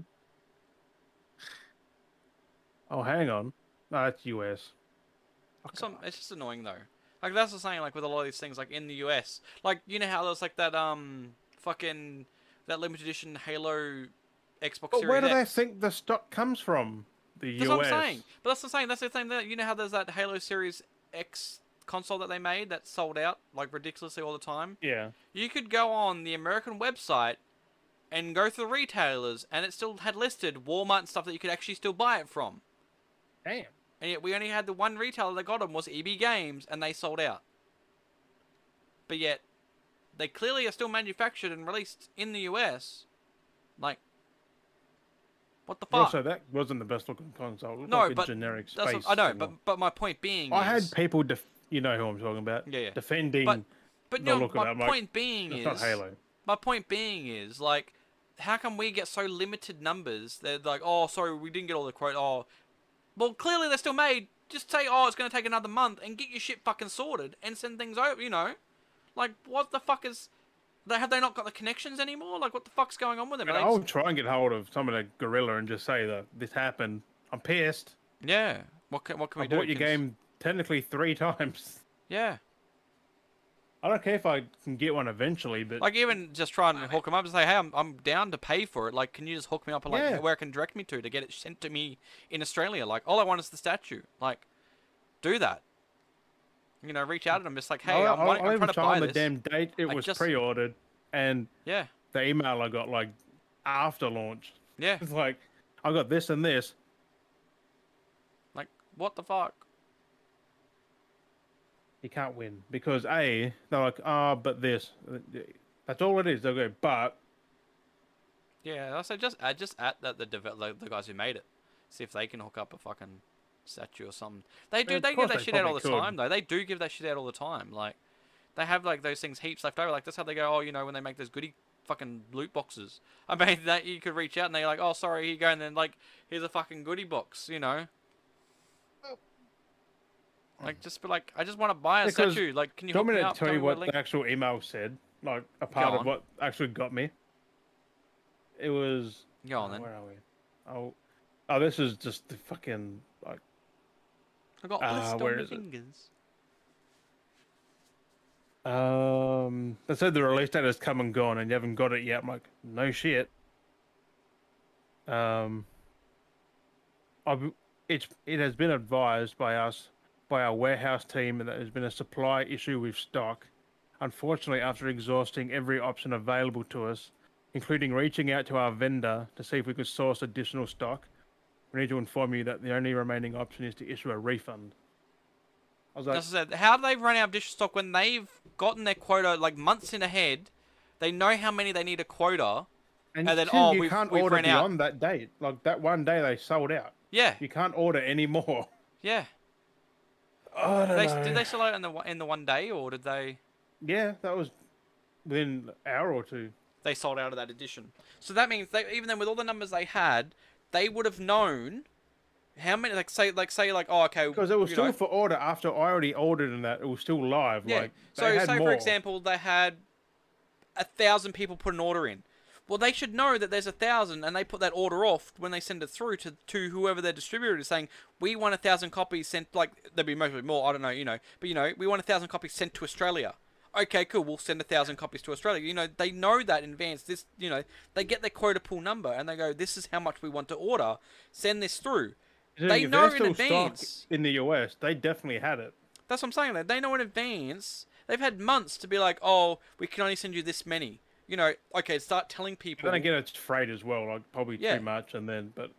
B: Oh, hang on. No, that's US. Oh,
A: It's, un- it's just annoying though. Like that's the saying. Like with a lot of these things, like in the US, like you know how there's like that um fucking that limited edition Halo Xbox
B: But
A: Series
B: where do they
A: X.
B: think the stock comes from? The
A: That's
B: US.
A: what I'm saying. But that's what I'm saying. That's the thing. That you know how there's that Halo Series X console that they made that sold out like ridiculously all the time.
B: Yeah.
A: you could go on the American website and go through the retailers, and it still had listed Walmart and stuff that you could actually still buy it from.
B: Damn.
A: And yet we only had the one retailer that got them was EB Games, and they sold out. But yet, they clearly are still manufactured and released in the US. Like, what the fuck?
B: Also, that wasn't the best looking console. It looked
A: no,
B: like a
A: but
B: generic
A: that's
B: space.
A: what- I know,
B: thing.
A: but but my point being,
B: I had
A: is,
B: people. Def- you know who I'm talking about.
A: Yeah, yeah.
B: Defending.
A: But- but
B: the
A: no,
B: look of
A: my
B: that, like,
A: point being
B: it's
A: is
B: not Halo.
A: My point being is like, how come we get so limited numbers? They're like, oh, sorry, we didn't get all the quote. Oh, well, clearly they're still made. Just say, oh, it's gonna take another month, and get your shit fucking sorted, and send things over. You know, like what the fuck is? They have they not got the connections anymore? Like what the fuck's going on with them?
B: But
A: Are they
B: I'll try and get hold of some of the gorilla and just say that this happened. I'm pissed.
A: just- yeah. What can what can
B: I
A: we do?
B: bought your
A: Cons-
B: game technically three times.
A: Yeah.
B: I don't care if I can get one eventually, but
A: Like even just try and hook them up and say, hey, I'm I'm down to pay for it. Like, can you just hook me up and like
B: Yeah.
A: where I can direct me to to get it sent to me in Australia? Like, all I want is the statue. Like, do that. You know, reach out and I'm just like, hey,
B: Mm. I'll,
A: I'm,
B: I'll,
A: wanting-
B: I'll
A: I'm trying
B: even
A: to
B: try on
A: buy
B: the
A: this.
B: damn date. It
A: I
B: was
A: just-
B: pre-ordered, and
A: Yeah.
B: the email I got like after launch.
A: Yeah.
B: It's like I got this and this.
A: Like, what the fuck?
B: You can't win because a they're like ah, but this. That's all it is. They'll go but
A: Yeah, I said just I just at that the deve- like, the guys who made it, see if they can hook up a fucking statue or something. They do.
B: Of
A: They give
B: course
A: that
B: they
A: shit out all the
B: probably could.
A: time though. They do give that shit out all the time. Like, they have like those things heaps left over. Like that's how they go. Oh, you know when they make those goodie fucking loot boxes. I mean that you could reach out and they're like, oh sorry, here you go, and then like here's a fucking goodie box. You know.
B: Oh.
A: Like just be like, I just want to buy a
B: Because-
A: statue. Like, can you
B: Do you
A: hook
B: want
A: me
B: me to
A: up?
B: tell you
A: me where
B: what
A: link-
B: the actual email said? Like a part
A: on.
B: of what actually got me. It was.
A: Go on
B: oh,
A: then.
B: Where are we? Oh, oh, this is just the fucking like.
A: I got
B: Ah,
A: blisters
B: where
A: on my
B: is it?
A: fingers.
B: Um, they said the release date has come and gone, and you haven't got it yet. I'm like, no shit. Um, I've, it's it has been advised by us by our warehouse team that there's been a supply issue with stock. Unfortunately, after exhausting every option available to us, including reaching out to our vendor to see if we could source additional stock, we need to inform you that the only remaining option is to issue a refund. I was like,
A: That's what I said. How do they run out of dish stock when they've gotten their quota like months in ahead? They know how many they need a quota.
B: And,
A: And then,
B: still,
A: oh,
B: you
A: we've-
B: can't
A: we've
B: order
A: ran out.
B: beyond that date. Like that one day they sold out.
A: Yeah,
B: You can't order anymore.
A: yeah.
B: Oh, I don't
A: They,
B: know.
A: did they sell out in the one- in the one day, or did they
B: Yeah, that was within an hour or two.
A: they sold out of that edition? So that means they even then with all the numbers they had, they would have known how many. Like say like say like oh okay
B: Because it was
A: you
B: still
A: know,
B: for order after I already ordered and that it was still live.
A: yeah.
B: Like they
A: so
B: had
A: say
B: more.
A: for example they had a thousand people put an order in. Well, they should know that there's a thousand, and they put that order off when they send it through to to whoever their distributor is, saying we want a thousand copies sent. Like there'd be mostly more. I don't know, you know, but you know, we want a thousand copies sent to Australia. Okay, cool. We'll send a thousand copies to Australia. You know, they know that in advance. This, you know, they get their quota pool number and they go, this is how much we want to order. Send this through.
B: Dude,
A: they
B: if
A: know
B: there's
A: in
B: still stock
A: advance.
B: in the US, they definitely had it.
A: That's what I'm saying. though. They know in advance. They've had months to be like, oh, we can only send you this many. You know, okay, start telling people.
B: Then again, it's freight as well. Like probably
A: Yeah.
B: too much, and then but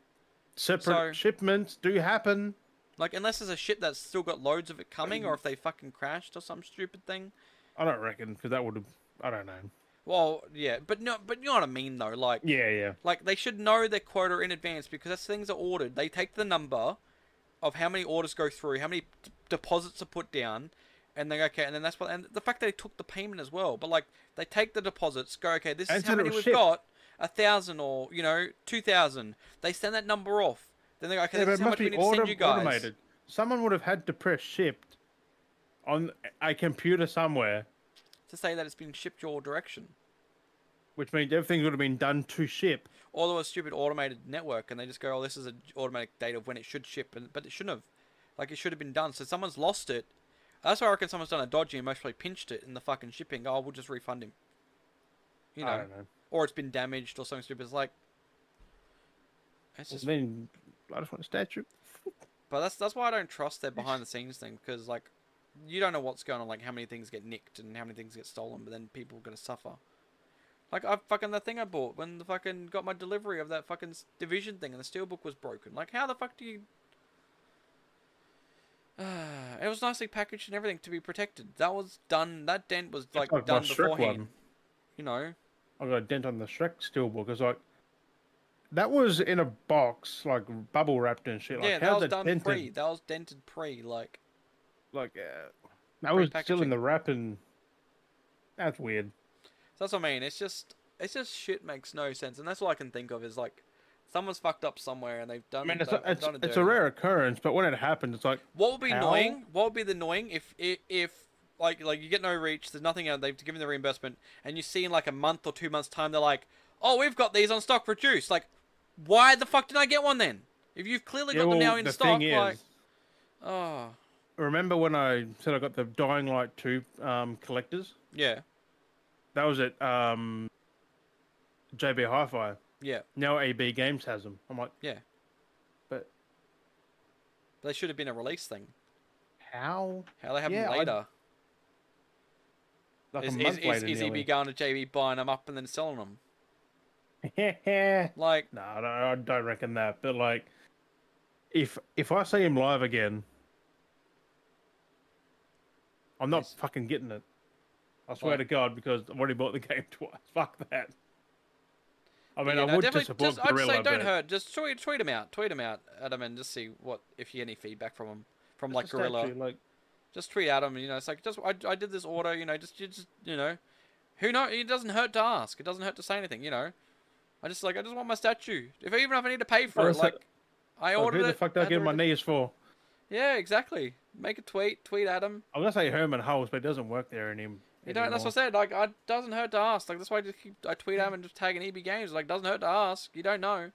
A: So-
B: separate shipments do happen.
A: Like, unless there's a ship that's still got loads of it coming, or if they fucking crashed or some stupid thing.
B: I don't reckon because that would have. I don't know.
A: Well, yeah, but no, but you know what I mean though. Like,
B: Yeah, yeah.
A: like they should know their quota in advance because as things are ordered, they take the number of how many orders go through, how many d- deposits are put down, and they go, okay, and then that's what. And the fact that they took the payment as well, but like they take the deposits, go okay, this
B: And
A: is how
B: said it
A: many
B: was
A: we've
B: shipped.
A: got, a thousand or you know two thousand. They send that number off. Then they go, okay,
B: Yeah, but
A: this is
B: it
A: how
B: must
A: much we
B: be
A: need to
B: auto-
A: send you guys.
B: automated. Someone would have had to press shipped on a computer somewhere,
A: to say that it's been shipped your direction.
B: which means everything would have been done to ship.
A: Or there was stupid automated network, and they just go, "Oh, this is an automatic date of when it should ship," and but it shouldn't have. Like it should have been done. So someone's lost it. That's why I reckon someone's done a dodgy and mostly pinched it in the fucking shipping. Oh, we'll just refund him. You know,
B: I don't know.
A: or it's been damaged or something stupid. It's like, it's just.
B: I mean, I just want a statue.
A: But that's that's why I don't trust their behind the scenes thing because like, you don't know what's going on. Like how many things get nicked and how many things get stolen, but then people are gonna suffer. Like I fucking the thing I bought when the fucking got my delivery of that fucking s- division thing and the steelbook was broken. Like how the fuck do you? it was nicely packaged and everything to be protected. That was done. That dent was like,
B: like my
A: done
B: Shrek
A: beforehand.
B: one.
A: You know.
B: I got a dent on the Shrek steelbook. It's like that was in a box, like bubble wrapped and shit. Like,
A: yeah,
B: how's
A: that was
B: it
A: done
B: dented?
A: pre. That was dented pre. Like
B: Like uh, that was still
A: Pre-packaging.
B: in the wrapping. That's weird.
A: So that's what I mean. It's just it's just shit makes no sense, and that's all I can think of is like someone's fucked up somewhere and they've done.
B: I mean, it's
A: they've
B: a, it's,
A: done
B: it's a
A: dirty.
B: rare occurrence, but when it happened, it's like
A: What would be
B: How?
A: annoying? What would be the annoying if if, if like like you get no reach, there's nothing out. They've given the reimbursement, and you see in like a month or two months time, they're like, "Oh, we've got these on stock reduced." Like, why the fuck did I get one then? If you've clearly
B: yeah,
A: got
B: well,
A: them now in
B: the
A: stock,
B: thing
A: like,
B: is,
A: oh
B: remember when I said I got the Dying Light 2 um, collectors?
A: yeah,
B: That was at um, JB Hi Fi.
A: yeah,
B: Now AB Games has them. I'm like,
A: yeah.
B: but
A: They should have been a release thing.
B: how?
A: How they have
B: Yeah,
A: them
B: I-
A: later?
B: Like
A: Is
B: a
A: is
B: month
A: is,
B: later.
A: is EB
B: nearly.
A: going to JB buying them up and then selling them?
B: no,
A: Like,
B: no, I don't reckon that. But like, if if I see him live again, I'm not
A: Yes.
B: fucking getting it. I swear
A: Like-
B: to God, because I've already bought the game twice. Fuck that. I mean,
A: yeah,
B: I
A: no,
B: would
A: definitely
B: just support
A: just- I'd
B: Gorilla,
A: say don't
B: but
A: hurt. Just tweet, tweet him out. Tweet him out at him and just see what if you get any feedback from him from like
B: just
A: Gorilla.
B: actually, like,
A: Just tweet at him. You know, it's like just I, I did this order. You know, just you just you know, who know? It doesn't hurt to ask. It doesn't hurt to say anything. You know, I just like I just want my statue. If even if I need to pay for
B: Oh,
A: it,
B: so-
A: like I
B: like,
A: ordered
B: oh, who the
A: it,
B: fuck
A: I
B: did I
A: had to
B: get my
A: order-
B: knees for?
A: Yeah, exactly. Make a tweet. Tweet at him.
B: I'm gonna say Herman Hulse, but it doesn't work there any, anymore.
A: You know, that's what I said. Like, I doesn't hurt to ask. Like, that's why I just keep I tweet at him and just tag an EB Games. Like, doesn't hurt to ask. You don't know.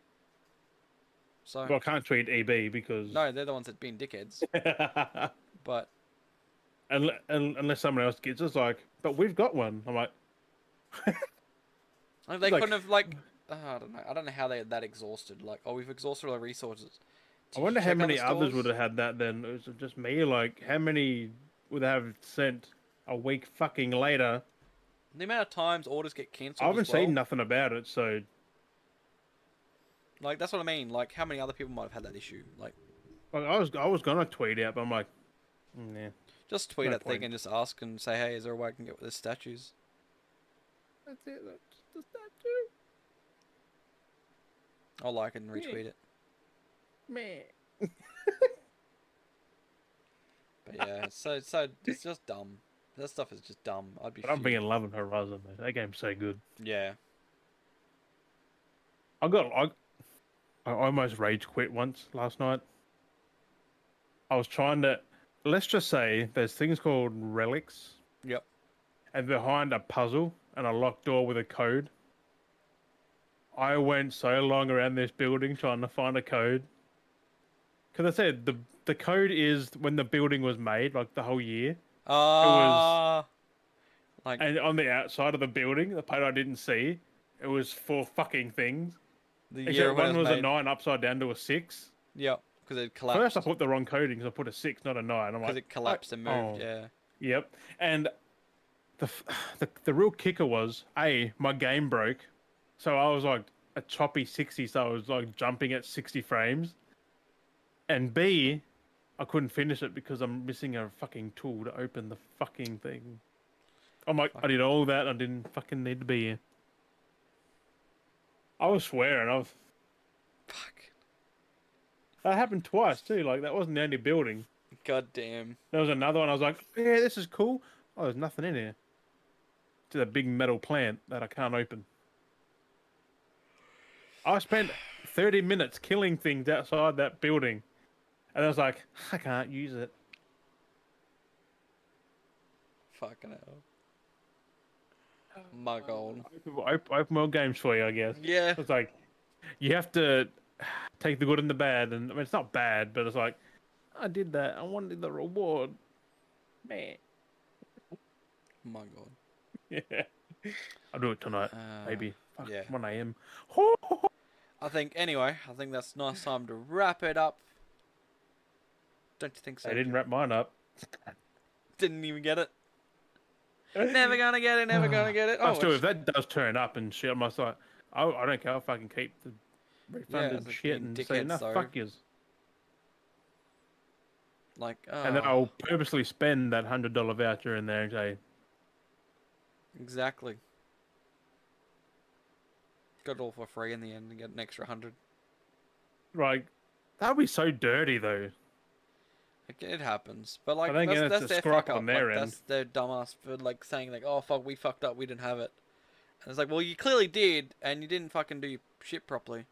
A: So
B: Well, I can't tweet EB because
A: no, they're the ones that been dickheads. But
B: Unle- un- unless someone else gets us like, but we've got one. I'm like,
A: like, they
B: Like-
A: couldn't have like. Uh, I don't know. I don't know how they're that exhausted. Like, oh, we've exhausted all our resources. Did
B: I
A: you
B: wonder how
A: check other
B: many others
A: stores?
B: would have had that then. It was just me. Like, how many would have sent a week fucking later?
A: The amount of times orders get cancelled.
B: I haven't
A: as well.
B: seen nothing about it, so
A: Like, that's what I mean. Like, how many other people might have had that issue? Like,
B: like, I was I was gonna tweet out, but I'm like, mm, yeah,
A: just tweet
B: No
A: at thing
B: point.
A: and just ask and say, hey, is there a way I can get with the statues?
B: that's it. That's, that's that too.
A: I'll like it and retweet it.
B: Man,
A: But yeah, it's so so it's just dumb. That stuff is just dumb. I'd be.
B: but I'm
A: fuming.
B: being loving Horizon. Man. That game's so good.
A: Yeah.
B: I got I, I almost rage quit once last night. I was trying to let's just say there's things called relics.
A: Yep.
B: And behind a puzzle and a locked door with a code. I went so long around this building trying to find a code. Cause I said the the code is when the building was made, like the whole year.
A: Ah. like
B: And on the outside of the building, the part I didn't see, it was four fucking things.
A: the year
B: Except
A: when
B: one
A: it was
B: was
A: made.
B: a nine upside down to a six.
A: Yep. Because it
B: First,
A: collapsed.
B: I put the wrong coding because I put a six, not a nine. I'm
A: Because
B: like,
A: it collapsed and moved.
B: oh.
A: Yeah.
B: yep. And the, f- the the real kicker was a my game broke, so I was like a choppy sixty, so I was like jumping at sixty frames, and B, I couldn't finish it because I'm missing a fucking tool to open the fucking thing. I'm like, I did all that, and I didn't fucking need to be here. I was swearing. I was.
A: Fuck.
B: That happened twice too. Like that wasn't the only building.
A: God damn.
B: There was another one. I was like, yeah, this is cool. Oh, there's nothing in here. To the big metal plant that I can't open. I spent 30 minutes killing things outside that building. And I was like, I can't use it.
A: Fucking hell. My Oh, god.
B: Open, op- open world games for you, I guess.
A: Yeah.
B: It's like, you have to take the good and the bad. And I mean, it's not bad, but it's like, I did that. I wanted the reward. Man.
A: My god.
B: Yeah. I'll do it tonight,
A: Uh,
B: maybe. Fuck,
A: yeah.
B: 1 a.m.
A: I think anyway. I think that's nice time to wrap it up. Don't you think so?
B: They didn't wrap mine up.
A: Didn't even get it. Never gonna get it. Never gonna get it. Oh,
B: Oh, still,
A: it's-
B: if that does turn up and shit, I'm just like, I, I don't care. I'll fucking keep the refunded
A: it's like
B: shit
A: being
B: and say,
A: dickheads,
B: no,
A: though."
B: fuck yous.
A: like.
B: And then
A: ah,
B: I'll purposely spend that $100 voucher in there and say,
A: Exactly. Got it all for free in the end and get an extra hundred.
B: like, that would be so dirty, though.
A: Like, it happens, but like
B: think
A: that's,
B: it's
A: that's
B: a
A: their
B: screw up
A: fuck up.
B: on their
A: like,
B: end.
A: That's their dumbass for like saying like, "Oh fuck, we fucked up. We didn't have it." And it's like, well, you clearly did, and you didn't fucking do your shit properly.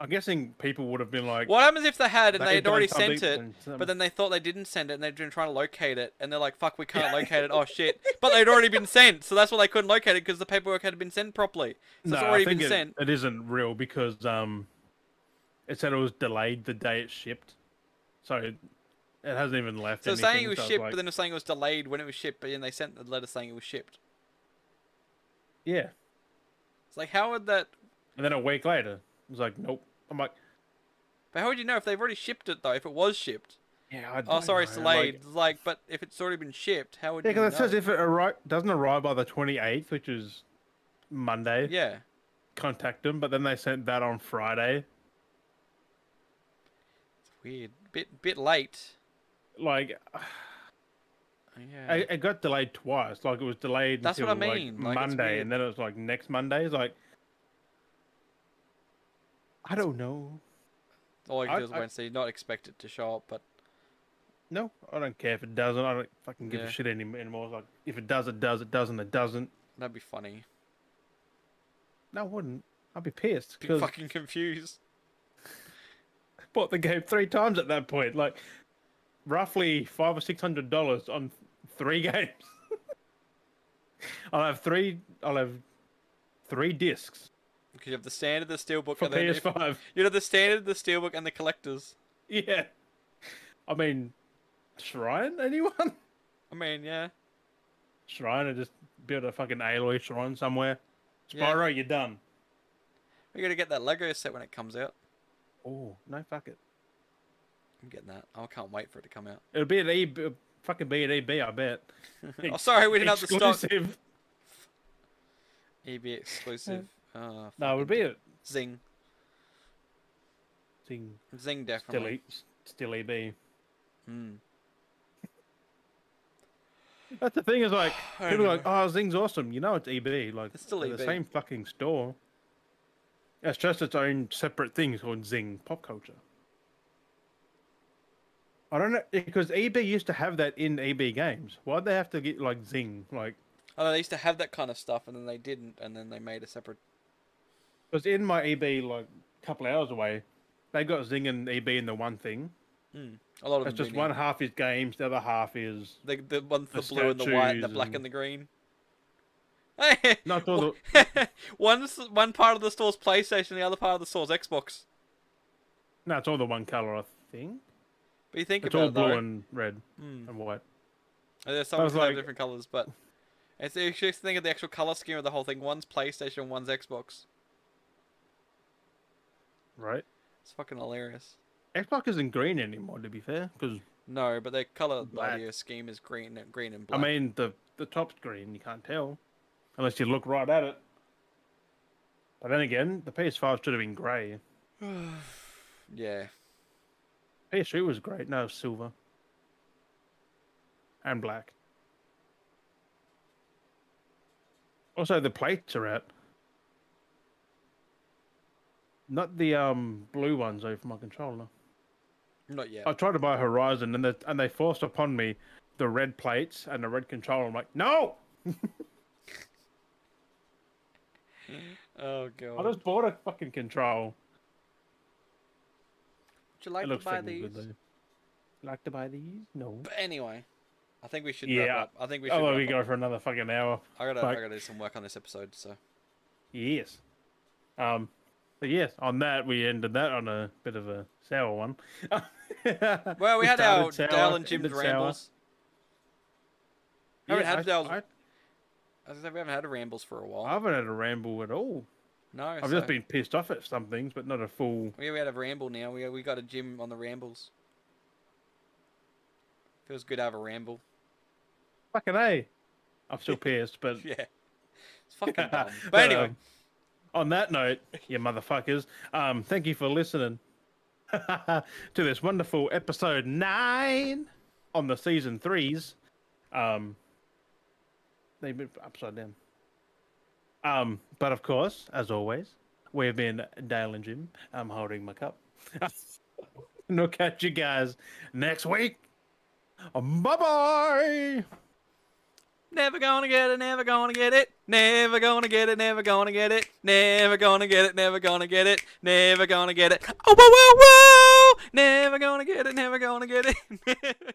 B: I'm guessing people would have been like,
A: What happens if they had and
B: "They've
A: they had
B: done
A: already
B: something
A: sent it,
B: and some-
A: but then they thought they didn't send it, and they've been trying to locate it, and they're like, "Fuck, we can't locate it. Oh shit!" But they'd already been sent, so that's why they couldn't locate it because the paperwork had been sent properly. So
B: no,
A: it's
B: I
A: already
B: think
A: been
B: it-
A: sent.
B: it isn't real because um, it said it was delayed the day it shipped. So it, it hasn't even left.
A: So they're saying
B: anything,
A: it was
B: so it's
A: shipped,
B: like-
A: but then they're saying it was delayed when it was shipped, but then they sent the letter saying it was shipped.
B: Yeah.
A: It's like how would that?
B: And then a week later, it was like, nope. I'm like,
A: But how would you know if they've already shipped it though? If it was shipped?
B: yeah, I
A: Oh,
B: don't
A: sorry, it's
B: know, like-
A: delayed. Like, but if it's already been shipped, how would
B: Yeah,
A: you know?
B: because it says if it arri- doesn't arrive by the 28th, which is Monday,
A: yeah,
B: contact them, but then they sent that on Friday.
A: It's weird. Bit bit late.
B: Like
A: Yeah.
B: it, it got delayed twice. Like it was delayed
A: That's what I
B: until like,
A: mean, like, it's
B: Monday,
A: weird.
B: and then it was like next Monday. It's like I don't know.
A: All I can
B: I-
A: do is
B: I-
A: Wednesday. Not expect it to show up, but
B: No, I don't care if it doesn't. I don't fucking give
A: Yeah.
B: a shit any, anymore. It's Like if it does, it does. It doesn't, it doesn't.
A: that'd be funny.
B: No, I wouldn't. I'd be pissed
A: Be
B: because I
A: fucking confused.
B: bought the game three times at that point. Like roughly five or six hundred dollars on three games. I'll have three. I'll have three discs
A: Because you have the standard, the steelbook,
B: for
A: and then if-
B: PS5.
A: you have the standard, the steelbook, and the collectors.
B: Yeah. I mean, shrine? Anyone?
A: I mean, yeah.
B: Shrine? I just build a fucking Aloy shrine somewhere.
A: Yeah.
B: Spyro, you're done.
A: We gotta get that Lego set when it comes out.
B: Oh no, fuck it.
A: I'm getting that. I can't wait for it to come out.
B: It'll be an E, it'll fucking be an EB, I bet.
A: Oh, sorry, we didn't have the stock.
B: Exclusive.
A: EB exclusive. Uh,
B: No, it would be a
A: Zing.
B: thing.
A: Zing
B: Still,
A: definitely.
B: e, still EB.
A: Mm.
B: That's the thing is like
A: I
B: people are
A: know.
B: like, oh, Zing's awesome. You know it's EB. Like
A: It's still E
B: they're The
A: EB.
B: same fucking store. It's just its own separate thing called Zing Pop Culture. I don't know because EB used to have that in EB games. Why'd they have to get like Zing? Like
A: Oh, no, they used to have that kind of stuff, and then they didn't, and then they made a separate.
B: because in my EB like a couple hours away, they got Zing and EB in the one thing.
A: Mm. A lot of
B: It's
A: them
B: just
A: do now.
B: one half is games, the other half is
A: The the ones the,
B: The
A: blue and the white, the
B: statues
A: black
B: and-
A: and the green.
B: not all the
A: One's one part of the store's PlayStation, the other part of the store's Xbox.
B: no, it's all the one color I think.
A: But you think
B: It's
A: about
B: all
A: it,
B: blue
A: though,
B: and red
A: Mm.
B: and white.
A: and there's some
B: was
A: that have
B: like-
A: different colors, but it's if you think of the actual color scheme of the whole thing. One's PlayStation, one's Xbox.
B: Right.
A: It's fucking hilarious.
B: Xbox isn't green anymore, to be fair, because
A: No, but their color
B: Black.
A: audio scheme is green, and green and
B: I
A: black.
B: mean the the top's green, you can't tell unless you look right at it. But then again, the PS5 should have been grey.
A: yeah,
B: PS3 was great. No, it was silver and black. Also, the plates are out. Not the um blue ones though for my controller.
A: not yet.
B: I tried to buy Horizon, and they, and they forced upon me the red plates and the red controller. I'm like, no,
A: oh
B: I
A: god,
B: just bought a fucking control.
A: would you like
B: it
A: to
B: looks
A: buy
B: fucking
A: these?
B: good though. Like to buy these? No.
A: but anyway, I think we should
B: Yeah.
A: wrap up. I think we should.
B: Oh,
A: wrap
B: we
A: up.
B: go for another fucking hour.
A: I gotta, I
B: Fuck.
A: gotta do some work on this episode. So
B: Yes. Um. But yes, on that we ended that on a bit of a sour one.
A: well, we, had
B: started
A: our
B: sour,
A: Dale and Jim's
B: ended sour.
A: rambles. haven't had
B: I-
A: Dale's-
B: I,
A: I was gonna say, we haven't had a rambles for a while.
B: I haven't had a ramble at all.
A: no,
B: I've
A: so-
B: just been pissed off at some things, but not a full.
A: Yeah, we had a ramble now. We we got a gym on the rambles. Feels good to have a ramble.
B: Fucking a. I'm still pissed, but
A: Yeah. It's fucking dumb. But anyway,
B: um, on that note, you motherfuckers, um, thank you for listening to this wonderful episode nine on the season threes. Um, they've been upside down. Um, but of course, as always, we've been Dale and Jim. I'm holding my cup. and we'll catch you guys next week. Bye bye.
A: never gonna get it, never gonna get it. Never gonna get it, never gonna get it. Never gonna get it, never gonna get it. Never gonna get it. Oh, whoa, whoa, whoa! Never gonna get it, never gonna get it.